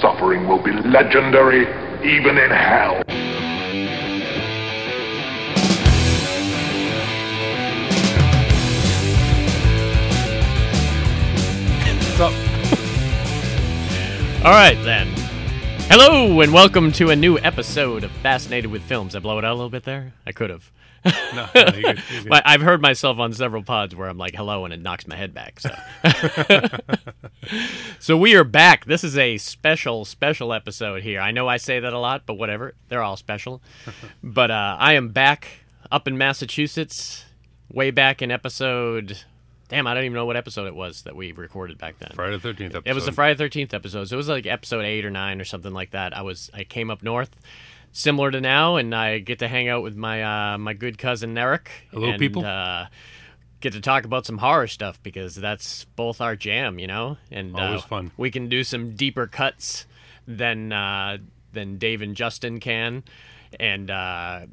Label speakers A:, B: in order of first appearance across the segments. A: suffering will be legendary even in hell.
B: All right, then. Hello, and welcome to a new episode of Fascinated with Films. I blow it out a little bit there? I could have.
C: No, no, you're good, you're good.
B: My- I've heard myself on several pods where I'm like, hello, and it knocks my head back. So, so we are back. This is a special, special episode here. I know I say that a lot, but whatever. They're all special. but uh, I am back up in Massachusetts, way back in episode. Damn, I don't even know what episode it was that we recorded back then.
C: Friday the Thirteenth episode.
B: It was the Friday Thirteenth episode. So it was like episode eight or nine or something like that. I was I came up north, similar to now, and I get to hang out with my uh, my good cousin Eric.
C: Hello,
B: and,
C: people.
B: Uh, get to talk about some horror stuff because that's both our jam, you know. And
C: Always
B: uh,
C: fun.
B: We can do some deeper cuts than uh, than Dave and Justin can, and. Uh,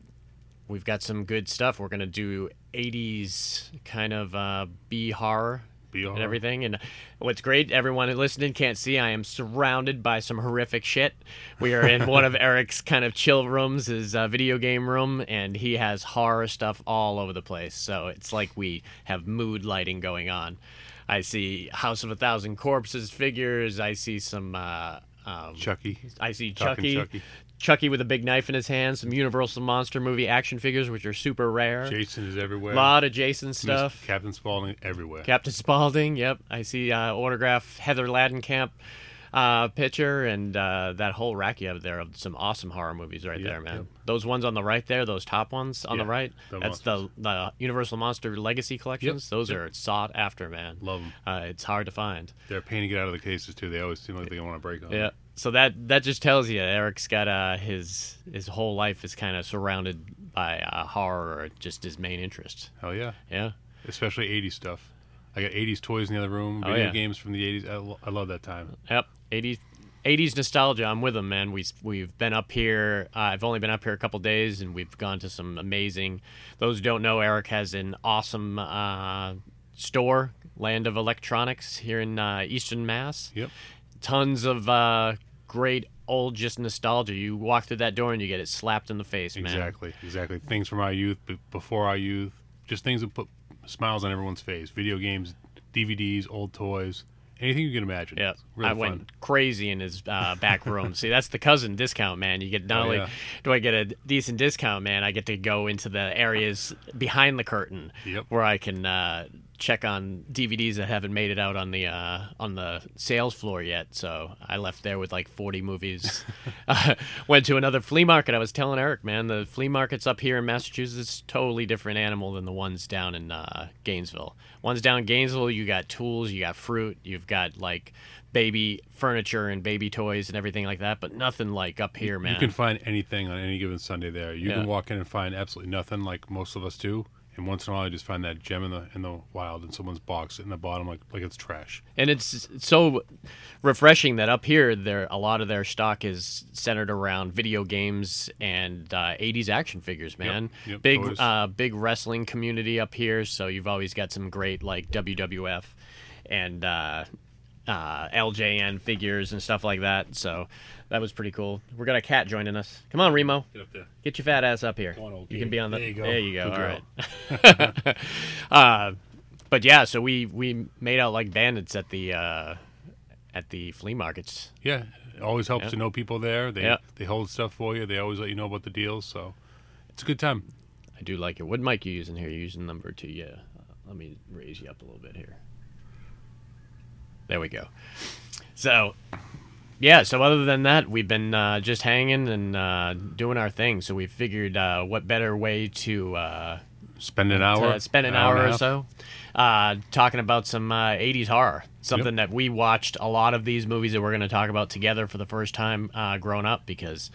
B: We've got some good stuff. We're gonna do '80s kind of uh, B horror
C: B.R..
B: and everything. And what's great, everyone listening can't see, I am surrounded by some horrific shit. We are in one of Eric's kind of chill rooms, his uh, video game room, and he has horror stuff all over the place. So it's like we have mood lighting going on. I see House of a Thousand Corpses figures. I see some. Uh, um,
C: Chucky.
B: I see
C: Talking
B: Chucky, Chucky.
C: Chucky.
B: with a big knife in his hand, some Universal Monster movie action figures, which are super rare.
C: Jason is everywhere.
B: A lot of Jason
C: Miss-
B: stuff.
C: Captain Spaulding everywhere.
B: Captain Spaulding. Yep, I see uh, autograph Heather Ladenkamp uh, picture and uh, that whole rack you have there of some awesome horror movies right there, man.
C: yep.
B: Those ones on the right there, those top ones on the
C: Yeah,
B: right,
C: the
B: that's the the Universal Monster Legacy collections. Those are sought after, man.
C: Love 'em.
B: Uh, it's hard to find.
C: They're painting it out of the cases too. They always seem like they want to break on.
B: Yeah. So that that just tells you Eric's got uh, his his whole life is kind of surrounded by uh, horror, or just his main interest.
C: Hell yeah.
B: Yeah.
C: Especially '80s stuff. I got '80s toys in the other room.
B: Oh,
C: Video
B: yeah.
C: games from the '80s. I, lo- I love that time.
B: Yep. 80s, 80s nostalgia. I'm with them, man. We, we've been up here. Uh, I've only been up here a couple days, and we've gone to some amazing. Those who don't know, Eric has an awesome uh, store, Land of Electronics, here in uh, Eastern Mass.
C: Yep.
B: Tons of uh, great old just nostalgia. You walk through that door and you get it slapped in the face, man.
C: Exactly. Exactly. Things from our youth, but before our youth, just things that put smiles on everyone's face. Video games, DVDs, old toys, anything you can imagine.
B: Yeah,
C: It's Really
B: I
C: fun.
B: went crazy in his uh, back room. See, that's the cousin discount, man. You get not
C: Oh,
B: only
C: yeah.
B: do I get a decent discount, man, I get to go into the areas behind the curtain
C: Yep.
B: where I can uh, check on DVDs that haven't made it out on the uh, on the sales floor yet. So I left there with like 40 movies. uh, went to another flea market. I was telling Eric, man, the flea markets up here in Massachusetts totally different animal than the ones down in uh, Gainesville. Ones down in Gainesville, you got tools, you got fruit, you've got like baby furniture and baby toys and everything like that, but nothing like up here, man.
C: You can find anything on any given Sunday there. You
B: Yeah.
C: can walk in and find absolutely nothing, like most of us do. And once in a while, you just find that gem in the in the wild in someone's box in the bottom, like like it's trash.
B: and it's so refreshing that up here there a lot of their stock is centered around video games and uh, 80s action figures man
C: yep,
B: big
C: always.
B: uh, big wrestling community up here so you've always got some great like WWF and uh, uh, LJN figures and stuff like that so that was pretty cool we got a cat joining us come on Remo
C: up there.
B: Get your fat ass up here.
C: on, old
B: you
C: kid.
B: can be on the.
C: There you go.
B: There you go.
C: Good
B: All
C: girl.
B: right. uh, but yeah, so we we made out like bandits at the uh, at the flea markets.
C: Yeah, it always helps
B: Yeah.
C: to know people there. They
B: Yeah.
C: they hold stuff for you. They always let you know about the deals. So it's a good time.
B: I do like your wood mic you using here. You're using number two. Yeah. Uh, Let me raise you up a little bit here. There we go. So, yeah. So other than that, we've been uh, just hanging and uh, doing our thing. So we figured, uh, what better way to. Uh,
C: Spend an hour.
B: to spend an
C: and
B: hour,
C: a
B: or
C: half.
B: so uh, talking about some uh, 80s horror, something that we watched a lot of these movies that we're going to talk about together for the first time uh, growing up because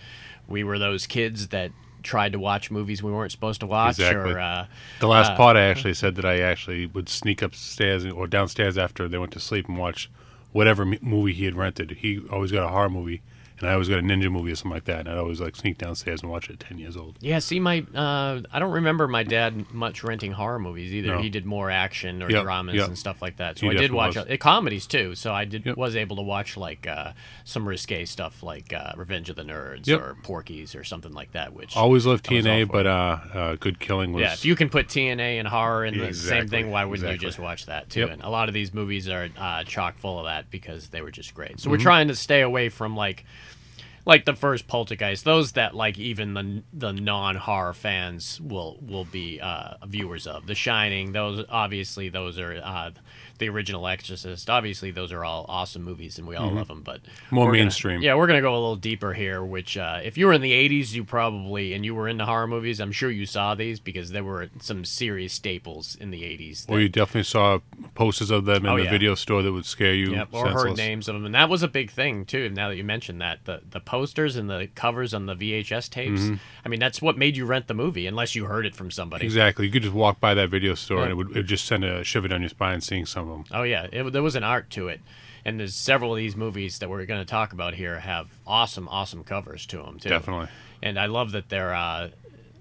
B: we were those kids that tried to watch movies we weren't supposed to watch
C: Exactly.
B: or uh,
C: The last pod, I actually said that I actually would sneak upstairs or downstairs after they went to sleep and watch whatever m- movie he had rented. He always got a horror movie, And I always got a ninja movie or something like that, and I'd always like sneak downstairs and watch it at ten years old.
B: Yeah, see, my uh, I don't remember my dad much renting horror movies either.
C: No.
B: He did more action or
C: Yep,
B: dramas
C: yep.
B: and stuff like that. So
C: He
B: I did
C: definitely
B: watch
C: was.
B: uh, comedies too. So I did
C: Yep.
B: was able to watch like uh, some risque stuff like uh, Revenge of the Nerds
C: Yep.
B: or Porky's or something like that. Which
C: Always loved
B: was all
C: TNA,
B: for
C: but uh, uh, Good Killing was
B: yeah, if you can put TNA and horror in the same
C: Exactly,
B: thing, why wouldn't
C: exactly.
B: you just watch that too?
C: Yep.
B: And a lot of these movies are uh, chock full of that because they were just great. So
C: Mm-hmm.
B: we're trying to stay away from like like the first Poltergeist, those that like even the the non horror fans will will be uh, viewers of. The Shining, those obviously those are uh, the original Exorcist. Obviously, those are all awesome movies, and we
C: Mm-hmm.
B: all love 'em, love them. But
C: More
B: we're gonna-
C: mainstream.
B: yeah, we're gonna go a little deeper here. Which, uh, if you were in the '80s, you probably and you were into horror movies. I'm sure you saw these because there were some serious staples in the '80s. that-
C: Well, you definitely saw posters of them in
B: Oh,
C: the
B: yeah.
C: video store that would scare you.
B: Yep, or heard
C: senseless.
B: names of them, and that was a big thing too. Now that you mentioned that, the the posters and the covers on the VHS tapes.
C: Mm-hmm.
B: I mean, that's what made you rent the movie, unless you heard it from somebody.
C: Exactly. You could just walk by that video store and
B: Yeah.
C: it would, it would just send a shiver down your spine seeing some of them.
B: Oh yeah, it, there was an art to it, and there's several of these movies that we're going to talk about here have awesome, awesome covers to them too.
C: Definitely.
B: And I love that they're. Uh,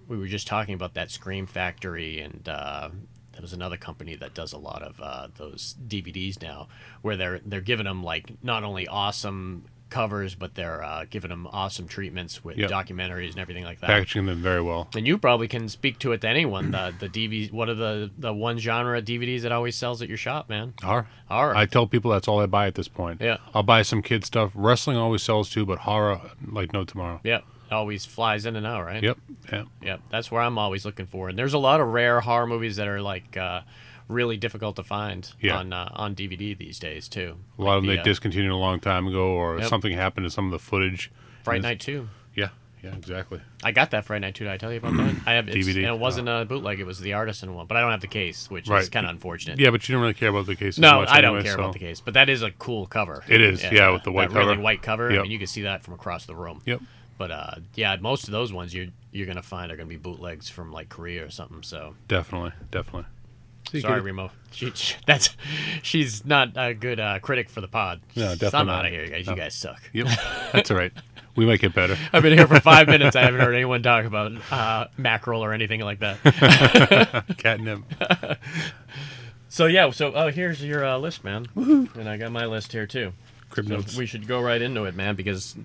B: we were just talking about that Scream Factory, and uh, there was another company that does a lot of uh, those DVDs now, where they're they're giving them like not only awesome covers, but they're uh, giving them awesome treatments with
C: Yep.
B: documentaries and everything like that
C: Packaging them very well.
B: and you probably can speak to it to anyone. The the DV, what are the the one genre DVDs that always sells at your shop, man?
C: Horror.
B: Horror.
C: I tell people that's all I buy at this point.
B: Yeah.
C: I'll buy some kid stuff. Wrestling always sells too, but horror, like no tomorrow.
B: Yep, it always flies in and out, right?
C: Yep. Yeah.
B: Yep, that's where I'm always looking for. And there's a lot of rare horror movies that are like uh, really difficult to find
C: Yeah.
B: on uh, on DVD these days too.
C: A lot of them
B: the,
C: they
B: uh,
C: discontinued a long time ago or
B: Yep.
C: something happened to some of the footage.
B: uh, Fright
C: And it's-
B: Night Two.
C: Yeah. Yeah, exactly.
B: I got that Fright Night Two. Did I tell you about that? I have it's,
C: DVD.
B: And it wasn't a bootleg. It was the artisan one, but I don't have the case, which is
C: Right.
B: kind of unfortunate.
C: Yeah, but you don't really care about the case.
B: No,
C: as much
B: I don't
C: anyway,
B: care
C: so-
B: about the case, but that is a cool cover.
C: It is, yeah, with the white
B: that really
C: cover.
B: white cover. I
C: Yep.
B: mean, you can see that from across the room.
C: Yep.
B: But uh, yeah, most of those ones you're you're gonna find are gonna be bootlegs from like Korea or something. So
C: Definitely. Definitely. So you
B: sorry,
C: could-
B: Remo. She, she- that's she's not a good uh, critic for the pod.
C: No,
B: She's-
C: definitely
B: I'm
C: not.
B: out of here, guys. You guys suck.
C: Yep. That's all right. We might get better.
B: I've been here for five minutes. I haven't heard anyone talk about uh, mackerel or anything like that.
C: Catnip.
B: so yeah, so oh, here's your uh, list, man. And I got my list here too.
C: Crib
B: So
C: notes.
B: we should go right into it, man, because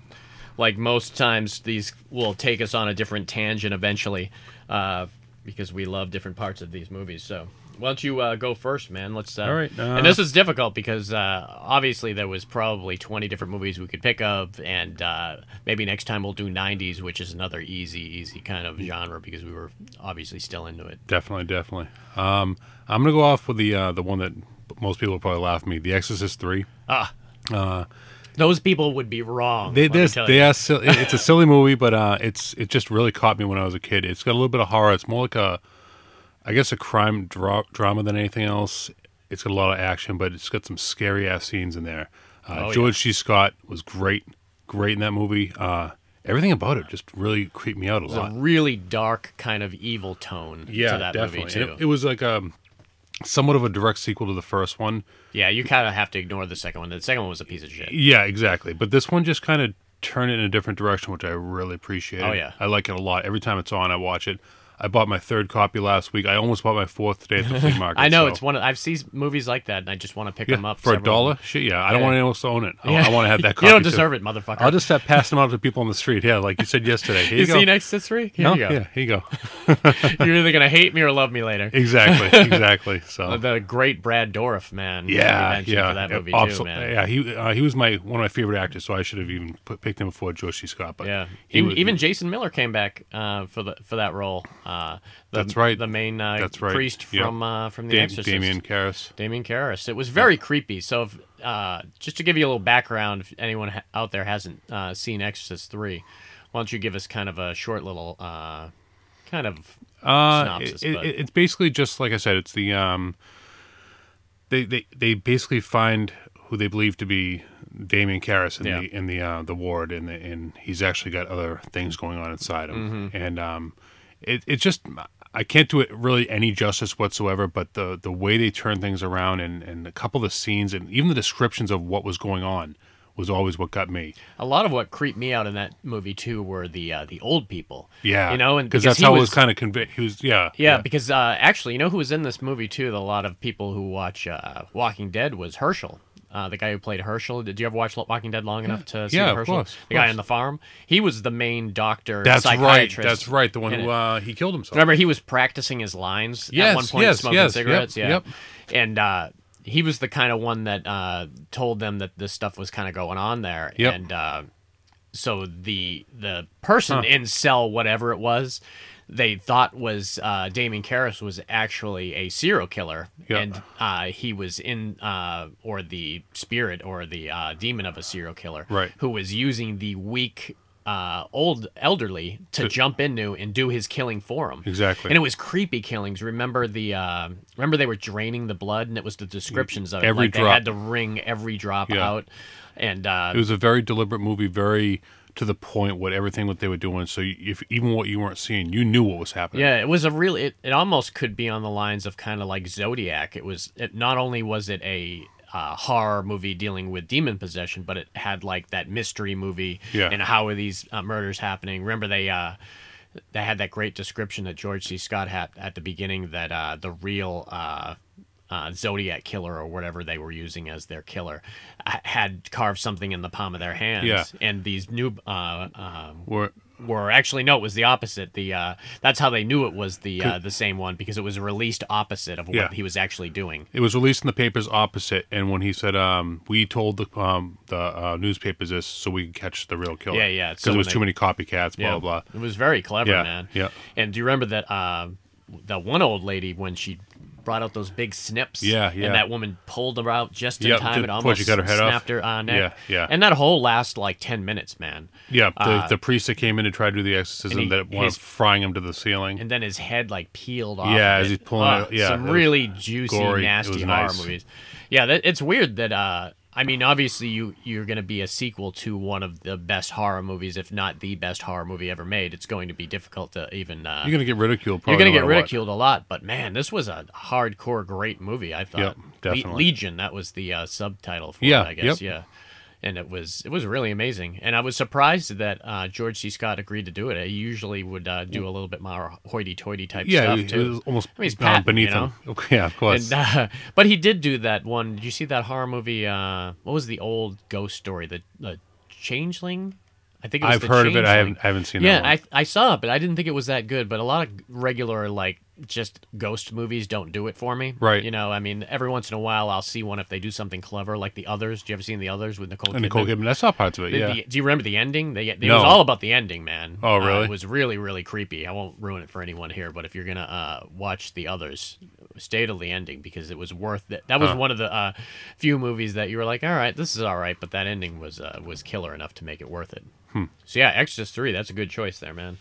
B: like most times these will take us on a different tangent eventually, uh, because we love different parts of these movies. So why don't you uh, go first, man? Let's. Uh,
C: All right, uh,
B: and this is difficult because uh, obviously there was probably twenty different movies we could pick up, and uh, maybe next time we'll do '90s, which is another easy, easy kind of genre because we were obviously still into it.
C: Definitely, definitely. Um, I'm gonna go off with the uh, the one that most people will probably laugh at me, The Exorcist Three.
B: Those people would be wrong.
C: They,
B: let me
C: this-
B: tell
C: they
B: you.
C: are sil- it- it's a silly movie, but uh, it's it just really caught me when I was a kid. It's got a little bit of horror. It's more like a, I guess, a crime dra- drama than anything else. It's got a lot of action, but it's got some scary ass scenes in there. Uh,
B: Oh,
C: George C. Scott was great, great in that movie. Uh, everything about it just really creeped me out a
B: It was
C: lot.
B: a really dark kind of evil tone to that movie
C: And
B: too.
C: It, it was like um, somewhat of a direct sequel to the first one.
B: yeah, you kind of have to ignore the second one. The second one was a piece of shit.
C: Yeah, exactly. But this one just kind of turned it in a different direction, which I really appreciate.
B: Oh, yeah.
C: I like it a lot. Every time it's on, I watch it. I bought my third copy last week. I almost bought my fourth today at the flea market.
B: I know
C: so-
B: it's one. of I've seen movies like that, and I just want to pick
C: yeah,
B: them up
C: for a
B: several-
C: dollar. Shit, yeah. I don't
B: Yeah.
C: want anyone else to own it. I,
B: Yeah.
C: I want to have that copy.
B: you don't
C: too.
B: deserve it, motherfucker.
C: I'll just start passing them out to people on the street. Yeah, like you said yesterday. Here you,
B: you
C: go.
B: see next to three. Here
C: No?
B: you go.
C: Yeah, here you go.
B: You're either gonna hate me or love me later.
C: Exactly, exactly. So
B: The great Brad Dorff, man. you
C: yeah,
B: mentioned
C: yeah,
B: for that
C: yeah,
B: movie
C: absol-
B: too, man.
C: Yeah, he uh, he was my one of my favorite actors, so I should have even put, picked him before George C. Scott. But
B: Yeah,
C: he
B: even,
C: was-
B: even Jason Miller came back uh, for the for that role. Uh, the,
C: That's right.
B: The main uh,
C: That's right.
B: priest
C: Yep.
B: from uh, from The
C: Da-
B: Exorcist.
C: Damien Karras.
B: Damien Karras. It was very creepy. So, if, uh, just to give you a little background, if anyone ha- out there hasn't uh, seen Exorcist three, why don't you give us kind of a short little, uh, kind of
C: Uh,
B: synopsis?
C: it-
B: but-
C: it- it's basically just like I said. It's the um, they they they basically find who they believe to be Damien Karras in
B: Yeah.
C: the in the uh, the ward, and the, and he's actually got other things going on inside him,
B: Mm-hmm.
C: and um, it it's just I can't do it really any justice whatsoever. But the the way they turn things around, and and a couple of the scenes, and even the descriptions of what was going on was always what got me.
B: A lot of what creeped me out in that movie too were the uh, the old people.
C: Yeah,
B: you know, and
C: because that's
B: he
C: how it was kind of conveyed. He was yeah,
B: Yeah, because uh, actually, you know who was in this movie too? that A lot of people who watch uh, Walking Dead was Herschel, uh, the guy who played Herschel. Did you ever watch Lo- Walking Dead long enough to see
C: Yeah, of
B: Herschel?
C: course, of
B: the guy
C: course.
B: on the farm. He was the main doctor.
C: That's right.
B: psychiatrist.
C: That's right. The one
B: in
C: who
B: it.
C: uh, he killed himself.
B: Remember, he was practicing his lines at
C: Yes,
B: one point,
C: yes,
B: smoking
C: yes, yep,
B: cigarettes. yeah,
C: yep.
B: and uh, he was the kind of one that uh, told them that this stuff was kind of going on there.
C: Yep.
B: And uh, so the the person in cell whatever it was, they thought was uh, Damon Karras was actually a serial killer,
C: Yep.
B: and uh, he was in uh, or the spirit or the uh, demon of a serial killer,
C: Right.
B: Who was using the weak. Uh, old elderly to jump into and do his killing for him.
C: Exactly.
B: And it was creepy killings. Remember the uh, remember they were draining the blood and it was the descriptions of it.
C: Every
B: like they
C: drop.
B: had to wring every drop
C: Yeah.
B: out. And uh,
C: It was a very deliberate movie, very to the point. What everything what they were doing. So you- if even what you weren't seeing, you knew what was happening.
B: yeah, it was a real it, it almost could be on the lines of kind of like Zodiac. It was it not only was it a uh, horror movie dealing with demon possession, but it had like that mystery movie
C: Yeah.
B: and how are these uh, murders happening? Remember they uh they had that great description that George C. Scott had at the beginning that uh, the real uh, uh, Zodiac killer or whatever they were using as their killer h- had carved something in the palm of their hands,
C: Yeah.
B: and these new uh, um,
C: Where-
B: were actually no, it was the opposite. The uh, that's how they knew it was the uh, the same one because it was released opposite of what
C: Yeah.
B: he was actually doing.
C: It was released in the papers opposite, and when he said, um, "We told the um, the uh, newspapers this so we could catch the real killer."
B: Yeah, yeah,
C: Because
B: so
C: there was
B: when they-
C: too many copycats. Blah blah. blah.
B: It was very clever,
C: Yeah,
B: man.
C: yeah.
B: And do you remember that uh, that one old lady when she brought out those big snips?
C: Yeah, yeah.
B: And that woman pulled them out just in
C: Yep,
B: time.
C: just
B: and
C: before
B: almost
C: she cut her head off.
B: snapped her uh, neck.
C: Yeah, yeah.
B: And that whole last like ten minutes, man.
C: Yeah, the,
B: Uh,
C: the priest that came in to try to do the exorcism
B: and he-
C: that wound up
B: his-
C: frying him to the ceiling.
B: and then his head like peeled off.
C: Yeah,
B: of
C: as
B: it.
C: he's pulling
B: Ugh,
C: it- yeah,
B: some
C: it was
B: really juicy,
C: gory. It
B: nasty
C: was
B: horror
C: nice.
B: movies. Yeah, that, it's weird that. uh I mean, obviously, you you're going to be a sequel to one of the best horror movies, if not the best horror movie ever made. It's going to be difficult to even. Uh,
C: you're gonna get ridiculed. Probably
B: you're going
C: no
B: to get
C: matter what.
B: ridiculed a lot, but man, this was a hardcore great movie. I thought
C: Yep,
B: Le-
C: definitely.
B: Legion that was the uh, subtitle for
C: Yeah,
B: it, I guess.
C: yep.
B: Yeah. And it was it was really amazing, and I was surprised that uh, George C. Scott agreed to do it. He usually would uh, do a little bit more hoity-toity type
C: Yeah,
B: stuff
C: it, it
B: too.
C: was almost
B: I mean, he's
C: um,
B: Patton,
C: beneath
B: you know?
C: him. Okay, yeah, of course.
B: And, uh, but he did do that one. Did you see that horror movie? Uh, what was the old ghost story? The, the Changeling. I think it was
C: I've
B: The
C: heard of it. I
B: Changeling.
C: haven't, I haven't seen
B: Yeah,
C: that.
B: I I saw it, but I didn't think it was that good. But a lot of regular like just ghost movies don't do it for me.
C: Right.
B: You know, I mean, every once in a while I'll see one if they do something clever, like the others. Do you ever seen the others with Nicole?
C: one. And
B: Kidman?
C: Nicole Kidman. I saw parts of it.
B: The-
C: Yeah,
B: the- do you remember the ending? They, it
C: No.
B: was all about the ending, man.
C: Oh,
B: Uh,
C: really?
B: it was really, really creepy. I won't ruin it for anyone here, but if you're gonna uh, watch the others, stay till the ending because it was worth it. That was one of the uh, few movies that you were like, all right, this is all right, but that ending was uh, was killer enough to make it worth it.
C: Hmm.
B: So yeah, Exorcist three. That's a good choice there, man.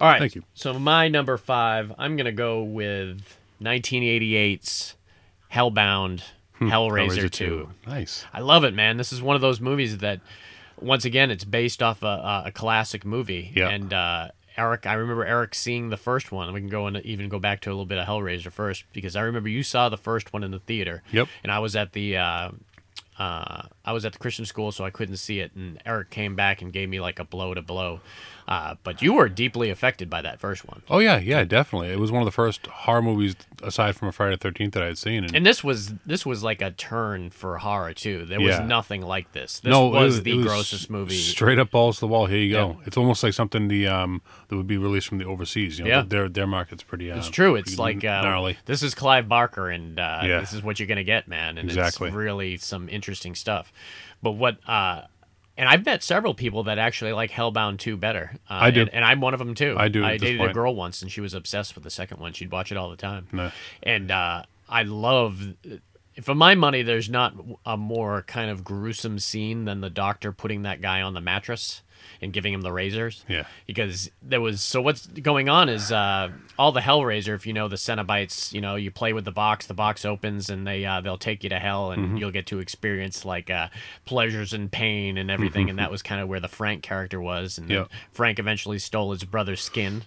B: All right,
C: Thank you.
B: So my number five, I'm gonna go with 1988's Hellbound, Hellraiser,
C: Hmm. Hellraiser
B: 2.
C: Nice.
B: I love it, man. This is one of those movies that, once again, it's based off a, a, a classic movie.
C: Yeah.
B: And uh, Eric, I remember Eric seeing the first one. We can go and even go back to a little bit of Hellraiser first because I remember you saw the first one in the theater.
C: Yep.
B: And I was at the. Uh, uh, I was at the Christian school, so I couldn't see it. And Eric came back and gave me like a blow to blow. Uh, but you were deeply affected by that first one.
C: Oh yeah, yeah, definitely. It was one of the first horror movies aside from a Friday the Thirteenth that I had seen. And,
B: And this was this was like a turn for horror too. There was
C: Yeah.
B: nothing like this. This
C: no, it
B: was
C: it
B: the grossest movie.
C: Straight up balls to the wall. Here you go. It's almost like something the um that would be released from the overseas. You know,
B: Yeah.
C: their their market's pretty. Uh,
B: It's true. It's
C: pretty
B: like uh,
C: gnarly.
B: this is Clive Barker, and uh,
C: Yeah.
B: this is what you're gonna get, man. And
C: Exactly.
B: it's really some interesting stuff. But what? Uh, and I've met several people that actually like Hellbound Two better. Uh,
C: I do.
B: and, and I'm one of them too.
C: I do
B: I
C: at this
B: dated a
C: point.
B: girl once, and she was obsessed with the second one. She'd watch it all the time.
C: No.
B: And uh, I love. For my money, there's not a more kind of gruesome scene than the doctor putting that guy on the mattress and giving him the razors
C: Yeah.
B: because there was so what's going on is uh, all the Hellraiser. If you know the Cenobites, you know you play with the box. The box opens, and they uh, they'll take you to hell, and you'll get to experience like uh, pleasures and pain and everything. and that was kind of where the Frank character was. And then
C: Yeah.
B: Frank eventually stole his brother's skin,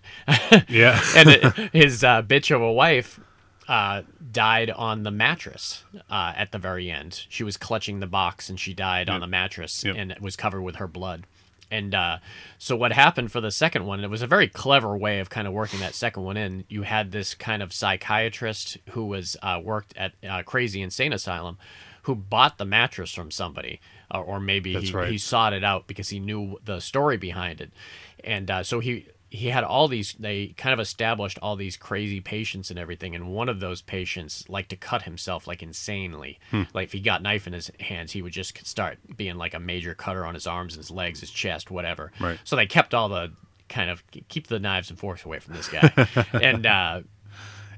C: yeah.
B: and it- his uh, bitch of a wife. uh, died on the mattress uh, at the very end. She was clutching the box and she died on the mattress
C: Yep.
B: and it was covered with her blood. And uh, so what happened for the second one? It was a very clever way of kind of working that second one in. You had this kind of psychiatrist who was uh, worked at uh, crazy insane asylum, who bought the mattress from somebody, uh, or maybe
C: That's
B: he,
C: right.
B: he sought it out because he knew the story behind it, and uh, so he he had all these. They kind of established all these crazy patients and everything, and one of those patients liked to cut himself like insanely.
C: Hmm.
B: Like if he got knife in his hands, he would just start being like a major cutter on his arms, his legs, his chest, whatever.
C: Right.
B: So they kept all the kind of keep the knives and forks away from this guy, and. uh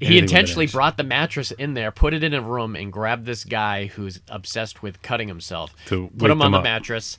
B: he
C: Anything with
B: intentionally
C: knives.
B: brought the mattress in there, put it in a room, and grabbed this guy who's obsessed with cutting himself.
C: To
B: put
C: wake
B: him on
C: them
B: the
C: up.
B: mattress,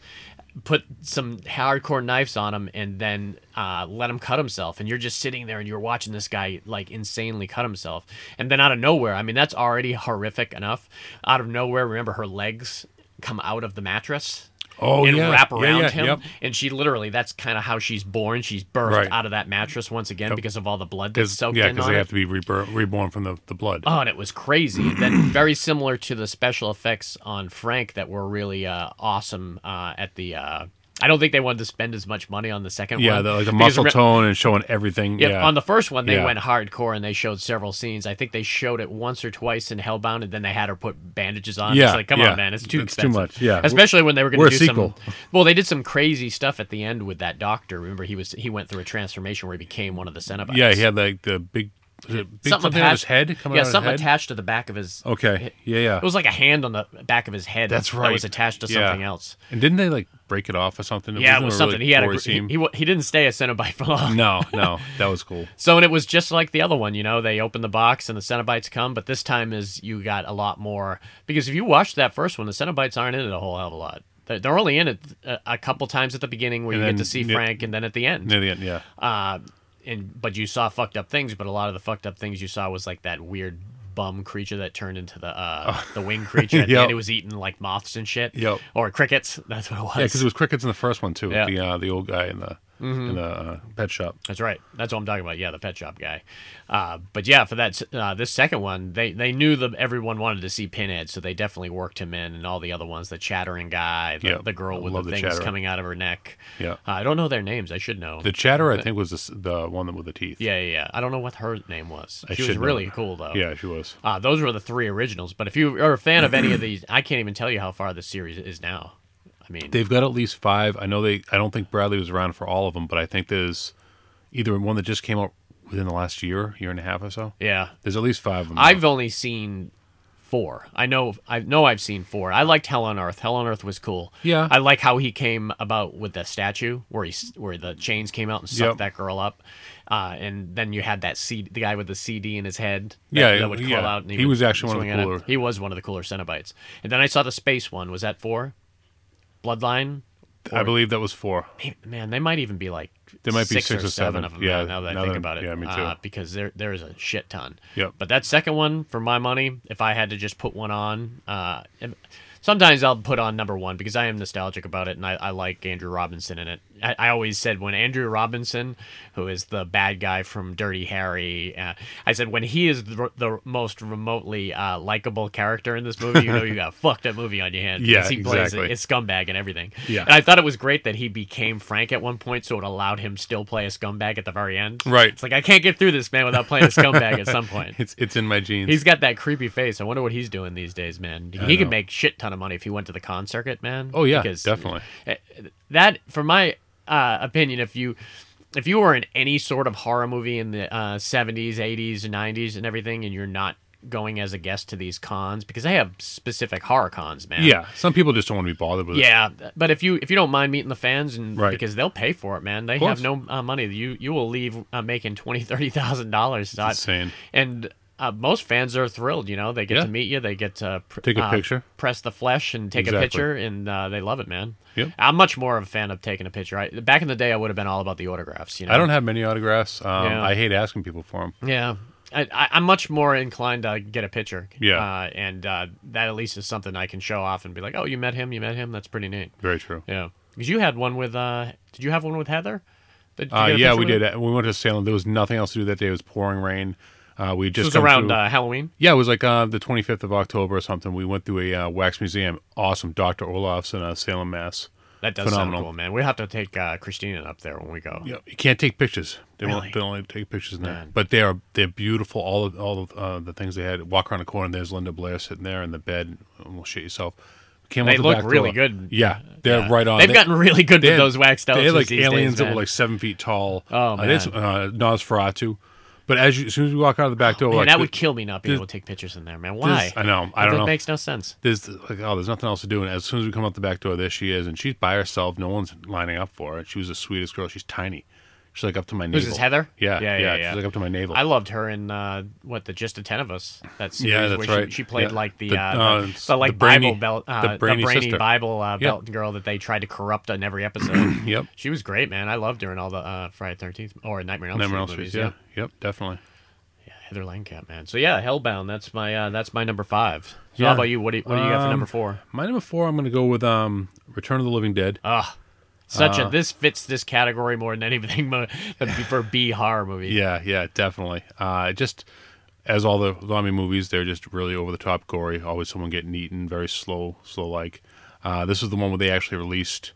B: put some hardcore knives on him, and then uh, let him cut himself. And you're just sitting there and you're watching this guy like insanely cut himself. And then out of nowhere, I mean, that's already horrific enough. Out of nowhere, remember her legs come out of the mattress.
C: Oh,
B: and
C: yeah.
B: wrap
C: Yeah,
B: around
C: yeah,
B: him,
C: yep.
B: and she literally—that's kind of how she's born. She's birthed
C: Right.
B: out of that mattress once again because of all the blood that's
C: Because
B: soaked
C: yeah,
B: in.
C: because
B: on
C: they
B: it.
C: have to be rebur- reborn from the, the blood.
B: Oh, and it was crazy. And then very similar to the special effects on Frank that were really uh, awesome uh, at the. Uh, I don't think they wanted to spend as much money on the second
C: yeah,
B: one.
C: the, like the
B: because
C: muscle
B: re-
C: tone and showing everything.
B: yeah,
C: yeah,
B: On the first one, they
C: Yeah.
B: went hardcore and they showed several scenes. I think they showed it once or twice in Hellbound, and then they had her put bandages on.
C: Yeah,
B: it's like, come
C: yeah.
B: on, man, it's too
C: It's too
B: expensive.
C: much, yeah.
B: especially when they were going
C: We're a
B: to do some.
C: sequel.
B: Well, they did some crazy stuff at the end with that doctor. Remember, he was he went through a transformation where he became one of the Cenobites.
C: yeah, he had like the big, was it big something, on
B: attached-
C: his head coming
B: yeah,
C: out of
B: something
C: his head.
B: attached to the back of his.
C: Okay, yeah, yeah.
B: It was like a hand on the back of his head.
C: That's
B: That
C: right.
B: was attached to
C: Yeah.
B: something else.
C: and didn't they like break it off or something?
B: Yeah,
C: Wasn't
B: it was
C: a really
B: something. he had a.
C: gory
B: gr- He,
C: scene?
B: he, wa- he didn't stay a Cenobite for long.
C: no, no, that was cool.
B: So and it was just like the other one, you know, they open the box and the Cenobites come, but this time is you got a lot more because if you watch that first one, the Cenobites aren't in it a whole hell of a lot. They're- They're only in it a, a couple times at the beginning where
C: And
B: you
C: then
B: get to see
C: near-
B: Frank, and then at the end.
C: Near the end, yeah.
B: Uh, and but you saw fucked up things, but a lot of the fucked up things you saw was like that weird bum creature that turned into the uh, the wing creature. At the
C: Oh. Yep.
B: end, it was eating like moths and shit.
C: Yep.
B: Or crickets. That's what it was.
C: Yeah, because it was crickets in the first one too.
B: Yeah. Mm-hmm.
C: The uh, the old guy in the in the uh, pet shop.
B: That's right. That's what I'm talking about. Yeah, the pet shop guy. Uh, but yeah, for that uh, this second one, they they knew that everyone wanted to see Pinhead, so they definitely worked him in, and all the other ones, the chattering guy, the,
C: Yeah,
B: the girl
C: I
B: with the
C: love the
B: things
C: Chattering.
B: coming out of her neck.
C: Yeah.
B: Uh, I don't know their names. I should know.
C: The chatter, I think, was the, s- the one that with the teeth.
B: yeah, yeah, yeah. I don't know what her name was.
C: I
B: she was
C: should know.
B: really cool though.
C: yeah, she was.
B: Uh, those were the three originals. But if you are a fan of any of these, I can't even tell you how far this series is now. I mean,
C: They've got at least five. I know they. I don't think Bradley was around for all of them, but I think there's either one that just came out within the last year, year and a half or so.
B: yeah.
C: There's at least five of them.
B: I've only seen four. I know I know I've seen four. I liked Hell on Earth. Hell on Earth was cool.
C: Yeah.
B: I like how he came about with the statue where he s- where the chains came out and sucked
C: Yep.
B: that girl up, uh, and then you had that CD, the guy with the CD in his head. That,
C: Yeah,
B: that would curl
C: yeah.
B: out. And he,
C: He
B: would
C: was actually one of the
B: swing at it.
C: cooler-
B: He was one of the cooler Cenobites. And then I saw the space one. Was that four? Bloodline.
C: I believe that was four.
B: Man, they might even be like
C: There might be six
B: or,
C: or
B: seven,
C: seven.
B: of them.
C: Yeah,
B: now- now that I
C: now
B: think
C: that-
B: about it,
C: yeah, me too.
B: Uh, because there there is a shit ton.
C: Yep.
B: But that second one, for my money, if I had to just put one on, uh, if- sometimes I'll put on number one because I am nostalgic about it and I, I like Andrew Robinson in it. I, I always said when Andrew Robinson, who is the bad guy from Dirty Harry, uh, I said when he is the, the most remotely uh, likable character in this movie, you know you got a fucked up movie on your hands.
C: Yeah,
B: because he plays
C: exactly.
B: a scumbag and everything.
C: Yeah.
B: And I thought it was great that he became Frank at one point, so it allowed him still play a scumbag at the very end.
C: Right.
B: It's like I can't get through this man without playing a scumbag at some point.
C: It's it's in my jeans.
B: He's got that creepy face. I wonder what he's doing these days, man. He could
C: know.
B: make shit ton of money if he went to the con circuit, man.
C: oh yeah,
B: because
C: definitely.
B: that, for my uh, opinion, if you if you were in any sort of horror movie in the uh, 70s, 80s, and 90s, and everything, and you're not going as a guest to these cons because they have specific horror cons, man.
C: Yeah, some people just don't want to be bothered with it.
B: Yeah, but if you if you don't mind meeting the fans and
C: Right.
B: because they'll pay for it, man. They
C: course.
B: have no uh, money. You you will leave uh, making twenty thirty thousand dollars.
C: insane.
B: And uh, most fans are thrilled. You know, they get
C: Yeah.
B: to meet you. They get to pr-
C: Take a
B: uh,
C: picture.
B: press the flesh, and take a
C: Exactly.
B: picture, and uh, they love it, man.
C: Yep.
B: I'm much more of a fan of taking a picture. I, back in the day, I would have been all about the autographs. You know,
C: I don't have many autographs. Um,
B: Yeah.
C: I hate asking people for them.
B: yeah. I, I, I'm much more inclined to get a picture.
C: Yeah.
B: Uh, and uh, that at least is something I can show off and be like, oh, you met him, you met him. That's pretty neat.
C: Very true.
B: Yeah, because you had one with. uh Did you have one with Heather? Did you
C: Uh,
B: get a
C: yeah,
B: picture
C: we
B: with her?
C: did. We went to Salem. There was nothing else to do that day. It was pouring rain. Uh, we had just
B: This was
C: come
B: around
C: through-
B: uh, Halloween.
C: yeah, it was like uh, the 25th of October or something. We went through a uh, wax museum. Awesome. Dr. Olaf's in uh, Salem, Mass.
B: That does
C: Phenomenal.
B: sound cool, man. We have to take uh, Christina up there when we go.
C: Yeah, you can't take pictures. They
B: Really?
C: won't. They only take pictures in there.
B: Man.
C: But they are they're beautiful. All of all of uh, the things they had. Walk around the corner. There's Linda Blair sitting there in the bed. Almost shit yourself. Came
B: They
C: out the
B: look
C: back
B: really
C: door.
B: good.
C: Yeah, they're right on.
B: They've
C: They-
B: gotten really good
C: they
B: with
C: had-
B: those waxed
C: They
B: elephants.
C: had like
B: these
C: aliens
B: days,
C: that
B: man.
C: were like seven feet tall.
B: Oh,
C: Uh, they had
B: man.
C: some, uh, Nosferatu. But as, you, as soon as you walk out of the back door,
B: Man,
C: like
B: that would
C: th-
B: kill me not being
C: this-
B: able to take pictures in there, man. Why?
C: this- I know. I don't
B: that
C: know.
B: makes no sense.
C: there's like oh there's nothing else to do and as soon as we come out the back door there she is and she's by herself no one's lining up for her she was the sweetest girl she's tiny she's like up to my navel
B: Who's this, Heather? Yeah,
C: yeah yeah,
B: yeah, yeah.
C: she's like up to my navel
B: I loved her in uh, what the just the ten of us. That series
C: Yeah, that's
B: where
C: right.
B: She, she played
C: Yeah.
B: like the,
C: The,
B: uh,
C: uh,
B: the,
C: s-
B: the, like
C: the brainy-
B: Bible belt, uh,
C: the
B: the brainy,
C: brainy sister.
B: Bible uh,
C: Yeah.
B: belt girl that they tried to corrupt on every episode.
C: yep
B: She was great, man. I loved her in all the uh, Friday Thirteenth or Nightmare on Elm
C: Nightmare on Elm
B: Street
C: Street,
B: movies.
C: yeah. yep definitely
B: yeah, Heather Langkamp, man. So yeah, Hellbound. That's my uh, that's my number five. So
C: Yeah.
B: how about you? What do you, what do you got for
C: Um,
B: number four?
C: my number four I'm gonna go with um Return of the Living Dead
B: Ugh. Such
C: uh,
B: a this fits this category more than anything mo- than for a B horror movie.
C: yeah yeah definitely uh it just as all the zombie movies they're just really over the top gory always someone getting eaten very slow slow like uh this is the one where they actually released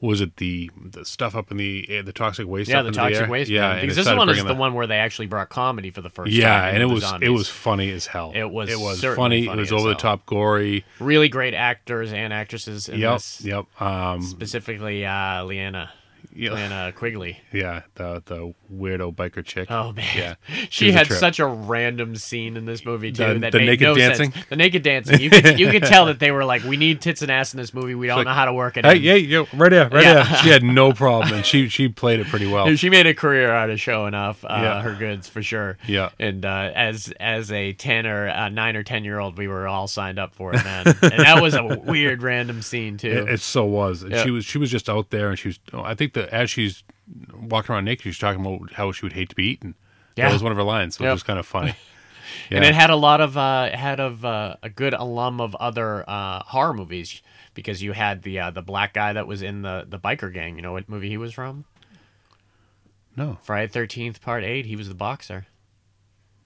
C: was it the the stuff up in the air, the toxic waste?
B: Yeah,
C: up
B: the
C: into
B: toxic
C: air?
B: waste.
C: Yeah,
B: Yeah,
C: and
B: because
C: it
B: this
C: started
B: one is
C: bringing
B: the one where they actually brought comedy for the first
C: Yeah,
B: time.
C: and it
B: with
C: was
B: the
C: it
B: zombies.
C: was funny as hell.
B: It was
C: it was
B: certainly
C: funny.
B: funny
C: It was
B: as
C: over the
B: hell.
C: top gory.
B: really great actors and actresses. In
C: Yep,
B: this,
C: yep. Um,
B: specifically uh, Leanna,
C: Yeah.
B: Leanna Quigley.
C: yeah, the the weirdo biker chick.
B: Oh man,
C: yeah,
B: she,
C: was a
B: had
C: trip.
B: such a random scene in this movie too.
C: The-
B: that
C: the
B: made
C: naked
B: no
C: dancing?
B: Sense. The naked dancing. You could, you could tell that they were like, we need tits and ass in this movie. We don't
C: like,
B: know how to work it.
C: Hey,
B: in."
C: yeah, yo, right there, right
B: Yeah.
C: there. She had no problem, and she she played it pretty well.
B: Dude, she made a career out of showing off uh,
C: Yeah.
B: her goods for sure.
C: Yeah.
B: And uh, as as a ten or uh, nine or ten year old, we were all signed up for it, man. and that was a weird random scene too.
C: It, it so was. And
B: Yeah.
C: She was she was just out there, and she was. I think that as she's walking around naked, she's talking about how she would hate to be eaten.
B: Yeah.
C: That was one of her lines, which
B: Yep.
C: was kind of funny.
B: And
C: Yeah.
B: it had a lot of uh, it had of uh, a good alum of other uh, horror movies because you had the uh, the black guy that was in the the biker gang. You know what movie he was from?
C: No,
B: Friday Thirteenth Part Eight. He was the boxer.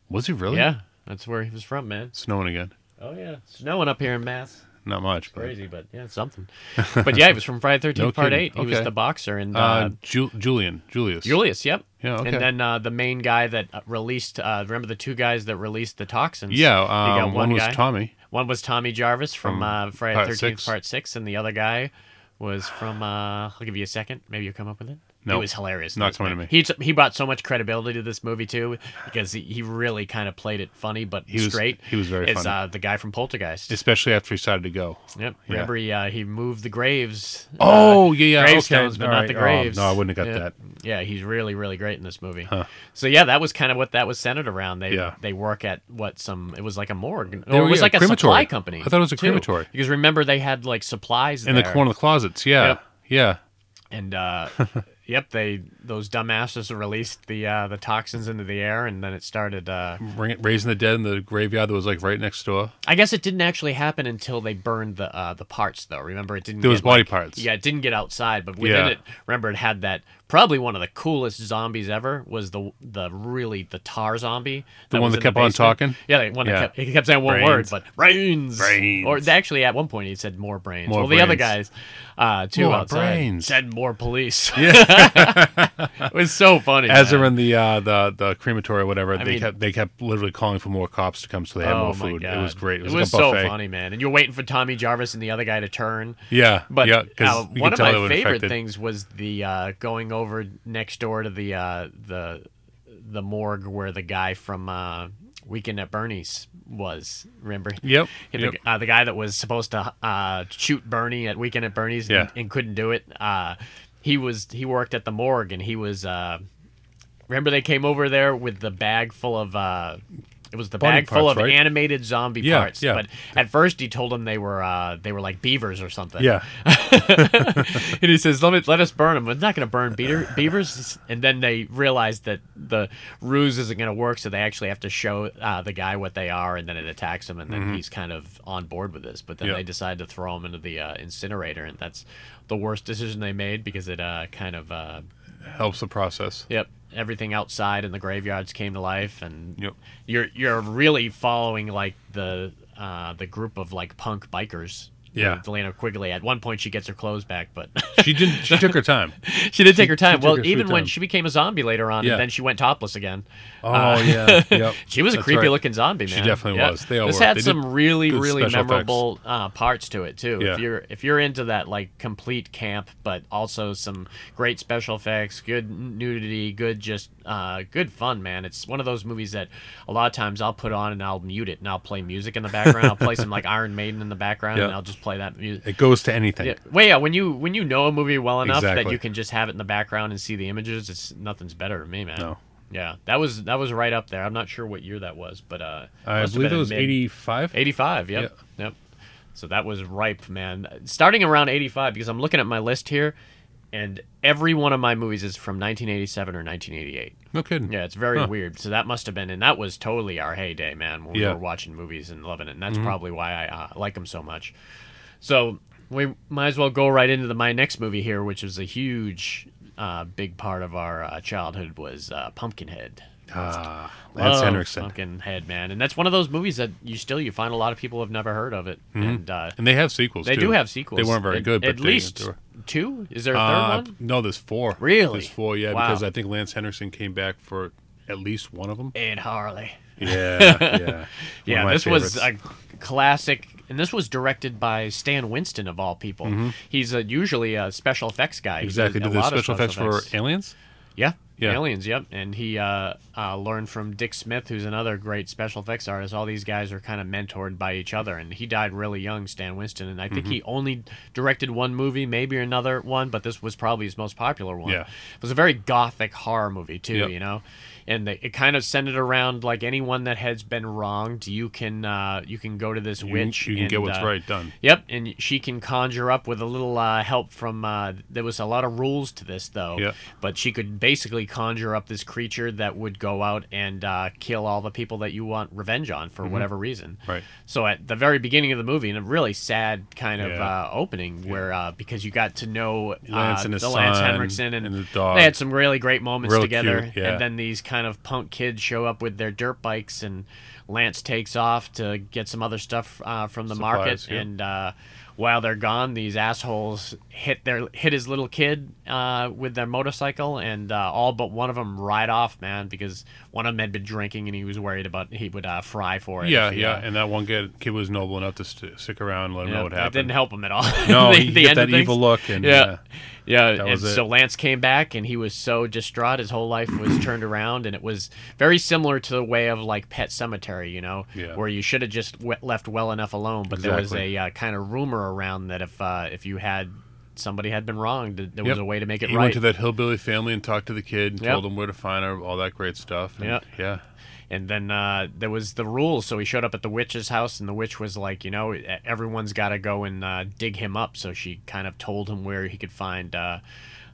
C: was he really?
B: Oh, Yeah, that's where he was from, man.
C: snowing again.
B: Oh yeah, snowing up here in Mass.
C: Not much, but
B: Crazy, but yeah, it's something. but yeah, he was from Friday Thirteenth
C: No
B: Part
C: kidding.
B: Eight. He was
C: Okay.
B: the boxer and uh,
C: Uh, Ju- Julian, Julius.
B: Julius. Yep.
C: Yeah, okay.
B: And then uh, the main guy that uh, released. Uh, remember the two guys that released the toxins?
C: Yeah,
B: You got
C: um, one, was
B: guy.
C: Tommy.
B: One was Tommy Jarvis from, uh, Friday
C: Part
B: Thirteenth
C: Six.
B: Part Six, and the other guy was from. Uh, I'll give you a second. Maybe you'll come up with it.
C: No.
B: it was hilarious.
C: Not
B: This
C: coming to
B: man-
C: me.
B: He t- he brought so much credibility to this movie too, because he, he really kind of played it funny but
C: was-
B: straight.
C: he was very
B: It's
C: funny.
B: uh, the guy from Poltergeist.
C: Especially after he started to go.
B: yep. Remember he uh, he moved the graves.
C: Oh yeah, yeah.
B: Uh, gravestones, but
C: all
B: not the
C: Oh,
B: graves.
C: no, I wouldn't have got
B: yeah.
C: that.
B: Yeah, he's really, really great in this movie. So yeah, that was kind of what that was centered around. They
C: Yeah.
B: they work at what some it was like a morgue,
C: They
B: or
C: were,
B: it was
C: yeah,
B: like a
C: crematory.
B: supply company.
C: I thought it was a
B: too.
C: crematory.
B: because remember they had like supplies
C: In the
B: there.
C: corner of the closets. Yeah,
B: Yep.
C: yeah.
B: and uh, yep, they those dumbasses released the uh, the toxins into the air, and then it started. Uh,
C: Ring, raising the dead in the graveyard that was like right next door.
B: I guess it didn't actually happen until they burned the uh, the parts, though. Remember, it didn't.
C: There was
B: get, like,
C: body parts.
B: Yeah, it didn't get outside, but within
C: Yeah.
B: it, remember it had that probably one of the coolest zombies ever was the the really the tar zombie,
C: The
B: that
C: one
B: was
C: that
B: in
C: kept on
B: basement.
C: talking?
B: Yeah, the one
C: Yeah.
B: that kept he kept saying one word,
C: Brains.
B: but brains,
C: Brains.
B: Or actually, at one point he said more brains.
C: More
B: well, the other
C: brains.
B: guys, uh, too
C: More
B: outside
C: brains.
B: said more police. Yeah, it was so funny.
C: As they're
B: man.
C: in the uh, the the crematory or whatever, they
B: mean-
C: kept they kept literally calling for more cops to come, so they had
B: Oh
C: more
B: my
C: food.
B: God.
C: It was great. It was,
B: it was
C: like a buffet.
B: so funny, man. And you're waiting for Tommy Jarvis and the other guy to turn.
C: Yeah,
B: But
C: yeah,
B: uh,
C: because you
B: one
C: could
B: of
C: tell they
B: my
C: were
B: favorite
C: infected.
B: things was the uh, going over next door to the uh, the the morgue where the guy from uh, Weekend at Bernie's was. Remember?
C: Yep,
B: The,
C: yep.
B: uh, the guy that was supposed to uh, shoot Bernie at Weekend at Bernie's and-
C: Yeah.
B: and, couldn't do it. Uh, he was he worked at the morgue and he was. Uh, remember they came over there with the bag full of. Uh, it was the
C: Body
B: bag full
C: parts,
B: of
C: right?
B: animated zombie
C: Yeah,
B: parts,
C: yeah.
B: but at first he told them they were uh, they were like beavers or something.
C: Yeah,
B: and he says, "Let me let us burn them. We're not going to burn beater, beavers." And then they realize that the ruse isn't going to work, so they actually have to show uh, the guy what they are, and then it attacks him, and then he's kind of on board with this. But then
C: Yeah.
B: they decide to throw him into the uh, incinerator, and that's the worst decision they made because it uh, kind of uh,
C: helps the process.
B: yep everything outside and the graveyards came to life, and
C: Yep.
B: you're you're really following like the uh, the group of like punk bikers.
C: Yeah.
B: Delano Quigley. At one point, she gets her clothes back, but
C: She didn't. She took her time.
B: she did take her time.
C: took
B: Well,
C: her sweet
B: even when
C: time.
B: she became a zombie later on,
C: Yeah.
B: and then she went topless again.
C: Oh yeah. Yep.
B: Uh, She was a
C: That's
B: creepy
C: right.
B: looking zombie, man.
C: She definitely was. They all
B: this
C: were.
B: had
C: They did
B: some really,
C: good
B: really
C: special
B: memorable uh, parts to it too.
C: Yeah.
B: If you're if you're into that like complete camp, but also some great special effects, good nudity, good just uh, good fun, man. It's one of those movies that a lot of times I'll put on and I'll mute it and I'll play music in the background. I'll play some like Iron Maiden in the background and
C: Yeah.
B: I'll just play that music.
C: It goes to anything.
B: Yeah. Well, yeah. When you when you know a movie well enough that
C: Exactly.
B: you can just have it in the background and see the images, it's nothing's better to me, man.
C: No.
B: Yeah, that was that was right up there. I'm not sure what year that was, but uh,
C: I
B: must have
C: believe
B: been
C: it
B: in
C: was
B: mid-
C: eighty-five.
B: 85. Yep. Yep. So that was ripe, man. Starting around 85, because I'm looking at my list here, and every one of my movies is from 1987 or 1988.
C: No kidding.
B: Yeah, it's very
C: Huh.
B: weird. So that must have been, and that was totally our heyday, man, when we
C: Yeah. Mm-hmm.
B: were watching movies and loving it. And that's probably why I uh, like them so much. So we might as well go right into the, my next movie here, which was a huge, uh, big part of our uh, childhood was uh, Pumpkinhead.
C: Ah, Lance
B: Love
C: Henriksen.
B: Pumpkinhead, man, and that's one of those movies that you still you find a lot of people have never heard of it, and uh,
C: And they have sequels.
B: they
C: too.
B: do have sequels.
C: Mm-hmm. They weren't very
B: At-
C: good, but
B: at
C: they-
B: least
C: they were-
B: two. Is there a third
C: Uh,
B: one?
C: no, there's four.
B: Really?
C: There's four. Yeah,
B: Wow.
C: because I think Lance Henriksen came back for at least one of them.
B: And Harley.
C: Yeah, yeah.
B: Yeah, this was a classic, and this was directed by Stan Winston of all people. He's a, usually a special effects guy. He
C: Mm-hmm. exactly
B: did a
C: did the
B: lot of
C: special effects for aliens.
B: yeah,
C: Yeah.
B: aliens. Yep, and he uh, uh, learned from Dick Smith, who's another great special effects artist. All these guys are kind of mentored by each other, and he died really young, Stan Winston, and I think
C: Mm-hmm.
B: he only directed one movie, maybe another one, but this was probably his most popular one.
C: Yeah.
B: It was a very gothic horror movie too,
C: Yep.
B: you know, and they, it kind of centered around like anyone that has been wronged, you can uh, you can go to this
C: You,
B: witch.
C: you can get
B: and,
C: what's
B: uh,
C: right done.
B: Yep, and she can conjure up with a little uh, help from. Uh, there was a lot of rules to this, though.
C: Yeah.
B: But she could basically conjure up this creature that would go out and uh, kill all the people that you want revenge on for whatever reason.
C: Mm-hmm. Right.
B: So at the very beginning of the movie, and a really sad kind of
C: Yeah.
B: uh, opening where uh, because you got to know uh,
C: Lance and his
B: the Lance
C: son
B: Henriksen and,
C: and the dog.
B: They had some really great moments
C: Real
B: together,
C: cute, yeah.
B: and then then these kind of punk kids show up with their dirt bikes and Lance takes off to get some other stuff uh, from the market
C: Supplies, yeah.
B: and uh, while they're gone these assholes hit their hit his little kid uh, with their motorcycle and uh, all but one of them ride off man because one of them had been drinking and he was worried about he would uh, fry for it
C: Yeah,
B: if he,
C: yeah.
B: uh,
C: And that one kid, kid was noble enough to st- stick around and let him
B: yeah,
C: know what
B: that
C: happened.
B: didn't help him at all
C: No,
B: The-
C: he
B: the
C: got
B: end
C: that
B: of things.
C: evil look, and uh,
B: yeah.
C: yeah,
B: Yeah,
C: That
B: and
C: was it.
B: so Lance came back and he was so distraught. His whole life was turned around, and it was very similar to the way of like Pet Cemetery, you know,
C: Yeah.
B: where you should have just we- left well enough alone. But there was
C: Exactly.
B: a uh, kind of rumor around that if uh, if you had somebody had been wronged, th- there was
C: Yep.
B: a way to make it
C: he
B: right.
C: went to that hillbilly family and talked to the kid, and
B: Yep.
C: told him where to find her, all that great stuff. And,
B: Yep.
C: Yeah,
B: And then uh, there was the rules. So he showed up at the witch's house, and the witch was like, you know, e- everyone's got to go and uh, dig him up. So she kind of told him where he could find uh,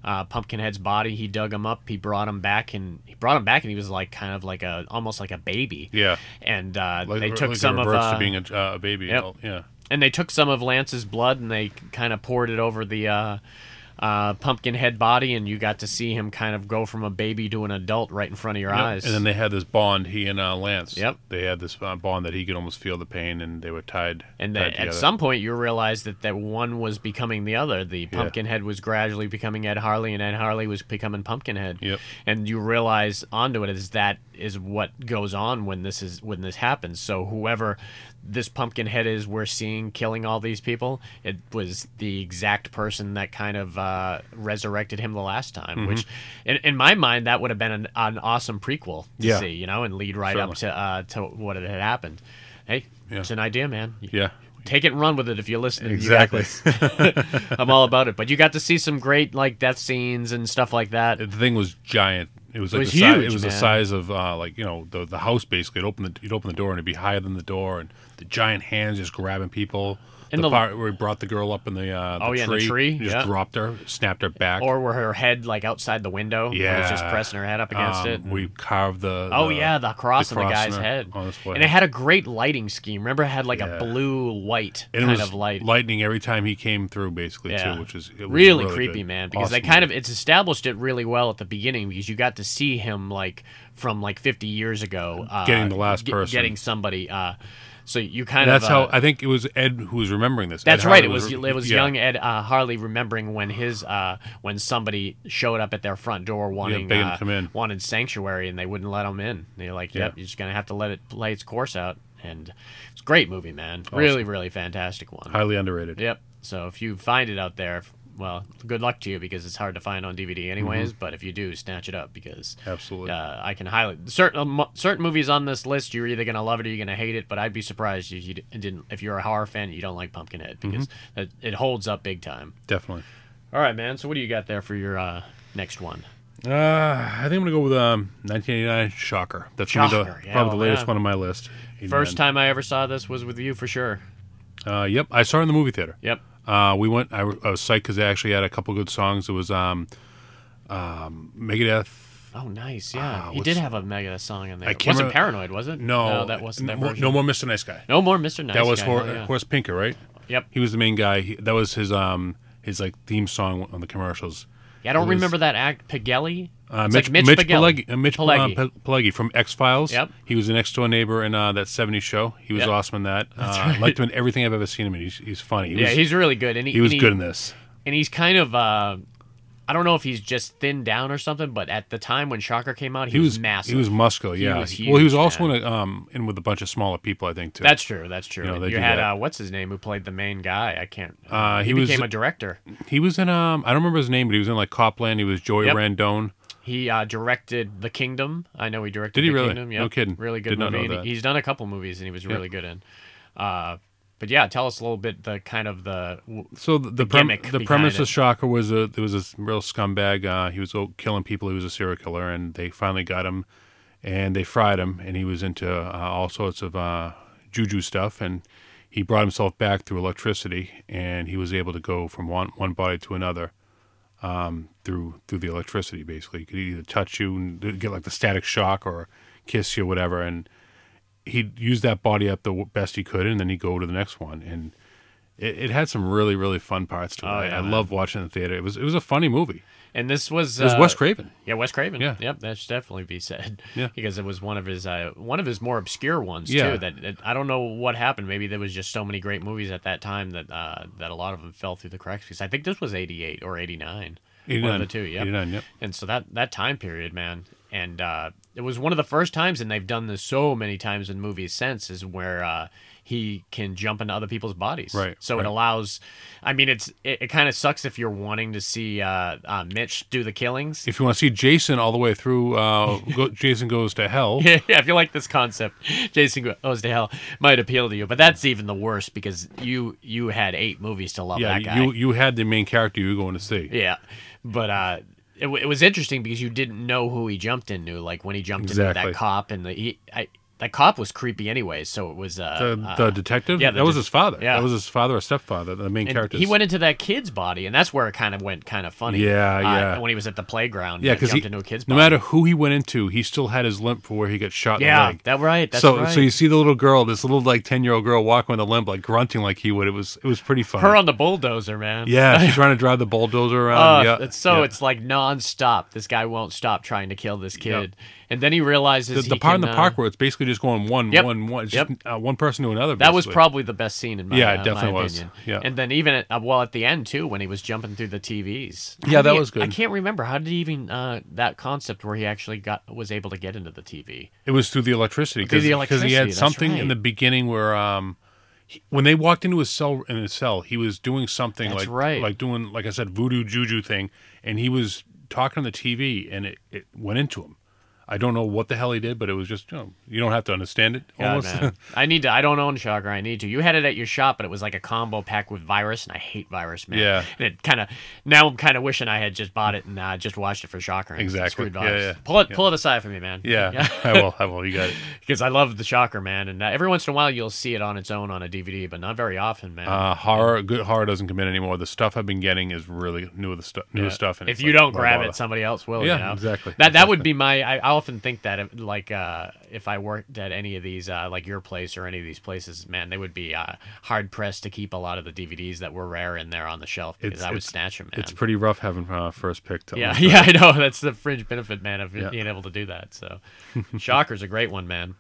B: uh, Pumpkinhead's body. He dug him up. He brought him back, and he brought him back, and he was like kind of like a almost like a baby.
C: yeah.
B: And uh,
C: Like,
B: they
C: like
B: took
C: it
B: some of
C: reverts
B: uh,
C: to being a, uh, a baby.
B: Yep.
C: Oh, Yeah,
B: and they took some of Lance's blood and they kind of poured it over the uh, uh, Pumpkinhead body, and you got to see him kind of go from a baby to an adult right in front of your
C: Yep.
B: eyes.
C: And then they had this bond, he and uh, Lance.
B: Yep.
C: They had this uh, bond that he could almost feel the pain, and they were tied.
B: And
C: tied
B: then at
C: together.
B: some point, you realize that, that one was becoming the other. The Pumpkinhead was gradually becoming Ed Harley, and Ed Harley was becoming Pumpkinhead.
C: Yep.
B: And you realize onto it is that is what goes on when this is when this happens. So whoever this Pumpkinhead is, we're seeing killing all these people. It was the exact person that kind of uh, resurrected him the last
C: Mm-hmm.
B: time. Which, in, in my mind, that would have been an, an awesome prequel to
C: Yeah.
B: see, you know, and lead right up to uh, to what had happened. Hey,
C: Yeah.
B: it's an idea, man
C: Yeah.
B: take it and run with it if you're listening. You got
C: Exactly.
B: this. I'm all about it. But you got to see some great like death scenes and stuff like that.
C: The thing was giant. It was like
B: was
C: the size,
B: huge,
C: It was the
B: man.
C: size of uh, like you know the the house basically. You'd open the you'd open the door and it'd be higher than the door, and the giant hands just grabbing people.
B: In
C: the,
B: the-
C: part where he brought the girl up in the, uh, the
B: Oh,
C: tree,
B: yeah, in the tree,
C: just
B: yeah.
C: dropped her, snapped her back.
B: or were her head like outside the window? and was just
C: Yeah.
B: pressing her head up against
C: Um,
B: it. and-
C: We carved the.
B: Oh yeah, the cross on the
C: cross
B: guy's
C: in her-
B: head,
C: on his forehead.
B: and it had a great lighting scheme. Remember, it had like
C: Yeah.
B: a blue white
C: And it
B: kind
C: was
B: of light.
C: lightning every time he came through, basically
B: yeah,
C: too, which is it was
B: really, creepy,
C: good.
B: man. Because they
C: Awesome
B: kind
C: movie.
B: of it's established it really well at the beginning because you got to see him like from like 50 years ago, uh,
C: Getting the last
B: ge-
C: person.
B: getting somebody. Uh, so you kind
C: That's
B: of
C: how
B: uh,
C: I think it was Ed who was remembering this. Ed
B: That's right.
C: Hardy
B: It was it was
C: yeah.
B: young Ed uh, Harley remembering when his uh, when somebody showed up at their front door wanting
C: begging to
B: uh,
C: come in.
B: wanted sanctuary and they wouldn't let him in. They're like,
C: Yeah.
B: "Yep, you're just gonna have to let it play its course out." And it's a great movie, man. Really, really fantastic one.
C: highly underrated.
B: Yep. So if you find it out there, well, good luck to you because it's hard to find on DVD anyways. But if you do, snatch it up because
C: Mm-hmm. Absolutely.
B: uh, I can highlight certain um, mo- certain movies on this list. You're either gonna love it or you're gonna hate it. But I'd be surprised if you d- didn't. If you're a horror fan, you don't like Pumpkinhead
C: Mm-hmm.
B: because it, it holds up big time.
C: Definitely.
B: All right, man. So what do you got there for your uh, next one?
C: Uh, I think I'm gonna go with um, 1989 Shocker. That's gonna be the-
B: Shocker, yeah,
C: probably
B: well,
C: the latest
B: yeah.
C: one on my list.
B: First time I ever saw this was with you for sure.
C: Uh, yep, I saw it in the movie theater.
B: Yep.
C: Uh, we went. I, I was psyched because they actually had a couple good songs. It was um, um, Megadeth.
B: Oh, nice. Yeah,
C: Ah,
B: he did
C: what's-
B: have a mega song in there. It
C: can't
B: wasn't
C: remember-
B: Paranoid, was it?
C: No,
B: that wasn't
C: no,
B: that
C: more-
B: version.
C: no more Mr. Nice Guy.
B: No more Mr. Nice
C: that was
B: Guy,
C: Hor-
B: hell yeah.
C: Horace Pinker, right?
B: Yep.
C: He was the main guy. He, that was his um his like theme song on the commercials.
B: Yeah, I don't
C: was-
B: remember that act. Pagelli?
C: Uh,
B: It's
C: Mitch,
B: like
C: Mitch
B: Pagelli.
C: Pileggi- uh, Mitch
B: Pileggi.
C: uh, Pe- Pileggi from X Files.
B: Yep.
C: He was the next door neighbor in uh, that '70s show. He was
B: Yep.
C: awesome in that. Uh, I liked him in everything I've ever seen him in. He's, he's funny. He
B: yeah,
C: was,
B: he's really good. And he,
C: he was
B: and
C: good in this.
B: And he's kind of, uh, I don't know if he's just thinned down or something, but at the time when Shocker came out, he,
C: He
B: was,
C: was
B: massive.
C: He was muscular. Yeah.
B: was
C: well, he was
B: huge,
C: also in, a, um in with a bunch of smaller people. I think too.
B: That's true. That's true.
C: You know, they
B: you
C: do
B: had
C: that.
B: uh, what's his name who played the main guy? I can't.
C: Uh,
B: he,
C: he was-
B: became a director.
C: he was in um I don't remember his name, but he was in like Copland. He was Joy
B: Yep.
C: Randone.
B: He uh, directed The Kingdom. I know he directed.
C: Did he
B: the
C: really?
B: Kingdom.
C: No
B: Yep.
C: kidding.
B: Really good
C: Did not
B: movie.
C: know
B: and
C: that.
B: He's done a couple movies, and he was really good in. Uh, but yeah, tell us a little bit the kind of the
C: So the the, prem-
B: gimmick
C: the
B: behind
C: premise
B: it.
C: of Shocker was a there was this real scumbag. Uh, he was o- killing people. He was a serial killer, and they finally got him, and they fried him, and he was into uh, all sorts of uh, juju stuff, and he brought himself back through electricity, and he was able to go from one one body to another. Um, through through the electricity, basically, he could either touch you and get like the static shock, or kiss you, whatever. And he'd use that body up the w- best he could, and then he'd go to the next one. And it, it had some really, really fun parts
B: Oh,
C: to it. I, I love watching it in the theater. It was it was a funny movie.
B: and this was
C: It was
B: uh,
C: Wes Craven.
B: Yeah, Wes Craven.
C: Yeah.
B: Yep, that should definitely be said.
C: Yeah.
B: Because it was one of his uh, one of his more obscure ones
C: Yeah.
B: too. That, that I don't know what happened. Maybe there was just so many great movies at that time that uh, that a lot of them fell through the cracks. Because I think this was eighty eight or eighty nine. One of
C: 89.
B: the two. Yeah.
C: 89, yep.
B: And so that that time period, man, and uh, it was one of the first times, and they've done this so many times in movies since, is where uh, he can jump into other people's bodies.
C: Right,
B: So
C: right.
B: it allows. I mean, it's it, it kind of sucks if you're wanting to see uh, uh, Mitch do the killings.
C: If you want to see Jason all the way through, uh, go, Jason goes to hell.
B: yeah, yeah, if you like this concept, Jason goes to hell might appeal to you, but that's even the worst because you you had eight movies to love
C: Yeah,
B: that guy.
C: you you had the main character you were going to see.
B: yeah, but uh, it, w- it was interesting because you didn't know who he jumped into. Like when he jumped into
C: Exactly.
B: that cop, and the, he I, that cop was creepy anyway. So it was uh,
C: The,
B: uh,
C: the detective.
B: yeah, the
C: that was
B: det-
C: his father.
B: yeah.
C: that was his father or stepfather. The main
B: and
C: character.
B: he went into that kid's body, and that's where it kind of went kind of funny.
C: Yeah,
B: uh,
C: yeah.
B: When he was at the playground,
C: Yeah,
B: and
C: because
B: jumped into a kid's
C: no
B: body.
C: matter who he went into, he still had his limp for where he got shot. in the
B: yeah,
C: leg.
B: that right. That's
C: so
B: right.
C: so you see the little girl, this little like ten year old girl walking with a limp, like grunting like he would. It was it was pretty funny.
B: her on the bulldozer, man.
C: yeah, she's trying to drive the bulldozer
B: Oh,
C: around. Um, yeah,
B: it's so
C: yeah.
B: it's like nonstop. This guy won't stop trying to kill this kid,
C: Yep.
B: and then he realizes
C: the, the
B: he
C: part in
B: can, uh,
C: the park where it's basically just going one,
B: Yep.
C: one, one, it's
B: Yep.
C: just, uh, one person to another.
B: that was
C: basically.
B: probably the best scene in my
C: Yeah, it
B: uh, my
C: definitely was.
B: opinion.
C: Yeah.
B: and then even at, uh, well at the end too when he was jumping through the TVs.
C: Yeah,
B: How
C: that
B: did he-
C: was good.
B: I can't remember how did he even uh, that concept where he actually got was able to get into the TV.
C: it was through the electricity
B: Through
C: because
B: the
C: he
B: electricity,
C: had
B: that's
C: something
B: right.
C: in the beginning where um he, when they walked into his cell in his cell he was doing something
B: That's
C: like
B: right.
C: like doing like I said voodoo juju thing and he was talking on the TV and it, it went into him. I don't know what the hell he did, but it was just you, know, you don't have to understand it.
B: God,
C: Almost.
B: man. I need to. I don't own Shocker. I need to. You had it at your shop, but it was like a combo pack with Virus, and I hate Virus, man.
C: Yeah.
B: And it kind of now I'm kind of wishing I had just bought it and uh, just watched it for Shocker. and
C: Exactly.
B: Screwed
C: Yeah,
B: Virus.
C: yeah.
B: Pull it. Pull it aside for me, man.
C: yeah, I will. I will. You got it.
B: Because I love the Shocker, man. And uh, every once in a while you'll see it on its own on a DVD, but not very often, man.
C: Uh, horror, good horror doesn't come in anymore. The stuff I've been getting is really new the stuff, new stuff. And
B: if
C: it's
B: you
C: like,
B: don't
C: why
B: grab
C: bother?
B: it, somebody else will.
C: Yeah,
B: you know?
C: exactly,
B: That that would be my. I, I often think that if, like uh, if I worked at any of these, uh, like your place or any of these places, man, they would be uh, hard pressed to keep a lot of the DVDs that were rare in there on the shelf because
C: It's-
B: I would
C: it's-
B: snatch them, man.
C: it's pretty rough having uh, first pick. To
B: yeah, yeah, I know. That's the fringe benefit, man, of
C: Yeah.
B: being able to do that. So, Shocker's a great one, man.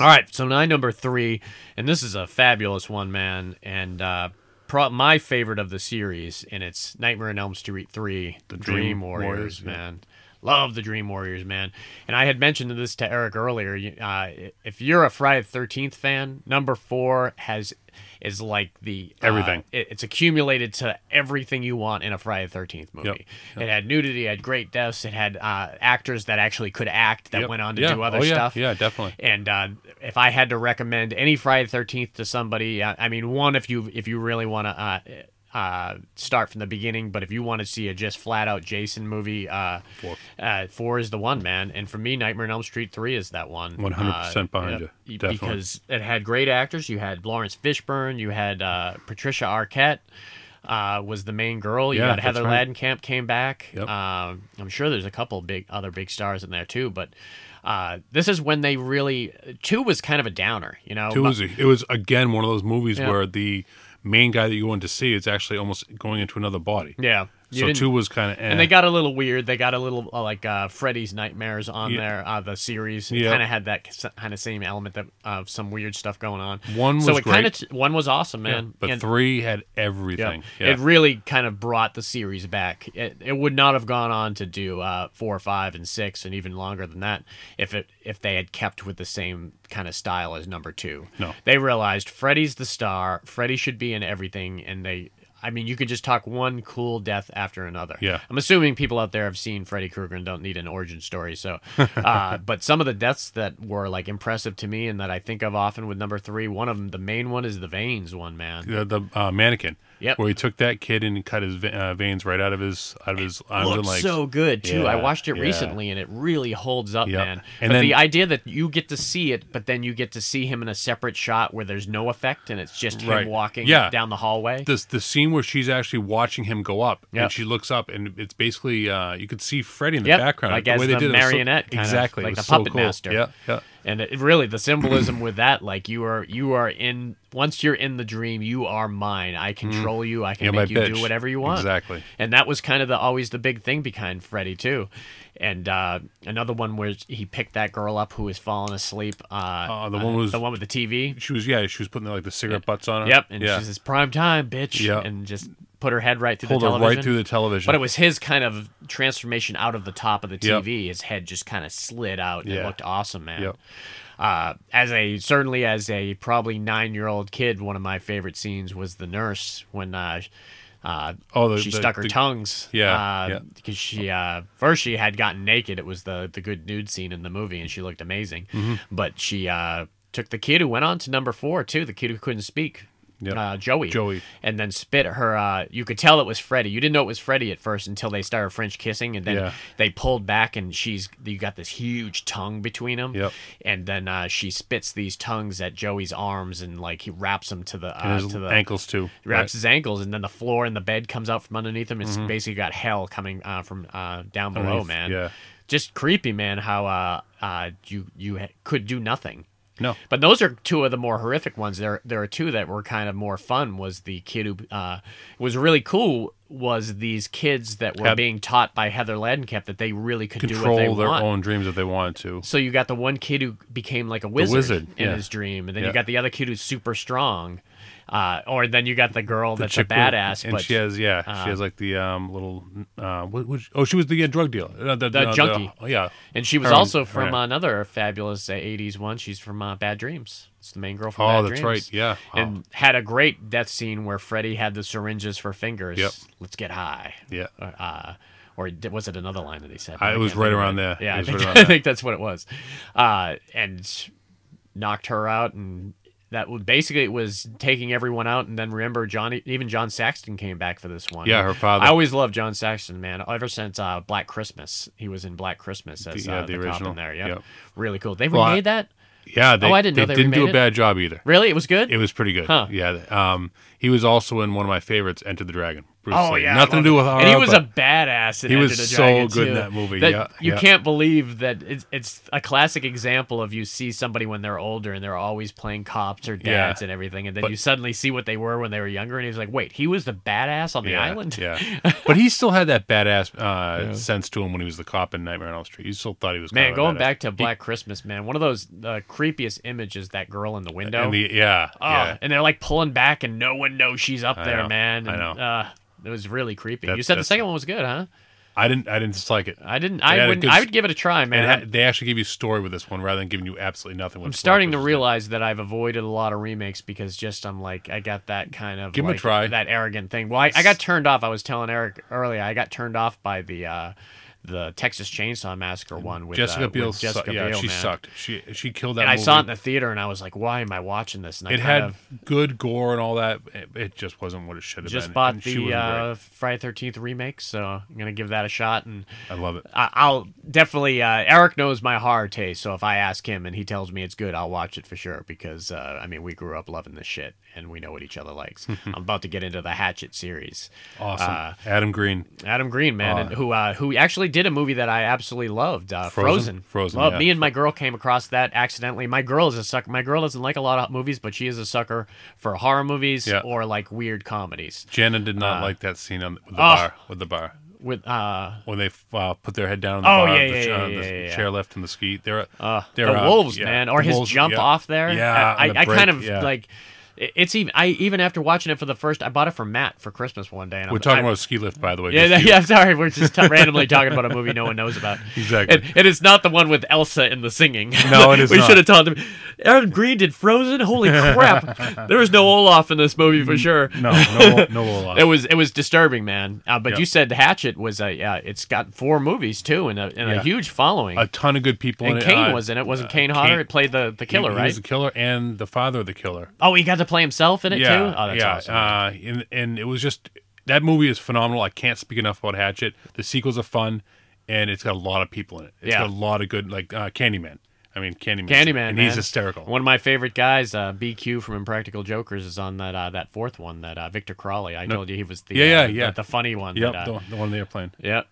B: All right, so my number three, and this is a fabulous one, man, and uh, pro- my favorite of the series, and it's Nightmare on Elm Street three, The Dream,
C: Dream
B: Warriors,
C: Warriors, yeah.
B: man. Love the Dream Warriors, man. And I had mentioned this to Eric earlier. you- Uh, if you're a Friday the Thirteenth fan, number four has is like the uh,
C: Everything.
B: it- it's accumulated to everything you want in a Friday the Thirteenth movie. It had nudity, it had great deaths, it had uh, actors that actually could act that
C: Yep.
B: went on to
C: Yeah.
B: do other
C: Oh, yeah.
B: stuff.
C: Yeah, definitely.
B: And uh, if I had to recommend any Friday the Thirteenth to somebody, I, I mean, one if you if you really want to uh, uh, start from the beginning, but if you want to see a just flat out Jason movie, uh, four. Uh, four is the one, man. And for me, Nightmare on Elm Street three is that one.
C: 100% behind
B: yep.
C: you.
B: E-
C: Definitely.
B: because it had great actors. You had Lawrence Fishburne, you had uh, Patricia Arquette. Uh, was the main girl? You
C: Yeah,
B: had Heather
C: that's right.
B: Camp came back.
C: Yep.
B: Um, I'm sure there's a couple big other big stars in there too, but uh, this is when they really two was kind of a downer, you know.
C: It was it was again one of those movies
B: Oh, Yeah.
C: where the main guy that you want to see is actually almost going into another body.
B: yeah. You
C: So
B: didn't-
C: two was eh, kind of
B: and they got a little weird. They got a little uh, like uh, Freddy's Nightmares on
C: Yeah.
B: there. Uh, the series
C: Yeah.
B: kind of had that kind of same element that, of some weird stuff going on.
C: One
B: so
C: was
B: it kind
C: great.
B: of one was awesome, man.
C: but
B: And-
C: three had
B: Yeah.
C: everything. Yeah.
B: It really kind of brought the series back. It, it would not have gone on to do uh, four, five, and six, and even longer than that if it if they had kept with the same kind of style as number two.
C: No.
B: they realized Freddy's the star. Freddy should be in everything, and they. I mean, you could just talk one cool death after another.
C: Yeah.
B: I'm assuming people out there have seen Freddy Krueger and don't need an origin story. So, uh, but some of the deaths that were like impressive to me and that I think of often with number three, one of them, the main one is the veins one, man.
C: the, the uh, mannequin.
B: Yep.
C: Where he took that kid and cut his ve- uh, veins right out of his out of his arms
B: Looks
C: and legs.
B: so good too. I
C: Yeah,
B: watched it
C: yeah.
B: recently and it really holds up,
C: Yep.
B: man.
C: And
B: but
C: then-
B: the idea that you get to see it, but then you get to see him in a separate shot where there's no effect and it's just
C: Right.
B: him walking
C: Yeah.
B: down the hallway.
C: this the scene where she's actually watching him go up
B: Yep.
C: and she looks up and it's basically uh, you could see Freddy in the
B: Yep,
C: background
B: like
C: the
B: as
C: way they
B: the
C: did it was so-
B: marionette kind of,
C: exactly it
B: like
C: was
B: the
C: so
B: puppet
C: cool.
B: master.
C: yeah yeah
B: and it, really the symbolism with that, like you are you are in once you're in the dream, you are mine. I control you, I can
C: Mm-hmm. You're my
B: make you do
C: bitch.
B: whatever you want.
C: Exactly.
B: And that was kind of the always the big thing behind Freddy too. And uh, another one where he picked that girl up who was falling asleep. Uh,
C: Uh, the one was
B: the one with the TV.
C: she was yeah she was putting like the cigarette butts on her
B: Yep, and
C: yeah
B: she says prime time, bitch,
C: Yep.
B: and just put her head right through
C: pulled
B: the
C: her
B: television.
C: right through the television
B: But it was his kind of transformation out of the top of the
C: Yep.
B: TV. His head just kind of slid out and it
C: Yeah.
B: looked awesome, man.
C: Yep.
B: Uh, as a certainly as a probably nine year old kid, one of my favorite scenes was the nurse when uh, uh,
C: Oh, the-
B: she
C: the-
B: stuck her
C: the-
B: tongues.
C: Yeah, yeah.
B: Because she uh, first she had gotten naked. It was the the good nude scene in the movie, and she looked amazing.
C: Mm-hmm.
B: But she uh, took the kid who went on to number four too. The kid who couldn't speak.
C: Yep.
B: Uh, Joey.
C: Joey.
B: And then spit her. Uh, you could tell it was Freddie. You didn't know it was Freddie at first until they started French kissing, and then
C: Yeah.
B: they pulled back, and she's you got this huge tongue between them.
C: Yep.
B: And then uh, she spits these tongues at Joey's arms, and like he wraps them to the uh,
C: and his
B: to the
C: ankles too
B: wraps
C: right. Mm-hmm.
B: his ankles, and then the floor and the bed comes out from underneath him. It's basically got hell coming uh, from uh, down below,
C: Underneath,
B: man.
C: yeah.
B: Just creepy, man. How uh, uh, you you ha- could do nothing.
C: no
B: But those are two of the more horrific ones. There, there are two that were kind of more fun. Was the kid who uh, was really cool was these kids that were
C: Had-
B: being taught by Heather Landenkep that they really could do
C: control
B: what they
C: their
B: want.
C: own dreams if they wanted to
B: So you got the one kid who became like a wizard,
C: wizard,
B: in
C: yeah.
B: his dream, and then you
C: Yeah.
B: got the other kid who's super strong, uh, or then you got the girl that's a
C: Chick with-
B: badass,
C: and
B: but uh,
C: she has yeah she has like the um little uh what, what, oh she was the uh, drug dealer Uh, the, uh,
B: junkie.
C: oh, yeah
B: and she was
C: her and-
B: also
C: her
B: from
C: and-
B: another fabulous uh, '80s one. She's from uh, Bad Dreams. It's the main girl from
C: Oh,
B: Bad
C: that's
B: Dreams.
C: right, yeah.
B: and had a great death scene where Freddy had the syringes for fingers.
C: Yep.
B: Let's get high.
C: yeah
B: Uh, or did- was it another line that he said?
C: I- it
B: can't
C: was right
B: think of
C: around there.
B: Yeah,
C: It
B: I
C: was
B: think,
C: right around
B: I think that's what it was. Uh, and knocked her out, and that was basically it was taking everyone out. And then remember, Johnny, even John Saxton came back for this one.
C: Yeah, her father.
B: I always loved John Saxton, man. Ever since uh, Black Christmas, he was in Black Christmas as
C: The- yeah,
B: uh,
C: the
B: the, cop
C: original.
B: in there. Yeah,
C: Yep.
B: really cool. They
C: Well, I-
B: remade that.
C: Yeah, they,
B: Oh, I didn't
C: they
B: know they
C: didn't do a
B: remade it.
C: bad job either.
B: Really, it was good.
C: It was pretty good.
B: Huh.
C: Yeah. Um, he was also in one of my favorites, Enter the Dragon. Bruce
B: Oh
C: Lee.
B: yeah, I
C: nothing to
B: love
C: do
B: it.
C: with horror.
B: And he was a
C: but
B: badass. In
C: he
B: Enter
C: was
B: the
C: so
B: Dragon
C: good in
B: 2.
C: that movie, yeah,
B: you
C: yeah.
B: can't believe that it's it's a classic example of you see somebody when they're older and they're always playing cops or
C: Yeah.
B: dads and everything, and then
C: But-
B: you suddenly see what they were when they were younger, and he's like, wait, he was the badass on the
C: yeah,
B: island.
C: Yeah, but he still had that badass uh, sense to him when he was the cop in Nightmare on Elm Street. You still thought he was kind
B: Man,
C: of a
B: going
C: badass.
B: back to
C: Oh, He-
B: Black Christmas, man, one of those uh, creepiest images that girl in the window.
C: and the, yeah,
B: Oh,
C: yeah.
B: and they're like pulling back, and no one knows she's up there,
C: know,
B: man.
C: I
B: And,
C: know.
B: Uh, it was really creepy. you
C: That's-
B: said the
C: that's-
B: second one was good, huh?
C: I didn't I didn't dislike it.
B: I didn't.
C: had
B: I
C: a
B: would.
C: good
B: not I
C: s-
B: would give it a try, man.
C: And
B: I'm-
C: ha- they actually give you story with this one rather than giving you absolutely nothing.
B: I'm starting to realize that I've avoided a lot of remakes because just I'm like I got that kind of
C: Give 'em a
B: like,
C: try.
B: that arrogant thing. Well, I, I got turned off. I was telling Eric earlier. I got turned off by the uh, the Texas Chainsaw Massacre one with
C: Jessica
B: uh, with
C: Biel.
B: Jessica
C: su- yeah,
B: Biel,
C: she
B: man.
C: sucked. She she killed that.
B: And I
C: movie.
B: saw it in the theater and I was like, why am I watching this? And I
C: It
B: kind
C: had
B: of
C: good gore and all that. It, it just wasn't what it should have
B: just
C: been.
B: bought
C: and she
B: the
C: wasn't
B: uh, Friday Thirteenth remake, so I'm gonna give that a shot and.
C: great. I love it.
B: I- I'll definitely. Uh, Eric knows my horror taste, so if I ask him and he tells me it's good, I'll watch it for sure. Because uh, I mean, we grew up loving this shit, and we know what each other likes. I'm about to get into the Hatchet series.
C: Awesome.
B: Uh,
C: Adam Green.
B: Adam Green, man,
C: Oh.
B: and who uh, who actually did a movie that I absolutely loved, uh,
C: Frozen?
B: Frozen.
C: Frozen,
B: Love-
C: yeah.
B: Me and my girl came across that accidentally. My girl is a sucker. My girl doesn't like a lot of movies, but she is a sucker for horror movies
C: Yeah.
B: or like weird comedies.
C: Jenna did not like that scene on the, with the
B: uh, oh.
C: bar. With the bar.
B: With uh,
C: When they uh, put their head down on the
B: Oh,
C: bar,
B: yeah,
C: the,
B: yeah, yeah,
C: uh, the
B: yeah, yeah.
C: chairlift and the ski. They're,
B: Uh,
C: they're
B: the
C: uh,
B: wolves,
C: yeah,
B: man, or
C: the
B: his
C: wolves,
B: jump
C: yeah.
B: off there.
C: Yeah,
B: I,
C: on the
B: I, I kind
C: break,
B: of
C: yeah.
B: like. it- It's even. I even after watching it for the first, I bought it for Matt for Christmas one day. And
C: We're
B: I'm,
C: talking
B: I-
C: about a ski lift, by the way.
B: Yeah,
C: just
B: yeah,
C: you.
B: yeah, sorry, we're just t- randomly talking about a movie no one knows about.
C: Exactly.
B: and, and it's not the one with Elsa in the singing.
C: No, it is
B: we
C: not.
B: should have told him. Aaron Green did Frozen. Holy crap! there was no Olaf in this movie for sure.
C: No, no, no Olaf.
B: It was it was disturbing, man. Uh, but
C: Yeah.
B: you said Hatchet was a. Uh, it's got four movies too, and a, and
C: Yeah.
B: a huge following.
C: a ton of good people
B: And
C: in it.
B: Kane
C: Uh,
B: was in it. Wasn't
C: uh,
B: Kane Hodder?
C: Kane-
B: It played the, the killer,
C: he, He
B: right?
C: was the killer and the father of the killer.
B: oh, he got to play himself in it
C: yeah,
B: too. Oh, that's
C: yeah.
B: awesome.
C: Uh, and and it was just that movie is phenomenal. I can't speak enough about Hatchet. The sequels are fun, and it's got a lot of people in it. It's
B: Yeah.
C: got a lot of good, like uh, Candyman. I mean, Candyman.
B: Candyman,
C: and
B: man.
C: he's hysterical.
B: One of my favorite guys, uh, BQ from Impractical Jokers, is on that uh, that fourth one that uh, Victor Crawley. I told you he was the
C: Yeah,
B: uh,
C: yeah,
B: the-
C: yeah.
B: The, funny one.
C: yep,
B: that, uh,
C: the, one- the one on the airplane.
B: Yep.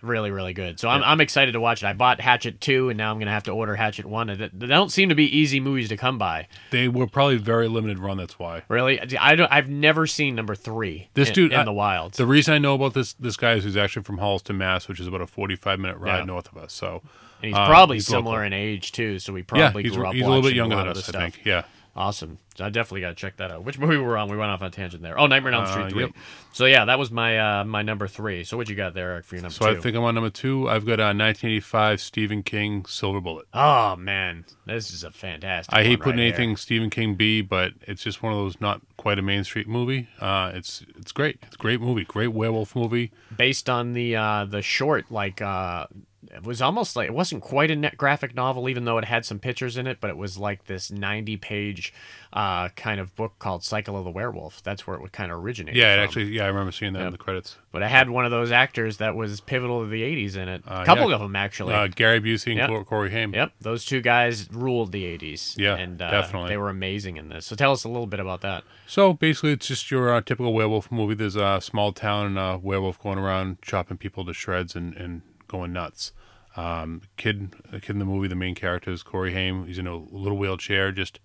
B: Really, really good. So I'm, I'm excited to watch it. I bought Hatchet 2, and now I'm going to have to order Hatchet 1. And th- They don't seem to be easy movies to come by.
C: They were probably very limited run. That's why.
B: Really? I don't, I've never seen number 3
C: This
B: in,
C: dude
B: in
C: I-
B: the wild.
C: The reason I know about this this guy is he's actually from Holliston, Mass, which is about a forty five minute ride
B: Yeah.
C: north of us. So
B: and he's
C: uh,
B: probably
C: he's
B: similar
C: local.
B: in age, too, so we
C: Yeah,
B: probably
C: he's,
B: grew up
C: he's a little bit
B: watching
C: younger
B: a lot
C: than
B: of this
C: us. I
B: stuff.
C: think. Yeah.
B: Awesome. So I definitely got to check that out. Which movie we're on? We went off on a tangent there. Oh, Nightmare on Elm
C: Uh,
B: Street 3.
C: yep.
B: So yeah, that was my uh, my number 3. So what you got there Eric, for your number
C: So
B: 2?
C: I think I'm on number two. I've got uh, 1985 Stephen King Silver Bullet.
B: oh man, this is a fantastic
C: I hate
B: one right
C: putting
B: here.
C: anything Stephen King be, but it's just one of those not quite a Main Street movie. Uh, it's it's great. It's a great movie. Great werewolf movie.
B: based on the uh, the short like uh, it was almost like it wasn't quite a net graphic novel even though it had some pictures in it, but it was like this 90 page uh, kind of book called Cycle of the Werewolf. That's where it would kind of originate.
C: Yeah, it
B: from.
C: actually. Yeah, I remember seeing that in the credits.
B: But I had one of those actors that was pivotal to the 80s in it.
C: yeah.
B: A couple of them actually.
C: Uh, Gary Busey and
B: Yep.
C: Cor- Corey Haim.
B: Yep, those two guys ruled the '80s.
C: Yeah,
B: and uh,
C: definitely.
B: they were amazing in this. So tell us a little bit about that.
C: So basically, it's just your uh, typical werewolf movie. There's a small town and a werewolf going around chopping people to shreds and, and going nuts. Um, kid, the kid in the movie, the main character is Corey Haim. He's in a little wheelchair, just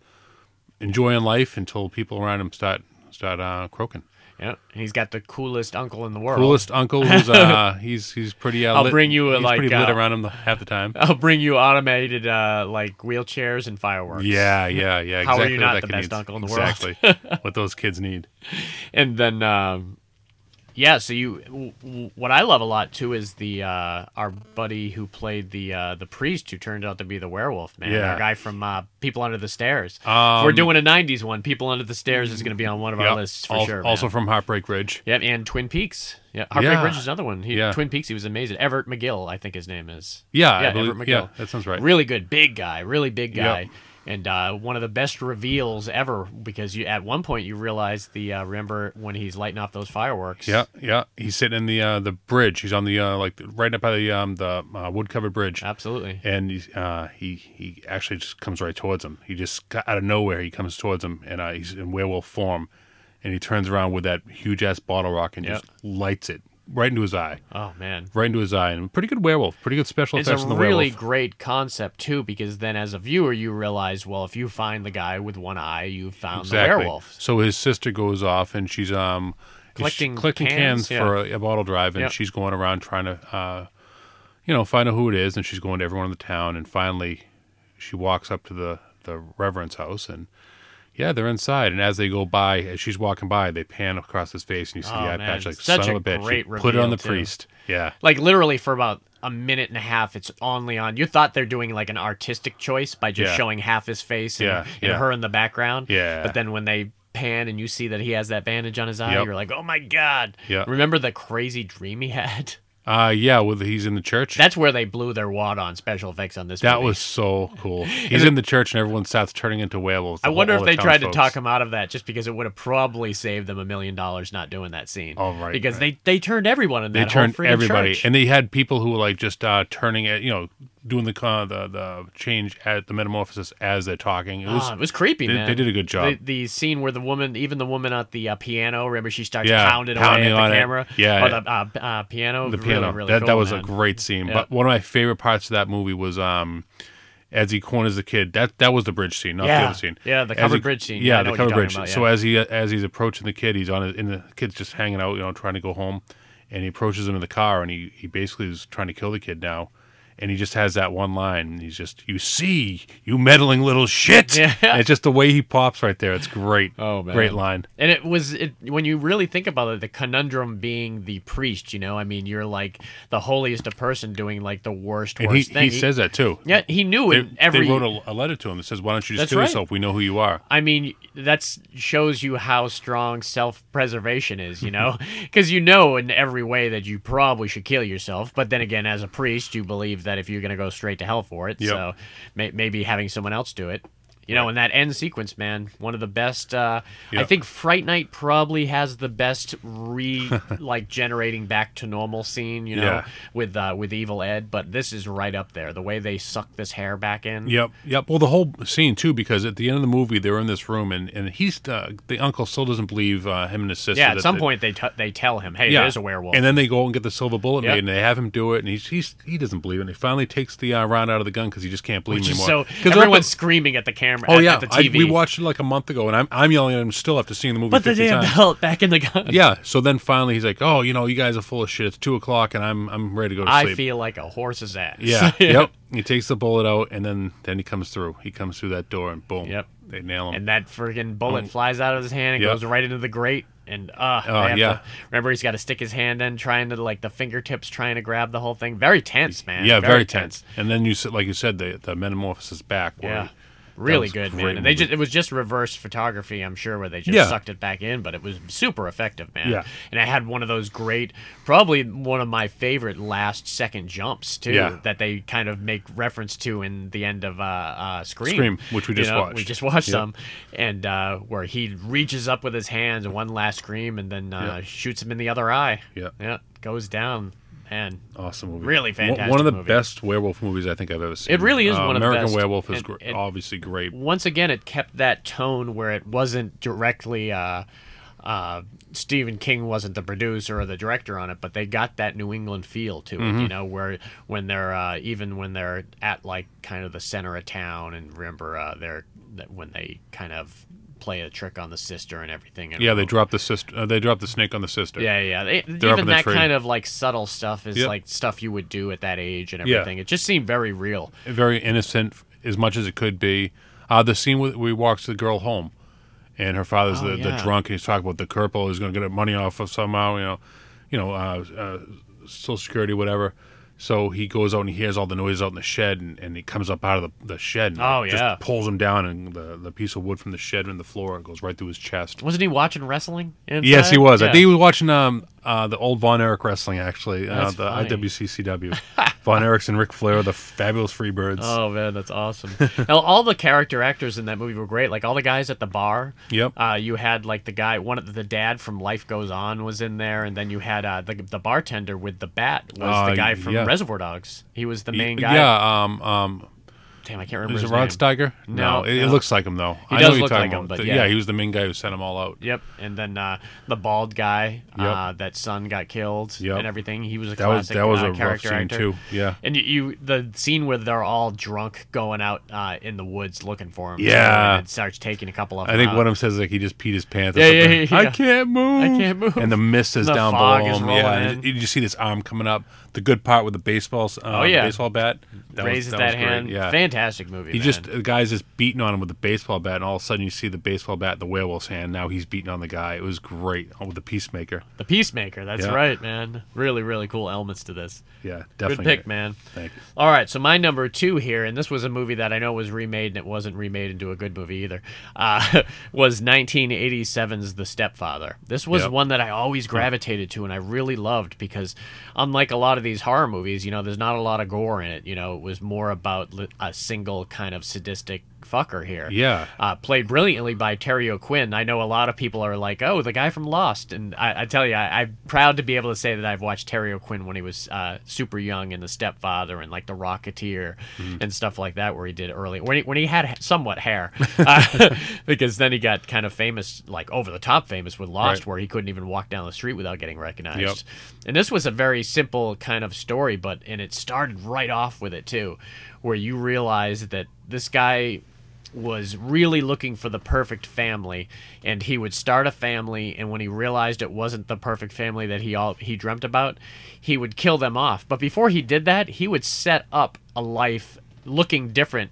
C: enjoying life until people around him start start uh, croaking.
B: Yeah, and he's got the coolest uncle in the world.
C: Coolest uncle, who's uh, he's he's pretty. Uh,
B: Oh. I'll
C: lit-
B: bring you a,
C: he's
B: like,
C: pretty lit
B: uh,
C: around him the, half the time.
B: I'll bring you automated uh, like wheelchairs and fireworks.
C: Yeah, yeah, yeah. Exactly
B: How are you
C: what
B: not
C: that
B: the
C: kid
B: best
C: needs.
B: uncle in the world?
C: exactly world? Exactly what those kids need.
B: and then um, Yeah, so you w- w- what I love a lot too is the uh, our buddy who played the uh, the priest who turned out to be the werewolf man,
C: Yeah.
B: our guy from uh, People Under the Stairs.
C: Um,
B: if we're doing a '90s one. People Under the Stairs is going to be on one of
C: Yep.
B: our lists for
C: Al-
B: sure. man.
C: Also from Heartbreak Ridge.
B: Yep, and Twin Peaks. Yeah, Heartbreak
C: Yeah.
B: Ridge is another one. He,
C: Yeah.
B: Twin Peaks, he was amazing. Everett McGill, I think his name is.
C: Yeah, I
B: yeah,
C: believe-
B: Everett McGill.
C: yeah, that sounds right.
B: Really good, big guy, really big guy,
C: Yep.
B: and uh, one of the best reveals ever because you at one point you realize the uh, remember when he's lighting off those fireworks.
C: Yeah, yeah. He's sitting in the uh, the bridge. He's on the uh, like right up by the um, the uh, wood covered bridge.
B: absolutely.
C: and he's, uh, he he actually just comes right towards him. He just got out of nowhere. He comes towards him, and uh, he's in werewolf form, and he turns around with that huge ass bottle rock and
B: Yep.
C: just lights it right into his eye,
B: Oh man.
C: right into his eye. And pretty good werewolf, pretty good special
B: It's
C: effects
B: a
C: on the
B: really
C: werewolf.
B: great concept too, because then as a viewer you realize, well, if you find the guy with one eye, you found the werewolf.
C: So his sister goes off and she's um is
B: Collecting
C: collecting cans,
B: cans, yeah.
C: for a, a bottle drive, and
B: Yep.
C: she's going around trying to uh, you know find out who it is, and she's going to everyone in the town, and finally she walks up to the the reverend's house and. Yeah, they're inside, and as they go by, as she's walking by, they pan across his face, and you see
B: Oh,
C: the eye
B: man,
C: patch. Like
B: such
C: son
B: a
C: of a bitch, you
B: great
C: put it on
B: reveal,
C: the
B: too.
C: priest. Yeah,
B: like literally for about a minute and a half it's only on you thought they're doing like an artistic choice by just
C: Yeah.
B: showing half his face and,
C: Yeah,
B: and
C: yeah.
B: her in the background
C: Yeah.
B: but then when they pan and you see that he has that bandage on his eye
C: Yep.
B: you're like oh my god
C: Yeah.
B: remember the crazy dream he had
C: uh, yeah. Well, he's in the church.
B: that's where they blew their wad on special effects on this
C: that
B: movie.
C: was so cool. He's in the church, and everyone starts turning into werewolves.
B: I
C: the
B: wonder
C: whole-
B: if
C: all
B: they
C: the
B: tried to
C: townsfolks.
B: talk him out of that just because it would have probably saved them a million dollars not doing that scene.
C: Oh, right,
B: Because
C: right.
B: they they turned everyone in that
C: they turned
B: whole freaking
C: everybody,
B: church.
C: and they had people who were like just uh, turning it, you know, doing the uh, the the change at the metamorphosis as they're talking. It was,
B: Ah, it was creepy,
C: they-
B: man.
C: they did a good
B: The,
C: job.
B: the scene where the woman, even the woman at the uh, piano, remember she starts
C: Yeah,
B: pounding,
C: pounding
B: away at
C: on
B: the
C: it.
B: camera.
C: Yeah.
B: or the uh, p- uh, piano.
C: the
B: really,
C: piano
B: really
C: that that
B: cool,
C: was a
B: man.
C: great scene.
B: Yeah.
C: But one of my favorite parts of that movie was um, as he corners the kid. That that was the bridge scene, not
B: Yeah.
C: the other scene.
B: Yeah, the
C: As
B: covered
C: he-
B: bridge scene. Yeah,
C: Yeah,
B: I know
C: the
B: what you're
C: covered bridge.
B: talking about,
C: So
B: yeah.
C: as he as he's approaching the kid, he's on his, and the kid's just hanging out, you know, trying to go home, and he approaches him in the car, and he he basically is trying to kill the kid now. And he just has that one line. And he's just, you see, you meddling little shit.
B: Yeah.
C: And it's just the way he pops right there. It's great.
B: Oh, man.
C: Great line.
B: And it was it when you really think about it, the conundrum being the priest. You know, I mean, you're like the holiest of person doing like the worst,
C: And he,
B: worst thing.
C: he says that too.
B: yeah, he knew
C: They,
B: in every.
C: they wrote a, a letter to him that says, why don't you just
B: That's
C: kill
B: right.
C: yourself? We know who you are.
B: I mean, that's shows you how strong self-preservation is, you know, because you know in every way that you probably should kill yourself. But then again, as a priest, you believe that if you're going to go straight to hell for it,
C: Yep.
B: so may- maybe having someone else do it. You know, in that end sequence, man, one of the best. Uh, I
C: Yep.
B: think Fright Night probably has the best re like generating back to normal scene. You know,
C: Yeah.
B: with uh, with Evil Ed, but this is right up there. The way they suck this hair back in.
C: Yep, yep. Well, the whole scene too, because at the end of the movie, they're in this room, and and he's uh, the uncle still doesn't believe uh, him and his sister.
B: Yeah, at
C: that-
B: some
C: that-
B: point they t- they tell him, "Hey, there's a werewolf."
C: And then they go and get the silver bullet
B: Yep.
C: made, and they have him do it, and he's, he's he doesn't believe it. And he finally takes the uh, round out of the gun because he just can't believe
B: Which
C: it
B: is
C: anymore.
B: so
C: 'Cause
B: everyone's
C: I'm-
B: screaming at the camera.
C: Oh
B: at-
C: yeah,
B: at the
C: I-
B: TV.
C: we watched it like a month ago, and I'm I'm yelling at him still after seeing the movie.
B: Put the
C: 50
B: damn
C: times.
B: belt back in the gun.
C: Yeah. So then finally he's like, "Oh, you know, you guys are full of shit. It's two o'clock, and I'm I'm ready to go to
B: I
C: sleep."
B: feel like a horse's ass.
C: yeah. Yep. He takes the bullet out, and then then he comes through. He comes through that door, and boom.
B: Yep.
C: They nail him.
B: And that friggin' bullet flies out of his hand and
C: Um, Yep.
B: goes right into the grate. And uh,
C: Oh,
B: they have
C: yeah.
B: to- remember he's got to stick his hand in, trying to like the fingertips, trying to grab the whole thing. Very tense, man.
C: Yeah, very, tense. And then you said, like you said, the the metamorphosis back. where
B: Yeah.
C: he-
B: Really
C: was
B: good,
C: great
B: man. And they
C: movie.
B: just it was just reverse photography, I'm sure, where they just
C: Yeah.
B: sucked it back in, but it was super effective, man.
C: Yeah.
B: And I had one of those great probably one of my favorite last second jumps too
C: Yeah.
B: that they kind of make reference to in the end of uh, uh Scream.
C: Scream, which we
B: You
C: just
B: know, We
C: watched.
B: just watched
C: Yep.
B: some and uh where he reaches up with his hands and one last scream and then uh,
C: Yeah.
B: shoots him in the other eye.
C: Yeah.
B: Yeah. Goes down. Man.
C: awesome movie,
B: really
C: One-
B: fantastic
C: One of the
B: movie.
C: best werewolf movies I think I've ever seen. Uh,
B: It really is one of the
C: American
B: best.
C: Werewolf is
B: And-
C: gr-
B: and-
C: obviously great.
B: once again, it kept that tone where it wasn't directly. Uh, uh, Stephen King wasn't the producer or the director on it, but they got that New England feel to it,
C: Mm-hmm.
B: you know, where when they're uh, even when they're at like kind of the center of town, and remember uh, they're that when they kind of play a trick on the sister and everything. And
C: Yeah, they
B: remember-
C: drop the sister. Uh, they drop the snake on the sister.
B: yeah, yeah. They,
C: up
B: even
C: in the
B: that
C: tree.
B: kind of like subtle stuff is
C: Yep.
B: like stuff you would do at that age and
C: Yeah.
B: everything. It just seemed very real.
C: very innocent f- as much as it could be. Uh, the scene where we walks the girl home, and her father's
B: Oh,
C: the, the
B: yeah.
C: drunk, and he's talking about the corporal is going to get money off of somehow, you know. you know, uh, uh, Social Security, whatever. So he goes out and he hears all the noise out in the shed, and, and he comes up out of the, the shed. And
B: Oh,
C: just
B: yeah.
C: pulls him down, and the, the piece of wood from the shed in the floor goes right through his chest.
B: Wasn't he watching wrestling? inside?
C: Yes, he was. I
B: Yeah.
C: think he was watching um uh the old Von Erich wrestling actually, uh,
B: That's
C: the
B: funny.
C: IWCCW. Von Erichs and Ric Flair, the fabulous Freebirds.
B: Oh man, that's awesome! now, all the character actors in that movie were great. Like all the guys at the bar.
C: Yep.
B: Uh, you had like the guy, one of the dad from Life Goes On was in there, and then you had uh, the the bartender with the bat was
C: Uh,
B: the guy from
C: yeah.
B: Reservoir Dogs. He was the
C: Y-
B: main guy.
C: Yeah. Um. Um.
B: Damn, I can't remember
C: Is it
B: his
C: Rod
B: name.
C: Steiger?
B: No,
C: it, it
B: no.
C: looks like him though.
B: He
C: I
B: does
C: know who you're
B: look
C: talking
B: like him,
C: about.
B: but
C: Th-
B: yeah.
C: he was the main guy who sent him all out.
B: Yep, and then uh, the bald guy, uh, that son got killed
C: Yep.
B: and everything. He was a
C: That was
B: classic
C: that was
B: uh,
C: a rough
B: character
C: scene
B: actor.
C: too. Yeah.
B: And you, you, the scene where they're all drunk going out uh, in the woods looking for him.
C: Yeah.
B: and it starts taking a couple of. uh,
C: I think
B: them out.
C: one of them says like he just peed his pants. Or
B: Yeah, yeah,
C: something.
B: yeah, yeah.
C: I can't move.
B: I can't move.
C: Hmm. And the mist is
B: The
C: down
B: fog
C: below
B: is
C: him. Yeah,
B: rolling
C: and
B: in.
C: you just see this arm coming up. The good part with the baseball, uh,
B: Oh, yeah.
C: baseball bat that was-
B: raises that,
C: was great.
B: hand.
C: Yeah,
B: Fantastic movie.
C: He
B: man.
C: just the guy's just beating on him with the baseball bat, and all of a sudden you see the baseball bat, the werewolf's hand. Now he's beating on the guy. It was great oh, with the peacemaker.
B: the peacemaker. That's
C: Yeah.
B: right, man. Really, really cool elements to this.
C: Yeah, definitely.
B: Good pick, man.
C: Thank you.
B: All right, so my number two here, and this was a movie that I know was remade and it wasn't remade into a good movie either, uh, was 1987's The Stepfather. This was
C: Yep. Hmm.
B: one that I always gravitated to and I really loved because, unlike a lot of these horror movies, you know, there's not a lot of gore in it. You know, it was more about li- a single kind of sadistic fucker here.
C: Yeah.
B: Uh, played brilliantly by Terry O'Quinn. I know a lot of people are like, oh, the guy from Lost. And I, I tell you, I, I'm proud to be able to say that I've watched Terry O'Quinn when he was uh, super young in The Stepfather and like The Rocketeer and stuff like that, where he did early, when he, when he had somewhat hair. Uh, because then he got kind of famous, like over the top famous with Lost,
C: Right.
B: where he couldn't even walk down the street without getting recognized. And this was a very simple kind of story, but, and it started right off with it too, where you realize that this guy was really looking for the perfect family and he would start a family and when he realized it wasn't the perfect family that he all he dreamt about he would kill them off but before he did that he would set up a life looking different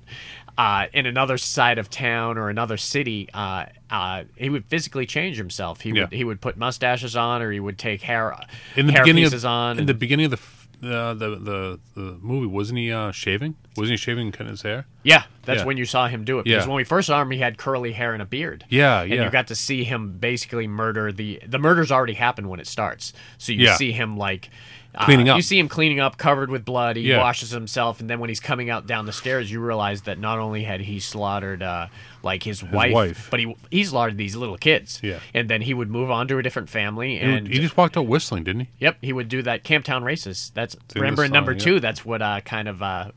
B: uh, in another side of town or another city uh, uh, he would physically change himself he would
C: Yeah.
B: he would put mustaches on or he would take hair
C: In the
B: hair
C: beginning
B: pieces
C: of
B: on
C: in
B: and-
C: the beginning of the f- the the the, the movie, wasn't he uh, shaving? Wasn't he shaving kind of his hair?
B: Yeah, that's
C: Yeah.
B: when you saw him do it. Because
C: Yeah.
B: when we first saw him, he had curly hair and a beard.
C: Yeah,
B: and
C: yeah.
B: you got to see him basically murder the the murder's already happened when it starts. So you
C: Yeah.
B: see him like uh,
C: Cleaning up.
B: You see him cleaning up, covered with blood. He
C: Yeah.
B: washes himself, and then when he's coming out down the stairs, you realize that not only had he slaughtered uh, like his, wife,
C: wife.
B: but he he slaughtered these little kids.
C: Yeah.
B: and then he would move on to a different family,
C: He,
B: and
C: he just walked out whiwhistling, didn't he?
B: Yep, he would do that Camptown Races. That's
C: in
B: remember
C: the
B: in number
C: song,
B: two. That's what uh, kind of uh,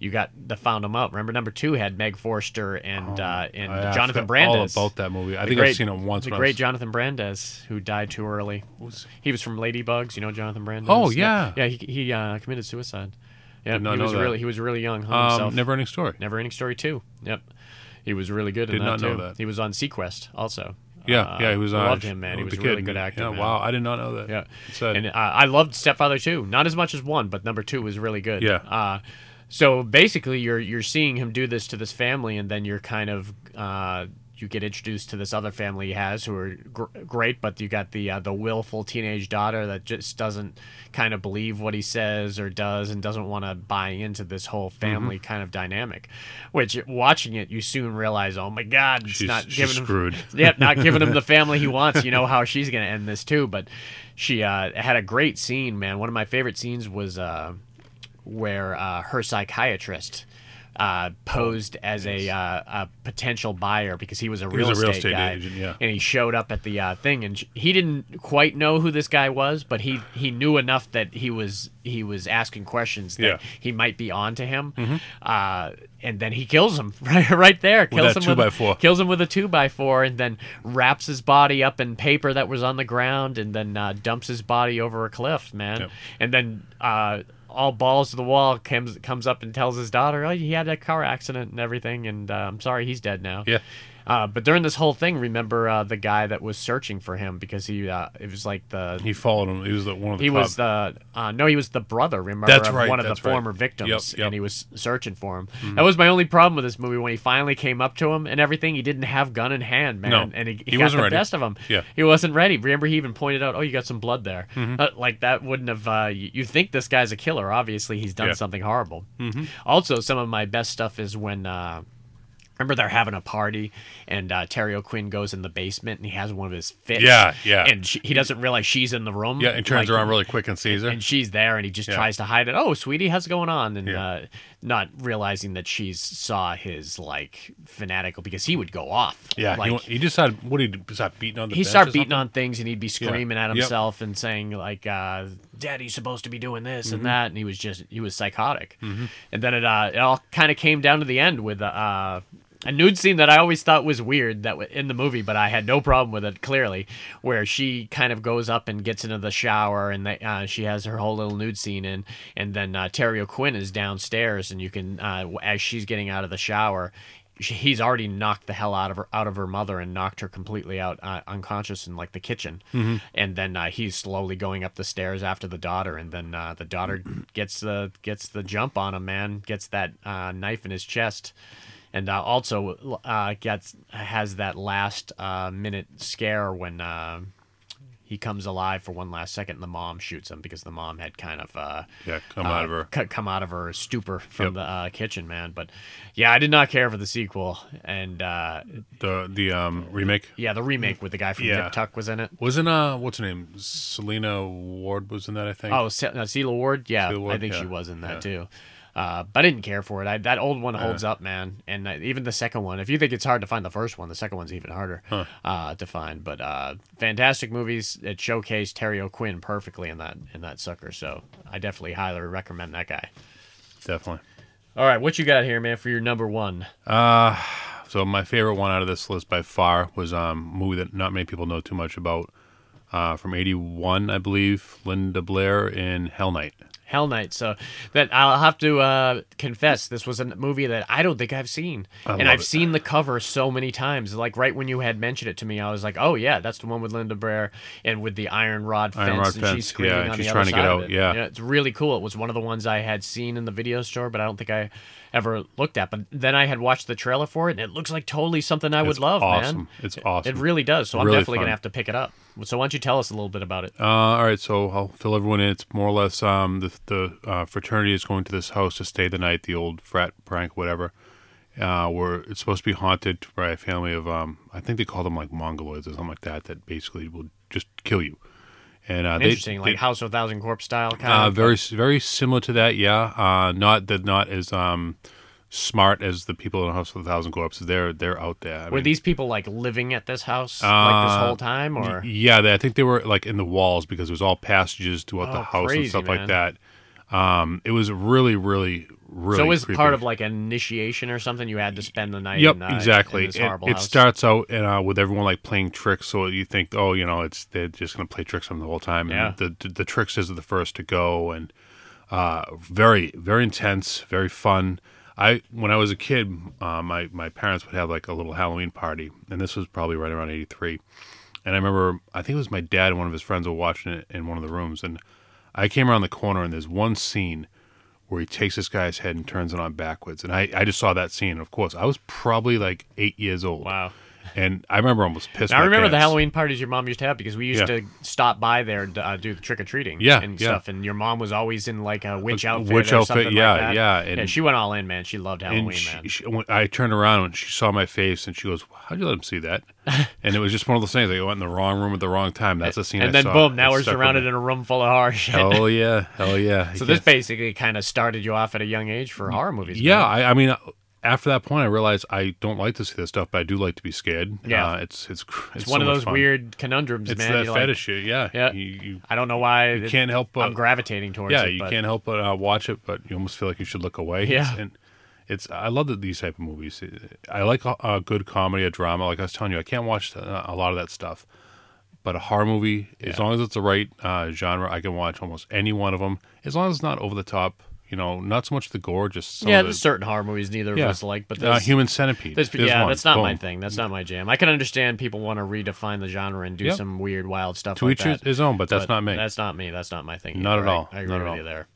B: you got the found him up. Remember number two had Meg Forster and uh, and
C: Oh, I- I
B: Jonathan
C: forgot all
B: Brandes.
C: about that movie. I
B: The
C: think
B: great-
C: I've seen it once.
B: The
C: when I
B: great
C: was-
B: Jonathan Brandes, who died too early. He was from Ladybugs. You know Jonathan Brandes.
C: Oh,
B: yeah. He, he uh, committed suicide. Yeah,
C: Did not
B: he
C: know
B: was
C: that.
B: really he was really young. Hung himself.
C: um, Never Ending Story.
B: Never Ending Story two. Yep, he was really good.
C: Did
B: in
C: not
B: that
C: know
B: too.
C: that.
B: He was on Sequest also.
C: Yeah,
B: Uh,
C: yeah, he was.
B: I
C: uh,
B: loved him, man. He
C: with
B: was a
C: the
B: really
C: kid.
B: good actor.
C: Yeah,
B: man.
C: wow, I did not know that.
B: Yeah,
C: It's sad.
B: and uh, I, I loved Stepfather too. Not as much as one, but number two was really good.
C: Yeah.
B: Uh, so basically, you're you're seeing him do this to this family, and then you're kind of uh, you get introduced to this other family he has who are gr- great, but you got the uh, the willful teenage daughter that just doesn't kind of believe what he says or does, and doesn't want to buy into this whole
C: Mm-hmm.
B: family kind of dynamic. Which watching it, you soon realize, oh my god, it's
C: She's-
B: not
C: she's
B: giving him
C: screwed.
B: yep, not giving him the family he wants. You know how she's going to end this too. But she uh, had a great scene, man. One of my favorite scenes was uh, where uh, her psychiatrist uh, posed as a, uh, a potential buyer because he was a real,
C: Oh, was a real
B: estate,
C: estate
B: guy,
C: agent, yeah.
B: and he showed up at the uh, thing, and sh- he didn't quite know who this guy was, but he he knew enough that he was he was asking questions that
C: Yeah. Mm-hmm.
B: he might be onto him. Uh, and then he kills him right right there. Kills
C: that
B: him
C: two
B: with
C: by
B: a-
C: four.
B: kills him with a two by four and then wraps his body up in paper that was on the ground and then uh, dumps his body over a cliff, man.
C: Yep.
B: And then uh, all balls to the wall comes comes up and tells his daughter, "Oh, he had a car accident and everything, and uh, I'm sorry, he's dead now."
C: Yeah.
B: Uh, but during this whole thing, remember uh, the guy that was searching for him because he uh, it was like the
C: He followed him. He was the, one of the.
B: he
C: cop-
B: was the uh, no, he was the brother. Remember,
C: That's
B: of
C: right,
B: one of the
C: that's right.
B: former victims,
C: Yep, yep. Mm-hmm.
B: and he was searching for him. That was my only problem with this movie when he finally came up to him and everything. He didn't have gun in hand, man,
C: No,
B: and he, he,
C: he
B: got
C: wasn't
B: the
C: ready.
B: best of him.
C: Yeah. Mm-hmm.
B: he wasn't ready. Remember, he even pointed out, "Oh, you got some blood there." Uh, like that wouldn't have. Uh, you, you think this guy's a killer? Obviously, he's done
C: Yeah. Mm-hmm.
B: something horrible. Also, some of my best stuff is when. Uh, Remember they're having a party, and uh, Terry O'Quinn goes in the basement, and he has one of his fits.
C: Yeah, yeah.
B: And she, he doesn't realize she's in the room.
C: Yeah, and turns
B: like,
C: around really quick and sees her.
B: and she's there and he just
C: Yeah.
B: tries to hide it oh sweetie how's it going on and
C: Yeah.
B: uh, not realizing that she saw his like fanatical because he would go off
C: yeah, he,
B: like
C: wa- he decided what he decided beating on the.
B: he'd
C: bench or
B: start beating
C: something?
B: on things and he'd be screaming at
C: Yep.
B: himself and saying like uh, daddy's supposed to be doing this
C: Mm-hmm.
B: and that and he was just he was psychotic and then it, uh, it all kind of came down to the end with uh, a nude scene that i always thought was weird that wa in the movie but i had no problem with it clearly where she kind of goes up and gets into the shower and they, uh, she has her whole little nude scene in and then uh, terry o'quinn is downstairs and you can uh, as she's getting out of the shower she- he's already knocked the hell out of her out of her mother and knocked her completely out uh, unconscious in like the kitchen and then uh, he's slowly going up the stairs after the daughter and then uh, the daughter gets the gets the jump on him man gets that uh, knife in his chest and uh, also uh, gets has that last uh, minute scare when uh, he comes alive for one last second and the mom shoots him because the mom had kind of uh,
C: Yeah, come
B: uh,
C: out of her.
B: c- come out of her stupor from
C: Yep.
B: the uh, kitchen, man. But yeah, I did not care for the sequel, and uh,
C: The the um remake
B: yeah, the remake with the guy from
C: Mm. Yeah.
B: Nip Tuck was in it.
C: wasn't uh what's her name Selena Ward was in that I think.
B: Oh, Se- uh, Celia Ward, yeah,
C: Celia Ward,
B: I think she
C: yeah,
B: was in that
C: yeah. Uh.
B: too. Uh, but I didn't care for it. I, that old one holds up, man, and uh, even the second one. If you think it's hard to find the first one, the second one's even harder uh, to find. But uh, fantastic movies. It showcased Terry O'Quinn perfectly in that in that sucker. So I definitely highly recommend that guy.
C: definitely.
B: All right, what you got here, man, for your number one?
C: So my favorite one out of this list by far was um, a movie that not many people know too much about. Uh, from '81, I believe, Linda Blair in Hell Night.
B: Hell Night. So that I'll have to uh, confess, this was a movie that I don't think I've seen, and
C: love
B: I've
C: it.
B: seen the cover so many times. Like right when you had mentioned it to me, I was like, "Oh yeah, that's the one with Linda Blair and with the iron rod fence,
C: Iron rod
B: and
C: fence,
B: she's screaming
C: yeah,
B: on
C: she's
B: the
C: trying
B: other
C: to get
B: side of
C: out,
B: it.
C: yeah.
B: it's really cool. It was one of the ones I had seen in the video store, but I don't think I ever looked at. But then I had watched the trailer for it, and it looks like totally something I would
C: It's
B: love,
C: awesome.
B: man.
C: It's
B: It-
C: awesome.
B: It really does. So I'm
C: Really
B: definitely gonna
C: fun.
B: have to pick it up. So why don't you tell us a little bit about it?
C: Uh, all right, so I'll fill everyone in. It's more or less um, the the uh, fraternity is going to this house to stay the night, the old frat prank, whatever. Uh, where it's supposed to be haunted by a family of um, I think they call them like mongoloids or something like that that basically will just kill you. And uh, they-
B: Interesting,
C: they,
B: like House of a Thousand Corpse style kind
C: Uh,
B: of.
C: very very similar to that, yeah. Uh, not that not as um, smart as the people in House of the Thousand Corpses. They're they're out there. I
B: Were
C: mean,
B: these people like living at this house like this
C: Uh,
B: whole time, or
C: yeah, they, I think they were like in the walls because it was all passages throughout
B: Oh,
C: the house
B: crazy,
C: and stuff
B: man.
C: like that. Um, it was really really really.
B: so it was
C: creepy.
B: part of like an initiation or something? You had to spend the night.
C: Yep,
B: in, uh,
C: exactly.
B: In this
C: It-
B: horrible
C: it,
B: house.
C: starts out and, uh, with everyone like playing tricks, so you think, oh, you know, it's they're just gonna play tricks on them the whole time.
B: Yeah.
C: And the, the the tricksters are the first to go, and uh, very very intense, very fun. I when I was a kid, uh, my my parents would have like a little Halloween party, and this was probably right around '83. And I remember, I think it was my dad and one of his friends were watching it in one of the rooms, and I came around the corner, and there's one scene where he takes this guy's head and turns it on backwards. And I, I just saw that scene. Of course, I was probably like eight years old.
B: Wow.
C: And I remember almost pissed.
B: Now, I
C: my
B: remember the
C: pants.
B: Halloween parties your mom used to have because we used
C: Yeah.
B: to stop by there to uh, do the trick or treating.
C: Yeah,
B: and
C: yeah.
B: stuff. And your mom was always in like a witch
C: A- a
B: outfit.
C: witch
B: or
C: outfit,
B: something
C: yeah,
B: like that.
C: yeah, and-
B: yeah. She went all in, man. She loved Halloween,
C: And she,
B: man.
C: she- when I turned around and she saw my face and she goes, "How'd you let him see that?" and it was just one of those things. Like I went in the wrong room at the wrong time. That's the scene.
B: and
C: I
B: then
C: saw.
B: boom, now
C: It
B: we're
C: stuck with
B: surrounded
C: me.
B: in a room full of horror shit.
C: Hell yeah! Hell yeah!
B: so
C: You
B: this
C: can't-
B: basically kind of started you off at a young age for horror movies. man.
C: Yeah, I, I mean, uh, after that point, I realized I don't like to see this stuff, but I do like to be scared.
B: Yeah.
C: uh, it's it's cr- it's,
B: It's one
C: so
B: of
C: much
B: those
C: fun.
B: weird conundrums,
C: It's
B: man.
C: that
B: You're like,
C: fetish, shit, yeah.
B: Yeah.
C: you, you
B: I don't know why
C: You can't help but-
B: I'm gravitating towards
C: yeah,
B: it.
C: you
B: but-
C: can't help but uh, watch it, but you almost feel like you should look away.
B: Yeah.
C: It's- and it's I love that these type of movies. I like a, a good comedy, a drama. Like I was telling you, I can't watch uh, a lot of that stuff, but a horror movie, as long as it's the right uh, genre, I can watch almost any one of them. As long as it's not over the top, You know, not so much the gore, just some
B: yeah,
C: of the,
B: there's certain horror movies neither
C: Yeah.
B: of us like, but
C: uh,
B: there's,
C: Human Centipede.
B: there's,
C: There's
B: yeah,
C: one.
B: that's not my
C: Boom.
B: thing. That's not my jam. I can understand people want to redefine the genre and do
C: Yep.
B: some weird, wild stuff.
C: To
B: like
C: each
B: that.
C: his own, but that's
B: but
C: not me.
B: That's not me. That's not my thing.
C: Not
B: either.
C: at
B: I-
C: all.
B: I, agree
C: Not at
B: with
C: all.
B: you there.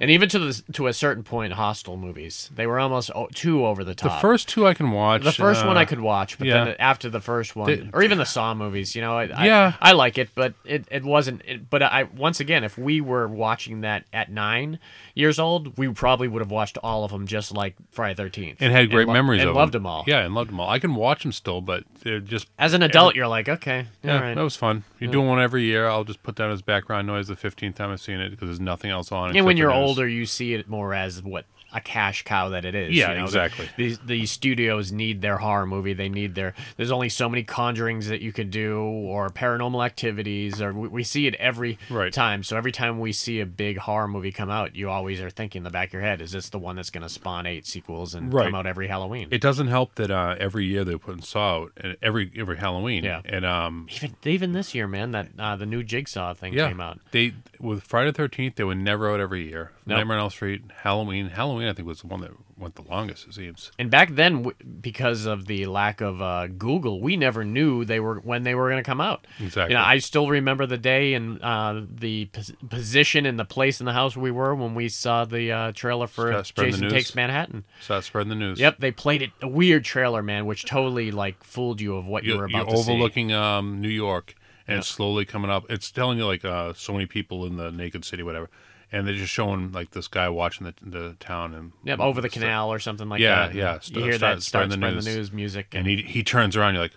B: And even to the to a certain point, hostile movies. They were almost o- too over the
C: the
B: top.
C: first two I can watch.
B: The first one
C: uh,
B: I could watch, but
C: yeah.
B: then after the first one,
C: They-
B: or even the Saw movies, you know, I,
C: Yeah.
B: I, I like it, but it, it wasn't. It, but I once again, if we were watching that at nine years old, we probably would have watched all of them, just like Friday Thirteenth,
C: and had great memories
B: and
C: of
B: loved
C: them.
B: them all.
C: Yeah, and loved them all. I can watch them still, but they're just
B: As an adult, you're like, okay,
C: yeah,
B: all right.
C: that was fun. You're doing one every year. I'll just put that as background noise the 15th time I've seen it because there's nothing else on.
B: and when
C: except
B: you're
C: for news.
B: older, you see it more as what a cash cow that it is.
C: Yeah,
B: you know?
C: exactly.
B: The, the, the studios need their horror movie. They need their. There's only so many conjurings that you could do, or paranormal activities, or we, we see it every
C: Right.
B: time. So every time we see a big horror movie come out, you always are thinking in the back of your head, is this the one that's going to spawn eight sequels and
C: Right.
B: come out every Halloween?
C: It doesn't help that uh, every year they're putting Saw out and every every Halloween.
B: Yeah.
C: and um,
B: even even this year, man, that uh, the new Jigsaw thing
C: yeah,
B: came out.
C: they with Friday Thirteenth they were never out every year.
B: Nope.
C: Nightmare on Elm Street, Halloween, Halloween I think was the one that went the longest. It seems.
B: And back then, w- because of the lack of uh, Google, we never knew they were when they were going to come out.
C: Exactly.
B: You know, I still remember the day and uh, the pos- position and the place in the house we were when we saw the uh, trailer for
C: Start spreading the
B: Jason
C: news.
B: Takes Manhattan.
C: So that's spreading the news.
B: Yep, they played it a weird trailer, man, which totally like fooled you of what you,
C: you,
B: were
C: are
B: about to see.
C: overlooking um, New York, and it's slowly coming up. It's telling you like uh, so many people in the naked city, whatever, and they're just showing like this guy watching the, the town and
B: Yep, over the canal or something like
C: Yeah,
B: that.
C: yeah,
B: you
C: start-
B: hear
C: start
B: that start
C: spreading the
B: spreading the
C: news.
B: news music,
C: and he he turns around. You're like,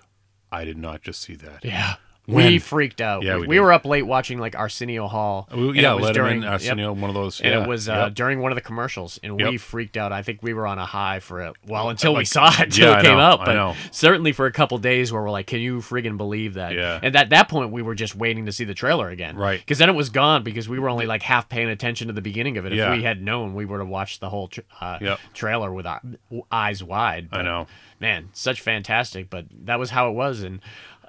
C: I did not just see that.
B: Yeah.
C: When?
B: We freaked out.
C: Yeah,
B: we
C: we
B: we
C: did. Uh,
B: were up late watching like Arsenio Hall.
C: We-
B: and
C: yeah,
B: it was during-
C: Letterman, during,
B: yep,
C: Arsenio, one of those.
B: and
C: yeah,
B: it was uh,
C: yep.
B: during one of the commercials, and we
C: Yep.
B: freaked out. I think we were on a high for it. Well, until we saw it, until
C: Yeah, I
B: it came
C: know,
B: out.
C: I
B: But
C: know.
B: certainly for a couple days, where we're like, "Can you friggin' believe that?"
C: Yeah.
B: And at that point, we were just waiting to see the trailer again,
C: Right.
B: Because then it was gone because we were only like half paying attention to the beginning of it. If
C: Yeah.
B: we had known, we would have watched the whole tr uh,
C: Yep.
B: trailer with our eyes wide.
C: I
B: But,
C: know.
B: man, such fantastic. But that was how it was, and.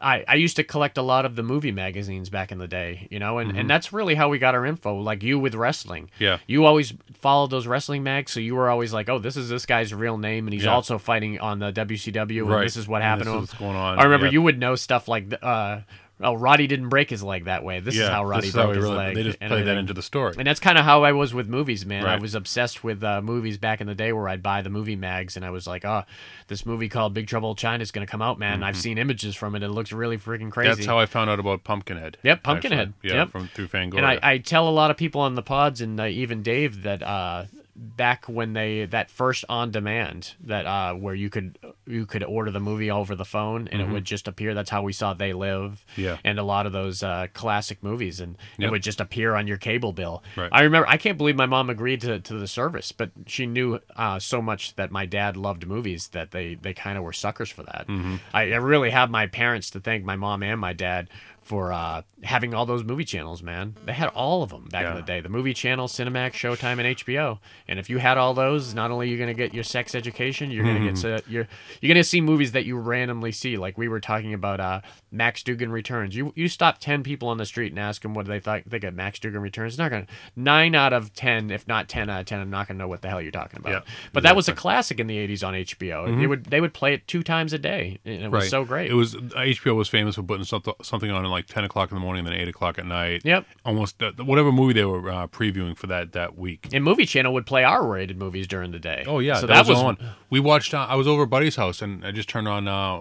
B: I, I used to collect a lot of the movie magazines back in the day, you know, and, and that's really how we got our info, like you with wrestling.
C: Mm-hmm. Yeah.
B: You always followed those wrestling mags, so you were always like, "Oh, this is this guy's real name, and he's
C: Yeah.
B: also fighting on the WCW, and
C: Right.
B: this is what
C: And
B: happened
C: this
B: to him."
C: is what's going on,
B: I remember
C: yeah.
B: you would know stuff like, th- uh, "Oh, Roddy didn't break his leg that way. This
C: yeah,
B: is how Roddy
C: this is
B: broke
C: how we
B: his
C: really,
B: leg."
C: They just
B: and
C: played that
B: everything.
C: into the story.
B: And that's kind of how I was with movies, man. I
C: Right.
B: was obsessed with uh, movies back in the day where I'd buy the movie mags and I was like, oh, this movie called Big Trouble in China is going to come out, man. I've seen images from it. It looks really freaking crazy.
C: Mm-hmm. That's how I found out about Pumpkinhead.
B: Yep, Pumpkinhead.
C: actually. Yeah,
B: Yep.
C: from through Fangoria.
B: and I, I tell a lot of people on the pods and uh, even Dave that uh, back when they that first on demand that uh, where you could you could order the movie over the phone and it would just appear. That's how we saw They Live.
C: Mm-hmm. Yeah.
B: And a lot of those uh, classic movies and
C: Yep.
B: it would just appear on your cable bill.
C: Right.
B: I remember I can't believe my mom agreed to, to the service, but she knew uh, so much that my dad loved movies that they they kind of were suckers for that.
C: Mm-hmm.
B: I, I really have my parents to thank, my mom and my dad. For uh, having all those movie channels, man, they had all of them back in
C: Yeah.
B: the day: the movie channel, Cinemax, Showtime, and HBO. And if you had all those, not only are you gonna get your sex education, you're gonna get
C: Mm-hmm.
B: to, you're you're gonna see movies that you randomly see. Like we were talking about, uh, Max Dugan Returns. You you stop ten people on the street and ask them what they thought think of Max Dugan Returns. Not gonna nine out of ten, if not ten out of ten, I'm not gonna know what the hell you're talking about.
C: Yeah, Mm-hmm.
B: but that was a classic in the '80s on HBO. They would they would play it two times a day, and it was
C: Right.
B: so great.
C: It was uh, HBO was famous for putting something something on at like ten o'clock in the morning, and then eight o'clock at night.
B: Yep.
C: Almost uh, whatever movie they were uh, previewing for that that week.
B: and Movie Channel would play R-rated movies during the day.
C: Oh yeah,
B: so that, was,
C: on. We watched. Uh, I was over at Buddy's house, and I just turned on uh,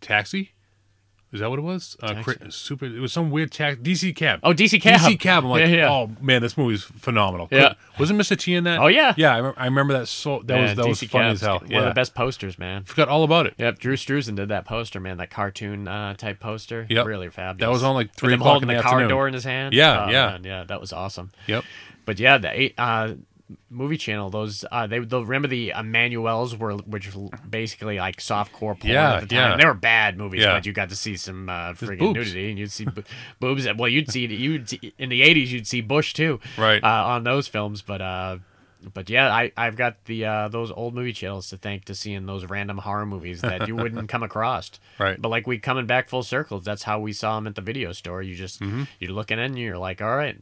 C: Taxi. Is that what it was? Uh,
B: Taxi.
C: cri- super. It was some weird tax. DC Cab.
B: Oh, DC Cab.
C: DC Cab. I'm like,
B: Yeah, yeah.
C: oh man, this movie's phenomenal.
B: Yeah.
C: Wasn't Mr. T in that?
B: Oh, yeah.
C: Yeah, I, remem- I remember that. So that was
B: Man,
C: that was
B: DC
C: funny
B: Cab's
C: as hell.
B: One
C: Yeah.
B: of the best posters, man.
C: Forgot all about it.
B: Yep, Drew Struzan did that poster, man. That cartoon uh, type poster.
C: Yep.
B: really fabulous.
C: That was on, like,
B: With
C: 3
B: him
C: o'clock
B: holding
C: in the
B: car
C: afternoon.
B: door in his hand.
C: Yeah,
B: Oh,
C: yeah.
B: man, yeah. That was awesome.
C: Yep.
B: But yeah, the eight, uh, movie channel. Those uh, they the, remember the Emanuels were which were basically like softcore porn
C: Yeah,
B: at the time.
C: yeah.
B: They were bad movies,
C: Yeah.
B: but you got to see some uh, friggin'
C: boobs.
B: nudity, and you'd see bo- boobs. Well, you'd see you'd see- in the eighties you'd see Bush too,
C: Right.
B: Uh, on those films, but. uh but yeah, I I've got the uh, those old movie channels to thank to seeing those random horror movies that you wouldn't come across.
C: Right.
B: But like we coming back full
C: Mm-hmm.
B: circles. That's how we saw them at the video store. You just you're looking in, and you're like, all right,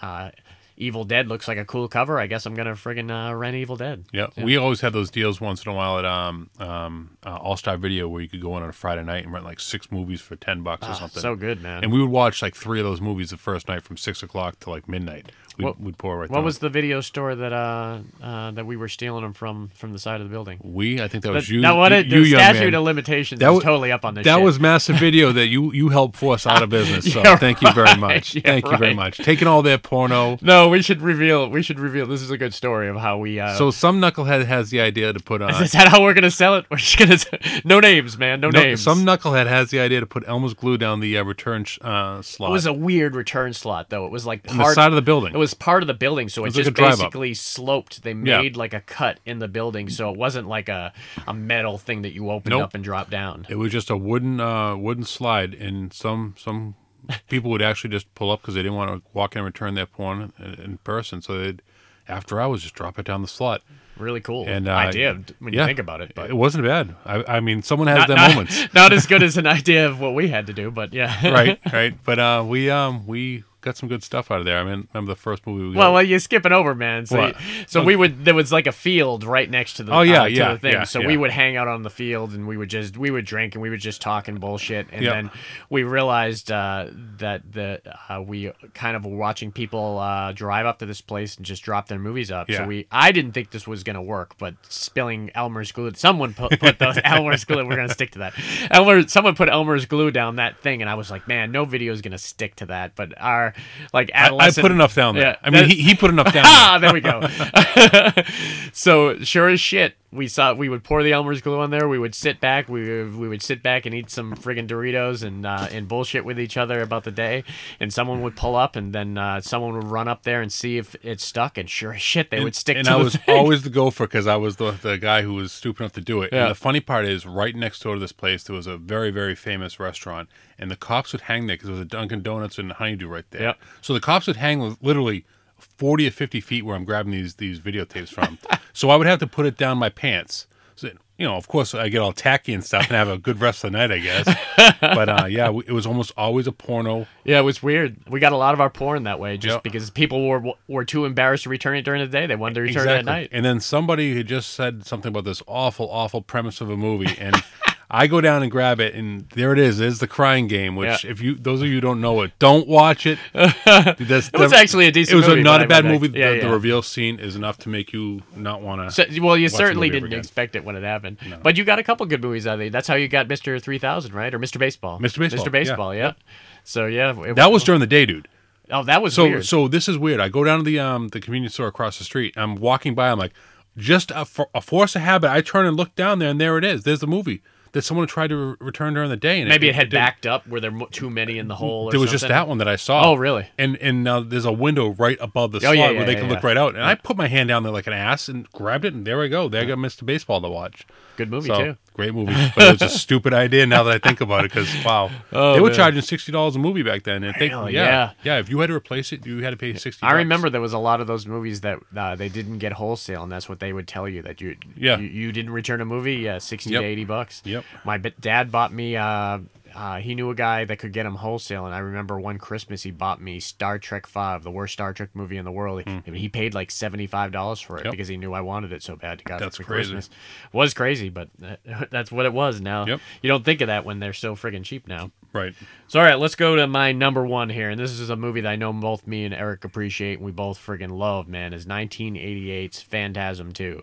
B: uh, Evil Dead looks like a cool cover. I guess I'm gonna friggin' uh, rent Evil Dead.
C: Yeah, we always had those deals once in a while at um, um, uh, All Star Video where you could go in on a Friday night and rent like six movies for ten bucks or something.
B: Ah, So good, man.
C: and we would watch like three of those movies the first night from six o'clock to like midnight. We'd,
B: What-
C: we'd pour right.
B: what
C: down.
B: was the video store that uh, uh, that we were stealing them from from the side of the building?
C: we? I think that
B: That,
C: was you.
B: now what
C: you,
B: it
C: you,
B: the
C: young
B: statute
C: man.
B: of limitations
C: That
B: is
C: wa-
B: totally up on this.
C: that
B: shit.
C: was massive video that you you helped force out of business. So
B: Yeah,
C: thank you very
B: right.
C: much.
B: Yeah,
C: thank you very
B: right.
C: much. Taking all their porno.
B: no. We should reveal. We should reveal. This is a good story of how we. Uh,
C: So some knucklehead has the idea to put on.
B: is that how we're gonna sell it? We're just gonna s- no names, man. No,
C: No,
B: names.
C: Some knucklehead has the idea to put Elmer's glue down the uh, return sh- uh,
B: it
C: slot
B: was a weird return slot though. It was like
C: on the
B: part.
C: side of the building.
B: it was part of the building, so it,
C: was like
B: just
C: a drive-up.
B: basically sloped. They
C: Yeah.
B: made like a cut in the building, so it wasn't like a, a metal thing that you opened
C: Nope.
B: up and dropped down.
C: It was just a wooden uh, wooden slide, and some some people would actually just pull up because they didn't want to walk in and return their porn in, in person. So they'd after hours just drop it down the slot.
B: Really cool
C: And uh,
B: idea when
C: yeah.
B: you think about it. But
C: It wasn't bad. I, I mean, someone has their
B: not,
C: moments,
B: not as good as an idea of what we had to do, but yeah.
C: right? Right. But uh, we um we got some good stuff out of there. I mean, remember the first movie we got?
B: Well, well, you're skipping over, man. So,
C: What?
B: so we would there was like a field right next to the
C: Oh, yeah,
B: uh, to
C: yeah,
B: the thing.
C: yeah,
B: so
C: yeah.
B: we would hang out on the field and we would just we would drink and we would just talk and bullshit. And
C: Yeah.
B: then we realized uh, that the uh, we kind of were watching people uh, drive up to this place and just drop their movies up.
C: Yeah.
B: So we I didn't think this was gonna work, but spilling Elmer's glue. Someone put, put the Elmer's glue. We're gonna stick to that. Elmer. Someone put Elmer's glue down that thing, and I was like, man, no video is gonna stick to that. But our like
C: I, I
B: adolescent.
C: put enough down there.
B: Yeah,
C: I mean,
B: that-
C: he, he put enough down. there.
B: Ah, there we go. so sure as shit, we saw we would pour the Elmer's glue on there. We would sit back. We we would sit back and eat some friggin' Doritos and uh, and bullshit with each other about the day. And someone would pull up, and then uh, someone would run up there and see if it stuck. And sure as shit, they would stick
C: and
B: to
C: I
B: the
C: was
B: thing.
C: always the gopher because I was the, the guy who was stupid enough to do it.
B: Yeah.
C: And the funny part is, right next door to this place, there was a very, very famous restaurant, and the cops would hang there because there was a Dunkin' Donuts and Honeydew right there.
B: Yep.
C: So the cops would hang li- literally forty or fifty feet where I'm grabbing these these videotapes from. so I would have to put it down my pants. So you know, of course, I get all tacky and stuff and have a good rest of the night, I guess. but uh, yeah, w- it was almost always a porno.
B: Yeah, it was weird. We got a lot of our porn that way, just
C: Yeah.
B: because people were were too embarrassed to return it during the day. They wanted to return it at night.
C: And then somebody had just said something about this awful, awful premise of a movie, and I go down and grab it, and there it is. There's the crying game. Which,
B: Yeah.
C: if you those of you who don't know it, don't watch it. it
B: was actually a decent
C: It was
B: movie,
C: not
B: but
C: a
B: I
C: bad
B: would-
C: movie.
B: yeah,
C: the, the
B: yeah.
C: reveal scene is enough to make you not want to.
B: So, well, you
C: the
B: certainly
C: movie ever
B: didn't
C: again.
B: expect it when it happened, but you got a couple good movies out of it. That's how you got Mister Three Thousand, right, or Mister Baseball?
C: Mr. Baseball,
B: Mister Baseball, yeah. So yeah, it-
C: that was during the day, dude.
B: oh, that was
C: So
B: weird.
C: so this is weird. I go down to the um the convenience store across the street. I'm walking by. I'm like, just a, for, a force of habit. I turn and look down there, and there it is. There's the movie that someone tried to re- return during the day. And
B: Maybe it had
C: didn't-
B: backed up. Were there mo- too many in the hole? Or
C: There was just
B: something?
C: that one that I saw.
B: Oh, really? Oh,
C: And and now there's a window right above the
B: yeah,
C: slot
B: yeah,
C: where they
B: yeah,
C: can look
B: yeah.
C: right out. And I put my hand down there like an ass and grabbed it, and there I go. There I got Mr. Baseball to watch.
B: Good movie
C: So,
B: too.
C: Great movie, but it was a stupid idea now that I think about it. Because wow, they were
B: Oh, man.
C: charging sixty dollars a movie back then. And think,
B: Really?
C: yeah, yeah,
B: Yeah.
C: If you had to replace it, you had to pay sixty.
B: I
C: bucks.
B: remember there was a lot of those movies that uh, they didn't get wholesale, and that's what they would tell you that you
C: Yeah.
B: you, you didn't return a movie, yeah, sixty
C: Yep.
B: to eighty bucks.
C: Yep.
B: My b- dad bought me. Uh, uh, he knew a guy that could get him wholesale, and I remember one Christmas he bought me Star Trek Five, the worst Star Trek movie in the world. I mean, he paid like seventy five dollars for it
C: Mm-hmm. Yep.
B: because he knew I wanted it so bad. He Got
C: That's
B: it for
C: crazy.
B: Christmas. Was crazy, but uh, that's what it was. Now
C: Yep.
B: you don't think of that when they're so friggin' cheap now.
C: Right.
B: So all right, let's go to my number one here, and this is a movie that I know both me and Eric appreciate, and we both friggin' love. Man, is 1988's Phantasm 2.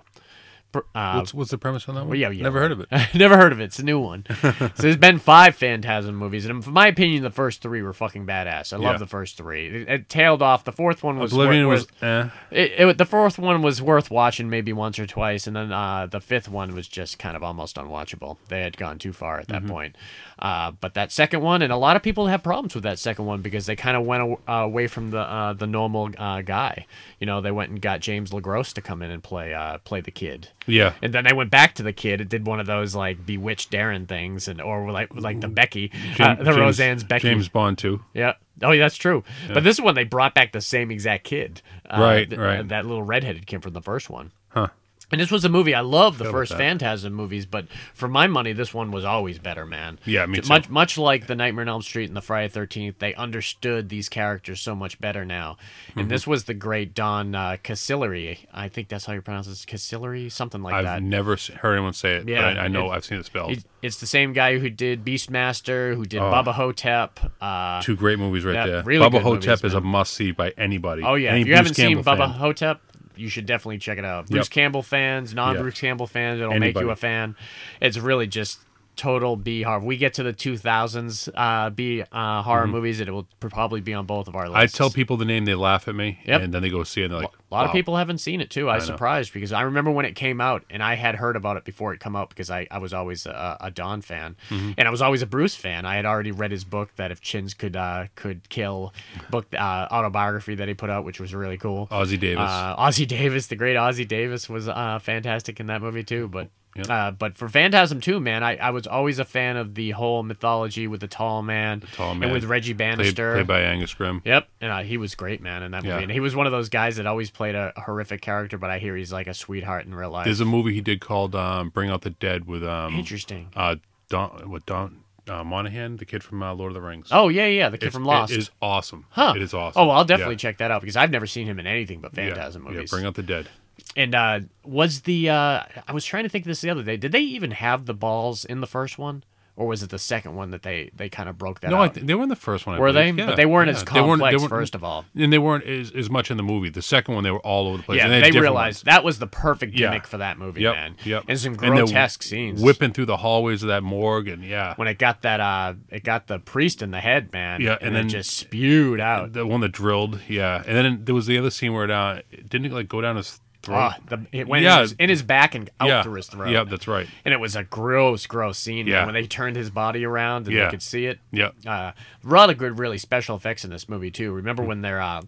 B: Pr- Uh,
C: What's what's the premise on that one?
B: yeah, yeah.
C: Never heard of it.
B: never heard of it. It's a new one. so there's been five Phantasm movies, and in my opinion, the first three were fucking badass. I love
C: Yeah.
B: the first three. It, it tailed off. The fourth one was
C: Oblivion was.
B: was
C: eh.
B: it, it, wa- the fourth one was worth watching maybe once or twice, and then uh, the fifth one was just kind of almost unwatchable. They had gone too far at that
C: Mm-hmm.
B: point. Uh, but that second one, and a lot of people have problems with that second one because they kind of went aw- uh, away from the uh, the normal uh, guy. You know, they went and got James LaGrosse to come in and play uh, play the kid.
C: Yeah.
B: And then they went back to the kid. It did one of those like bewitched Darren things, and or like like the Becky, uh,
C: Jam-
B: the
C: James-
B: Roseanne's Becky.
C: James Bond too.
B: Yeah. Oh, yeah, that's true. But this is when they brought back the same exact kid. Uh,
C: Right,
B: th-
C: right.
B: That little redheaded kid from the first one.
C: Huh.
B: And this was a movie I love the
C: Go with
B: first
C: that.
B: Phantasm movies, but for my money, this one was always better, man.
C: Yeah, me
B: Ju-
C: too.
B: Much much like the Nightmare on Elm Street and the Friday Thirteenth, they understood these characters so much better now.
C: Mm-hmm.
B: And this was the great Don uh, Casillery. I think that's how you pronounce it, Casillery, something like
C: I've
B: that.
C: never s- heard anyone say it,
B: Yeah,
C: but I, I know
B: it-
C: I've seen it spelled.
B: It- It's the same guy who did Beastmaster, who
C: Oh.
B: did Baba Hotep. Uh,
C: Two great movies right
B: yeah,
C: there.
B: really
C: Bubba
B: good
C: Hotep
B: movies,
C: is a must see by anybody.
B: oh yeah,
C: Any
B: if you haven't
C: Bruce Campbell
B: seen Baba
C: fan.
B: Hotep, you should definitely check it out. Bruce
C: Yep.
B: Campbell fans, non-Bruce Campbell fans, it'll make you
C: Anybody.
B: a fan. It's really just total B horror. We get to the 2000s uh, B uh, horror movies, and it will probably be on both of our
C: Mm-hmm. I
B: lists.
C: tell people the name, they laugh at me,
B: Yep.
C: and then they go see it. and They're like,
B: A lot of
C: "Wow."
B: people haven't seen it too. I was surprised because I remember when it came out, and I had heard about it before it come out because I, I was always a, a Don fan,
C: Mm-hmm.
B: and I was always a Bruce fan. I had already read his book that if chins could uh, could kill book uh, autobiography that he put out, which was really cool.
C: Ozzie Davis.
B: Uh, Ozzy Davis, the great Ozzy Davis, was uh, fantastic in that movie too. But
C: Yep.
B: uh, but for Phantasm too, man, I, I was always a fan of the whole mythology with the tall man,
C: Tall
B: and
C: Man,
B: with Reggie
C: played,
B: Bannister.
C: played by Angus Grimm.
B: Yep, and uh, he was great, man, in that movie.
C: Yeah.
B: And he was one of those guys that always played a horrific character, but I hear he's like a sweetheart in real life.
C: There's a movie he did called um, "Bring Out the Dead" with um,
B: Interesting.
C: uh, Don, with Don uh, Monahan, the kid from uh, Lord of the Rings.
B: Oh yeah, yeah, the kid
C: It's-
B: from Lost.
C: It is awesome.
B: huh?
C: It is awesome.
B: Oh, well, I'll definitely
C: Yeah.
B: check that out because I've never seen him in anything but
C: Yeah.
B: Phantasm
C: yeah.
B: movies.
C: Bring Out the Dead.
B: and uh, was the uh, I was trying to think of this the other day. Did they even have the balls in the first one, or was it the second one that they they kind of broke that?
C: No,
B: out?
C: I th- they Uh, were in the first one. I
B: Were
C: believe.
B: they? But
C: Yeah,
B: they weren't
C: yeah.
B: as
C: They weren't- they
B: complex,
C: weren't-
B: first of all.
C: and they weren't as, as much in the movie. The second one, they were all over the place.
B: yeah,
C: and had
B: they
C: different
B: realized
C: ones.
B: that was the perfect
C: Yeah.
B: gimmick for that movie,
C: Yep,
B: man.
C: yep.
B: And some
C: they're
B: grotesque scenes,
C: whipping through the hallways of that morgue, and yeah,
B: when it got that uh it got the priest in the head man
C: Yeah,
B: and,
C: and
B: it
C: then-
B: just spewed out
C: the one that drilled, yeah, and then there was the other scene where it uh, it didn't like go down his throat.
B: Ah, the, it went in,
C: Yeah.
B: his, in his back and Ah, out
C: yeah,
B: through his throat
C: yeah, that's right.
B: and it was a gross gross scene man,
C: Yeah.
B: when they turned his body around and
C: Yeah.
B: they could see it
C: Yeah,
B: uh a lot of good really special effects in this movie too remember
C: Hmm.
B: when they're uh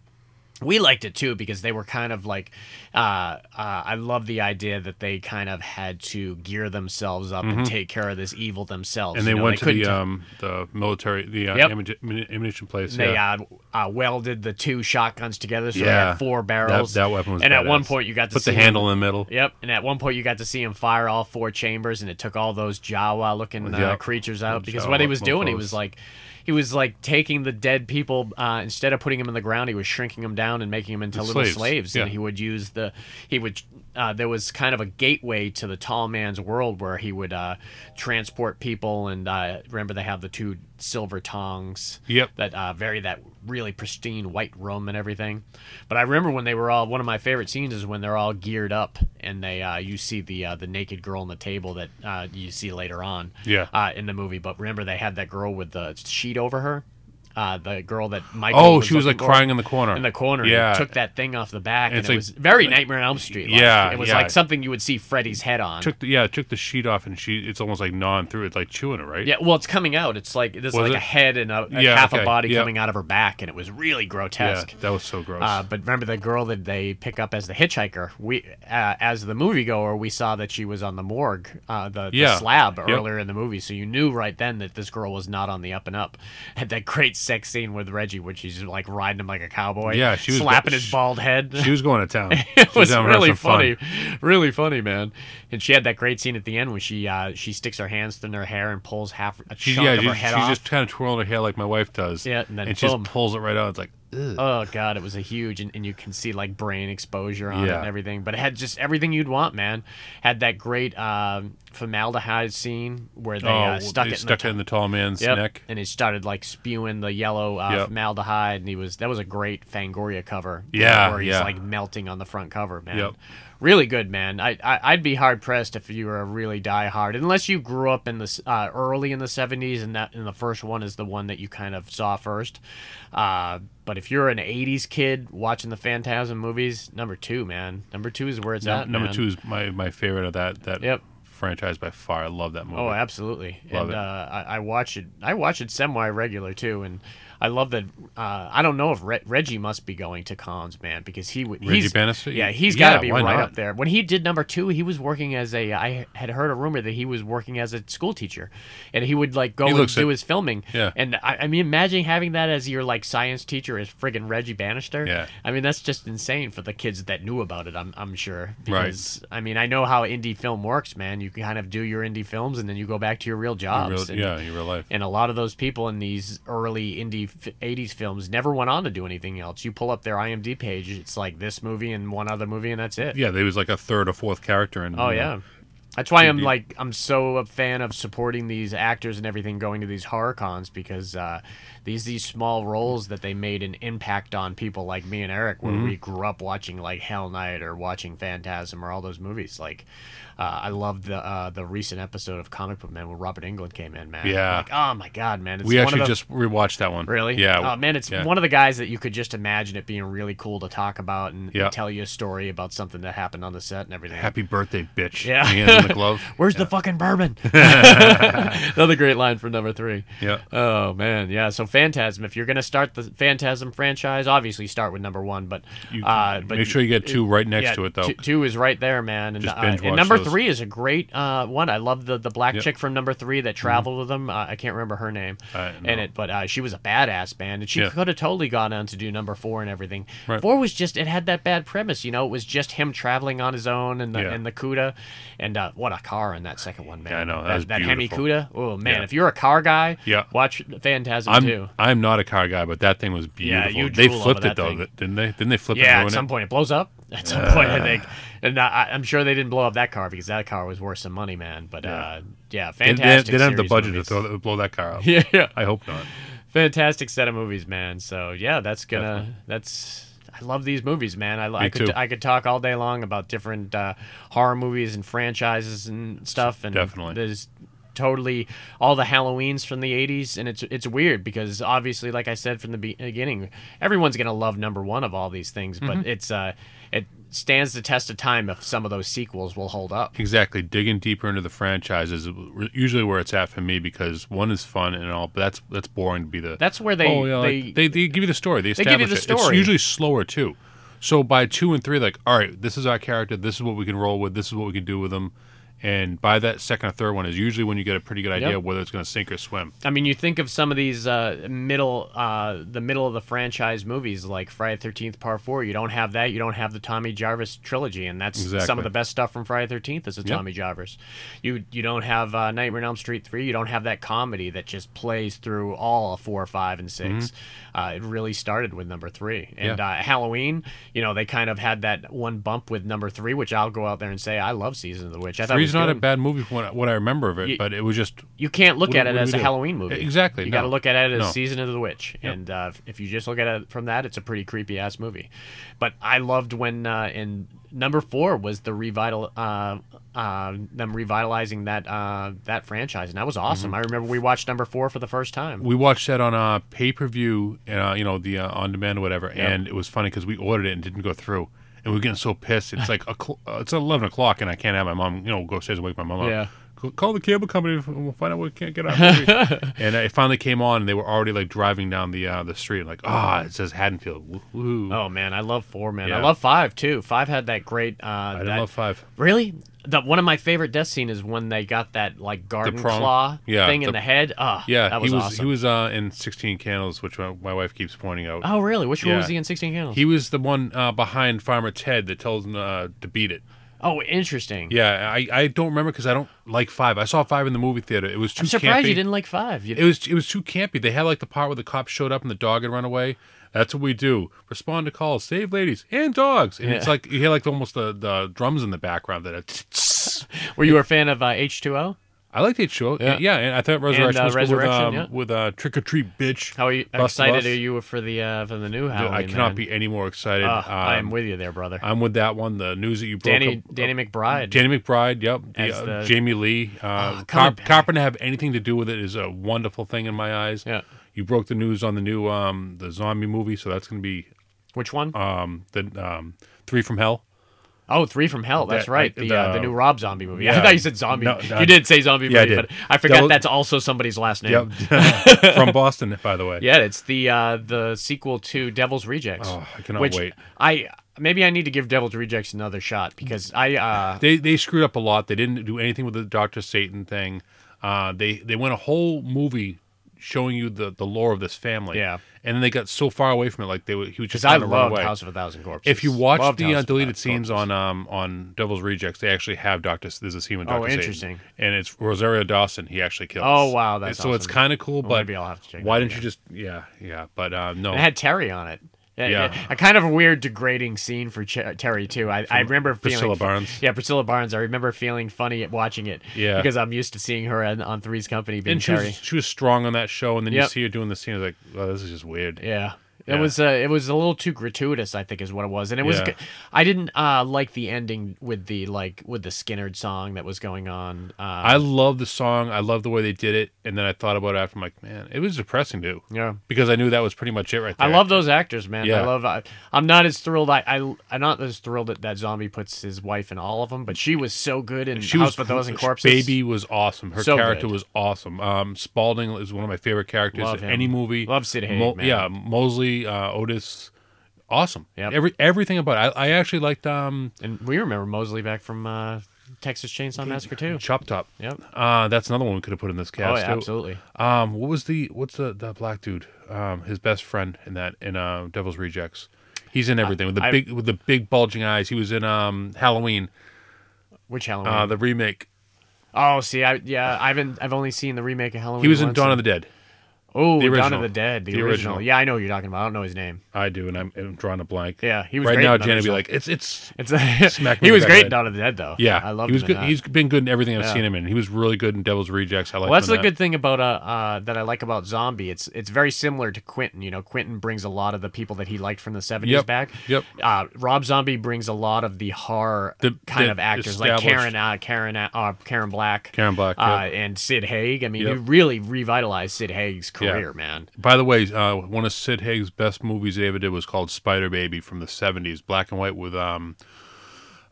B: we liked it too because they were kind of like uh, uh, i love the idea that they kind of had to gear themselves up and take care of this evil themselves
C: Mm-hmm. and
B: you
C: they
B: know,
C: went to
B: couldn't
C: the
B: ta-
C: um the military the uh,
B: Yep.
C: ammuni- muni- ammunition place.
B: They
C: yeah.
B: uh, uh, welded the two shotguns together, so they
C: Yeah.
B: had four
C: That-
B: barrels.
C: that weapon was
B: And at one
C: badass.
B: point, you got to
C: put
B: see
C: the
B: him-
C: handle in the middle.
B: Yep. And at one point, you got to see him fire all four chambers, and it took all those Jawa-looking uh,
C: Yeah.
B: creatures out. Because
C: Jawa
B: what he was doing, he
C: mofos.
B: was like, he was like taking the dead people uh, instead of putting them in the ground, he was shrinking them down and making them into little slaves.
C: slaves, yeah.
B: And he would use the he would. Uh, there was kind of a gateway to the tall man's world where he would uh, transport people, and uh, remember they have the two silver tongs
C: Yep.
B: that uh, very that really pristine white room and everything. But I remember when they were all one of my favorite scenes is when they're all geared up and they uh, you see the uh, the naked girl on the table that uh, you see later on
C: Yeah.
B: uh, in the movie. But remember they had that girl with the sheet over her. Uh, the girl that Michael
C: Oh, she was like
B: looking for
C: crying in the corner.
B: in the corner
C: Yeah,
B: and took that thing off the back and,
C: It's
B: it
C: like-
B: was very Nightmare on Elm Street
C: Yeah,
B: it was
C: yeah.
B: like something you would see Freddy's head on
C: took the, yeah, took the sheet off, and she it's almost like gnawing through. It's like chewing it, right?
B: Yeah, well, it's coming out. It's like there's
C: Was
B: like
C: it?
B: a head and a, a
C: Yeah,
B: half a
C: okay,
B: body
C: yeah.
B: coming out of her back, and it was really
C: yeah,
B: grotesque.
C: that was so gross.
B: Uh, but remember the girl that they pick up as the hitchhiker? We, uh, as the moviegoer, we saw that she was on the morgue, uh, the, the
C: Yeah.
B: slab
C: Yep.
B: earlier in the movie. So you knew right then that this girl was not on the up and up. Had that great sex scene with Reggie, where she's like riding him like a cowboy.
C: Yeah, she was-
B: slapping his
C: she-
B: bald head.
C: she was going to town.
B: it
C: She
B: was
C: having her
B: really
C: some fun.
B: funny, really funny, man. And she had that great scene at the end when she uh, she sticks her hands through her hair and pulls half a
C: She,
B: chunk
C: yeah,
B: of
C: she,
B: her head
C: she's
B: off.
C: just kind of twirling her hair like my wife does.
B: Yeah, and then
C: she
B: boom.
C: just pulls it right out. It's like, ugh.
B: Oh god, it was a huge, and, and you can see like brain exposure on it
C: Yeah.
B: and everything. But it had just everything you'd want, man. Had that great um, formaldehyde scene where they uh,
C: oh,
B: stuck
C: they
B: it
C: stuck
B: in the
C: it in the tall man's
B: Yep.
C: neck.
B: and it started like spewing the yellow uh,
C: Yep.
B: formaldehyde, and he was that was a great Fangoria cover.
C: Yeah,
B: where he's
C: yeah.
B: like melting on the front cover, man.
C: Yep.
B: Really good, man. I, I I'd be hard pressed if you were a really die hard, unless you grew up in the s- uh, early in the '70s, and that and the first one is the one that you kind of saw first. Uh, but if you're an '80s kid watching the Phantasm movies, number two, man, number two is where it's
C: Num-
B: at.
C: number
B: man.
C: two is my, my favorite of that that
B: Yep.
C: franchise by far. I love that movie.
B: Oh, absolutely.
C: Love
B: and
C: it.
B: Uh, I, I watch it. I watch it semi regular too, and I love that. Uh, I don't know if Re- Reggie must be going to cons, man, because he would.
C: Reggie
B: he's-
C: Bannister?
B: Yeah, he's
C: Yeah,
B: got to be
C: why
B: right
C: not?
B: up there. When he did number two, he was working as a. I had heard a rumor that he was working as a school teacher, and he would like go
C: He
B: and
C: looks
B: do
C: at-
B: his filming.
C: Yeah.
B: And I, I mean, imagine having that as your like science teacher is friggin' Reggie Bannister.
C: Yeah.
B: I mean, that's just insane for the kids that knew about it. I'm I'm sure.
C: Right.
B: Because, I mean, I know how indie film works, man. You kind of do your indie films and then you go back to your real jobs.
C: In real-
B: and-
C: yeah, in real life.
B: and a lot of those people in these early indie f- 80s films never went on to do anything else. You pull up their IMDb page, it's like this movie and one other movie, and that's it.
C: yeah, there was like a third or fourth character in.
B: Oh,
C: you know,
B: yeah. That's why I'm
C: Indeed.
B: like I'm so a fan of supporting these actors and everything going to these horror cons because uh, these these small roles that they made an impact on people like me and Eric when
C: Mm-hmm.
B: we grew up watching like Hell Night or watching Phantasm or all those movies. Like uh, I love the uh, the recent episode of Comic Book Man where Robert England came in, man.
C: Yeah.
B: Like, oh my god, man. It's
C: We
B: one
C: actually
B: of the-
C: just rewatched that one.
B: Really?
C: Yeah.
B: Oh man, it's
C: yeah.
B: one of the guys that you could just imagine it being really cool to talk about and, and
C: Yeah.
B: tell you a story about something that happened on the set and everything.
C: Happy birthday, bitch.
B: Yeah.
C: Hands in the glove.
B: Where's the fucking bourbon? Another great line for number three.
C: Yeah.
B: Oh man, yeah. So Phantasm, if you're gonna start the Phantasm franchise, obviously start with number one, but
C: You-
B: uh, but
C: Make sure you get two right next to it, though.
B: t- two is right there, man. And,
C: Just
B: uh,
C: binge
B: and
C: watch
B: number
C: those.
B: three is a great uh, one. I love the the black
C: Yep. Mm-hmm.
B: chick from number three that traveled with them. Uh, I can't remember her name
C: Uh,
B: in
C: no.
B: it, but uh, she was a badass man, and she
C: Yeah.
B: could have totally gone on to do number four and everything.
C: Right.
B: Four was just it had that bad premise, you know. It was just him traveling on his own and the
C: Yeah.
B: and the Cuda, and uh, what a car in that second one, man.
C: Yeah, I know, that
B: that,
C: was
B: that Hemi
C: beautiful.
B: Cuda. Oh man,
C: Yeah.
B: if you're a car guy,
C: Yeah.
B: watch Phantasm
C: I'm
B: too.
C: I'm not a car guy, but that thing was beautiful.
B: you
C: they
B: drool over
C: flipped
B: that
C: it though,
B: thing.
C: th- didn't they? Didn't they flip it? and
B: Yeah,
C: ruin
B: at
C: it?
B: some point it blows up. At some point, I think, and I, I'm sure they didn't blow up that car because that car was worth some money, man. But yeah, uh, yeah
C: They- they,
B: fantastic.
C: they didn't have the
B: series
C: budget
B: movies.
C: to throw that, blow that car up.
B: Yeah, yeah,
C: I hope not.
B: fantastic set of movies, man. So yeah, that's gonna that's. I love these movies, man. I, lo- I
C: Me
B: could
C: too.
B: I could talk all day long about different uh, horror movies and franchises and stuff. And
C: Definitely.
B: there's totally all the Halloweens from the '80s, and it's it's weird because obviously, like I said from the be- beginning, everyone's gonna love number one of all these things,
C: Mm-hmm.
B: but it's uh it stands the test of time if some of those sequels will hold up.
C: Exactly. Digging deeper into the franchise is usually where it's at for me because one is fun and all, but that's that's boring to be the.
B: That's where they-
C: oh, yeah, like,
B: they-
C: they they give you the story. They,
B: give you
C: establish
B: the
C: it.
B: story.
C: It's usually slower too. So by two and three, like all right, this is our character. This is what we can roll with. This is what we can do with them. And by that second or third one is usually when you get a pretty good idea
B: Yep.
C: whether it's going to sink or swim.
B: I mean, you think of some of these uh, middle, uh, the middle of the franchise movies like Friday Thirteenth Part Four. You don't have that. You don't have the Tommy Jarvis trilogy, and that's some
C: Exactly.
B: of the best stuff from Friday Thirteenth is the
C: Yep.
B: Tommy Jarvis. You you don't have uh, Nightmare on Elm Street Three. You don't have that comedy that just plays through all of four, five, and 6 Uh, it really started with number three, and
C: Mm-hmm. Yeah.
B: uh, Halloween. You know, they kind of had that one bump with number three, which I'll go out there and say I love Season of the Witch. I thought it
C: Three's
B: was
C: not
B: good.
C: a bad movie from what, I- what I remember of it,
B: You-
C: but it was just
B: you can't look
C: What do-
B: at it
C: what do
B: as
C: we
B: a
C: do?
B: Halloween movie.
C: Exactly,
B: You got to
C: no.
B: look at it as
C: No.
B: Season of the Witch, and uh, if you just look at it from that, it's a pretty creepy ass movie. But I loved when uh, in number four was the revital uh, uh, them revitalizing that uh, that franchise, and that was awesome. I remember we watched number four for the first time.
C: Mm-hmm. we watched that on uh, pay per view, uh, you know, the uh, on demand or whatever, and it was funny because we ordered it and didn't go through, and we were getting so pissed. It's like a cl- uh, it's eleven o'clock, and I can't have my mom, you know, go upstairs and wake my mom up.
B: Yeah.
C: "Ca- Call the cable company. and We'll find out we can't get our movie. and it finally came on, and they were already like driving down the uh, the street, like ah, it says Haddonfield. Woo-hoo.
B: Oh man, I love four, man. I
C: Yeah.
B: love five too. Five had that great. Uh,
C: I didn't
B: that,
C: love five.
B: Really? The, one of my favorite death scenes is when they got that like garden
C: prong?
B: claw
C: Yeah,
B: thing in
C: the-
B: the head. Ah,
C: Yeah,
B: that was,
C: he was
B: awesome.
C: he was uh, in Sixteen Candles, which my, my wife keeps pointing out.
B: oh really? Which one
C: Yeah.
B: was he in Sixteen Candles?
C: He was the one uh, behind Farmer Ted that tells him uh, to beat it.
B: Oh, interesting.
C: Yeah, I, I don't remember because I don't like Five. I saw Five in the movie theater. It was too
B: I'm surprised
C: campy.
B: you didn't like five. You,
C: It was it was too campy. They had like the part where the cop showed up and the dog had run away. That's what we do: respond to calls, save ladies and dogs. And it's
B: Yeah.
C: like you hear like almost the, the drums in the background. That it,
B: were you a fan of uh, H2O?
C: I liked that show. Yeah. yeah, and I thought Resurrection
B: uh,
C: was good
B: Resurrection,
C: with, um,
B: yeah.
C: with uh, Trick or Treat, bitch.
B: How are you,
C: Bust
B: excited
C: Bus.
B: are you for the uh, for the new Halloween?
C: I cannot
B: man?
C: be any more excited.
B: Ah, I
C: Um,
B: am with you there, brother.
C: I'm with that one. The news that you broke.
B: Danny
C: up-
B: Danny McBride.
C: Uh, Danny McBride, yep. The,
B: As
C: uh,
B: the-
C: Jamie Lee. Uh,
B: Oh, coming
C: Car-
B: back.
C: Carpenter to have anything to do with it is a wonderful thing in my eyes.
B: Yeah.
C: You broke the news on the new um the zombie movie, so that's going to be
B: Which one?
C: um the um Three from Hell.
B: Oh, Three from Hell. That's
C: That-
B: right.
C: I-
B: The,
C: the-
B: uh, the new Rob zombie movie. I
C: Yeah.
B: thought you said zombie.
C: No, no,
B: you did say zombie
C: yeah, I
B: movie,
C: did.
B: but I forgot
C: That was-
B: that's also somebody's last name.
C: Yep. From Boston, by the way.
B: Yeah, it's the uh, the sequel to Devil's Rejects.
C: Oh, I cannot
B: which
C: wait.
B: I maybe I need to give Devil's Rejects another shot because I uh,
C: They they screwed up a lot. They didn't do anything with the Doctor Satan thing. Uh, they they went a whole movie showing you the, the lore of this family.
B: Yeah.
C: And then they got so far away from it, like they were he was just
B: because I
C: trying to run
B: love
C: away.
B: House of a Thousand Corpses.
C: if you watch
B: Loved
C: the
B: House
C: uh,
B: of a
C: deleted
B: Thousand
C: scenes on um on Devil's Rejects, they actually have Doctor. There's a scene with
B: Oh,
C: Doctor. Satan,
B: interesting.
C: and it's Rosario Dawson. He actually kills.
B: Oh, wow, that's
C: so it's
B: awesome.
C: kind of cool. But
B: maybe I'll have to check
C: Why
B: that
C: didn't you just yeah yeah? But uh, no,
B: It had Terry on it. Yeah,
C: Yeah.
B: yeah. a kind of weird, degrading scene for Ch- Terry too. I, I remember feeling
C: Priscilla Barnes.
B: Yeah, Priscilla Barnes. I remember feeling funny at watching it.
C: Yeah.
B: because I'm used to seeing her on, on Three's Company being
C: and she
B: Terry.
C: was, she was strong on that show, and then
B: Yep.
C: you see her doing the scene. It's like, well, this is just weird.
B: Yeah. It
C: Yeah.
B: was uh, it was a little too gratuitous, I think, is what it was, and it was.
C: Yeah.
B: I didn't uh, like the ending with the like with the Skinnerd song that was going on. Uh,
C: I love the song. I love the way they did it. And then I thought about it after. I'm like, man, it was depressing too.
B: yeah,
C: Because I knew that was pretty much it right there.
B: I love those actors, man. I
C: Yeah.
B: love. I, I'm not as thrilled. I, I I'm not as thrilled that that zombie puts his wife in all of them, but she was so good in
C: She
B: House
C: was
B: with Thousand
C: cool.
B: Corpses.
C: Baby was awesome. Her
B: So
C: character
B: good.
C: was awesome. Um, Spalding is one of my favorite characters
B: Love
C: in
B: him.
C: any movie.
B: Love Sid Haig, man.
C: Yeah, Mosley, uh, Otis, awesome.
B: Yep.
C: Every everything about. It. I I actually liked um,
B: and we remember Mosley back from uh, Texas Chainsaw Massacre too.
C: Chop Top.
B: Yep.
C: Uh, that's another one we could have put in this
B: Oh
C: cast.
B: yeah,
C: too.
B: absolutely.
C: Um, what was the what's the the black dude? Um, his best friend in that in uh, Devil's Rejects. He's in everything with the
B: I-
C: big with the big bulging eyes. He was in um Halloween,
B: Which Halloween?
C: uh, the remake.
B: oh, see, I yeah, I haven't. I've only seen the remake of Halloween.
C: He was in
B: once,
C: Dawn
B: and-
C: of the Dead.
B: Oh,
C: The
B: Dawn of
C: original.
B: the Dead, the,
C: The
B: original.
C: original.
B: Yeah, I know what you're talking about. I don't know his name.
C: I do, and I'm, and I'm drawing a blank.
B: Yeah, he was
C: right
B: great
C: now.
B: in Dawn of
C: Janet
B: the
C: be like, it's it's
B: It's
C: Smack me
B: he
C: in the
B: was
C: back
B: great
C: of the
B: in
C: head.
B: Dawn of the Dead, though.
C: yeah.
B: I love.
C: He was
B: him in
C: good.
B: that.
C: He's been good in everything I've
B: Yeah.
C: seen him in. He was really good in Devil's Rejects. I like.
B: well, that's
C: him
B: the
C: in that.
B: good thing about uh, uh that I like about Zombie. It's it's very similar to Quentin. You know, Quentin brings a lot of the people that he liked from the '70s
C: Yep,
B: back.
C: yep.
B: Uh, Rob Zombie brings a lot of the horror
C: The-
B: kind
C: the
B: of actors like
C: established-
B: Karen, uh, Karen, uh, Karen Black,
C: Karen Black, yep.
B: uh, and Sid Haig. I mean,
C: Yep.
B: he really revitalized Sid Haig's career, man.
C: By the way, uh, one of Sid Haig's best movies he ever did was called Spider Baby from the '70s, black and white with um,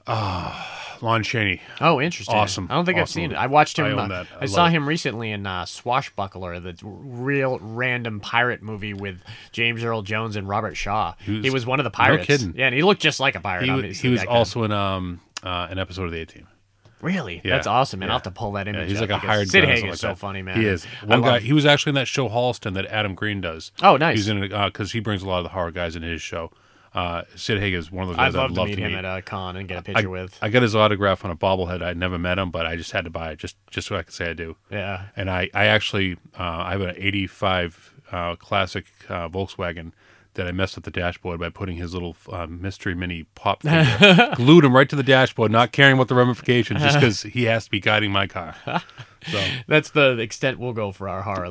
C: uh, Lon Chaney.
B: Oh, interesting.
C: Awesome.
B: I don't think I've
C: Awesome
B: seen
C: movie.
B: it. I watched him.
C: I own
B: uh,
C: that.
B: I
C: I
B: saw
C: love it.
B: him recently in uh, Swashbuckler, the real random pirate movie with James Earl Jones and Robert Shaw. He was,
C: was-
B: one of the
C: no
B: pirates.
C: kidding.
B: Yeah, and he looked just like a pirate.
C: He, wa-
B: obviously,
C: he was
B: back then.
C: also in um, uh, an episode of the A Team.
B: really.
C: Yeah.
B: That's awesome, man. I'll
C: Yeah.
B: have to pull that image.
C: Yeah,
B: up
C: he's like a
B: because
C: hired
B: Sid
C: gun or
B: Haig
C: something
B: is
C: like
B: so
C: that.
B: funny, man.
C: He is
B: I
C: one guy.
B: love-
C: He was actually in that show Halston that Adam Green does.
B: Oh, nice.
C: He's in because he brings a lot of the horror guys in his show. Uh, Sid Haig is one of those guys
B: I'd
C: I'd
B: love to meet
C: to
B: him at a con and get a
C: I,
B: picture with.
C: I got his autograph on a bobblehead. I never met him, but I just had to buy it just just so I could say I do.
B: yeah.
C: And I I actually uh, I have an '85 uh, classic uh, Volkswagen. That I messed up the dashboard by putting his little uh, mystery mini pop finger, glued him right to the dashboard, not caring what the ramifications, just because he has to be guiding my car. So
B: That's the extent we'll go for our horror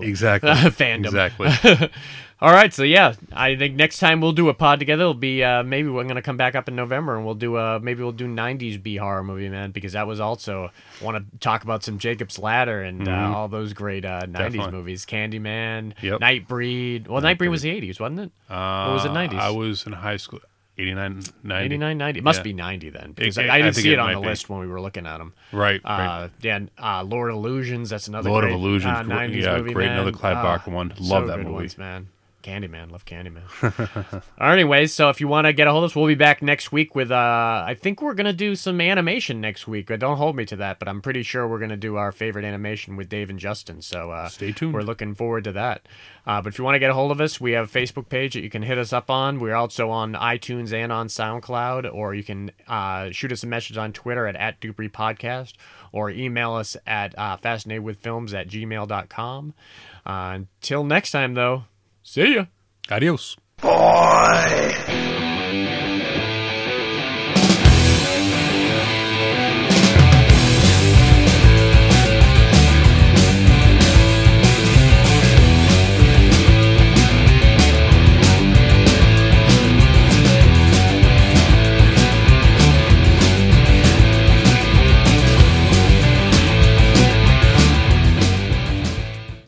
C: Exactly.
B: fandom.
C: Exactly.
B: All right, so yeah, I think next time we'll do a pod together. It'll be uh, maybe we're gonna come back up in November and we'll do uh maybe we'll do '90s B horror movie, man, because that was also want to talk about some Jacob's Ladder and uh, all those great uh, '90s
C: Mm-hmm. Definitely.
B: movies, Candyman,
C: Yep.
B: Nightbreed. Well, Nightbreed, was the '80s, wasn't it? or was it
C: Uh,
B: '90s?
C: I was in high school. 89, 90.
B: '89, '90. It must
C: Yeah.
B: be '90 then, because I,
C: it-
B: I
C: I
B: didn't
C: think
B: see it,
C: it
B: on
C: might
B: the
C: be.
B: list when we were looking at them.
C: Right. right.
B: Uh, yeah, and, uh, Lord of Illusions. That's another
C: Lord of
B: great,
C: Illusions,
B: uh,
C: gr-
B: 90s
C: yeah,
B: movie,
C: great,
B: man.
C: another Clive
B: Ah,
C: Barker one.
B: so
C: Love that
B: good
C: movie.
B: ones, man. Candyman, love Candyman. All right, anyways, so if you want to get a hold of us, we'll be back next week with. Uh, I think we're gonna do some animation next week. Uh, Don't hold me to that, but I'm pretty sure we're gonna do our favorite animation with Dave and Justin. So uh,
C: Stay tuned.
B: We're looking forward to that. Uh, but if you want to get a hold of us, we have a Facebook page that you can hit us up on. We're also on iTunes and on SoundCloud, or you can uh, shoot us a message on Twitter at, at Dupree Podcast, or email us at uh, fascinatedwithfilms at gmail.com. Uh, until next time, though, see ya.
C: Adios.
A: Boy!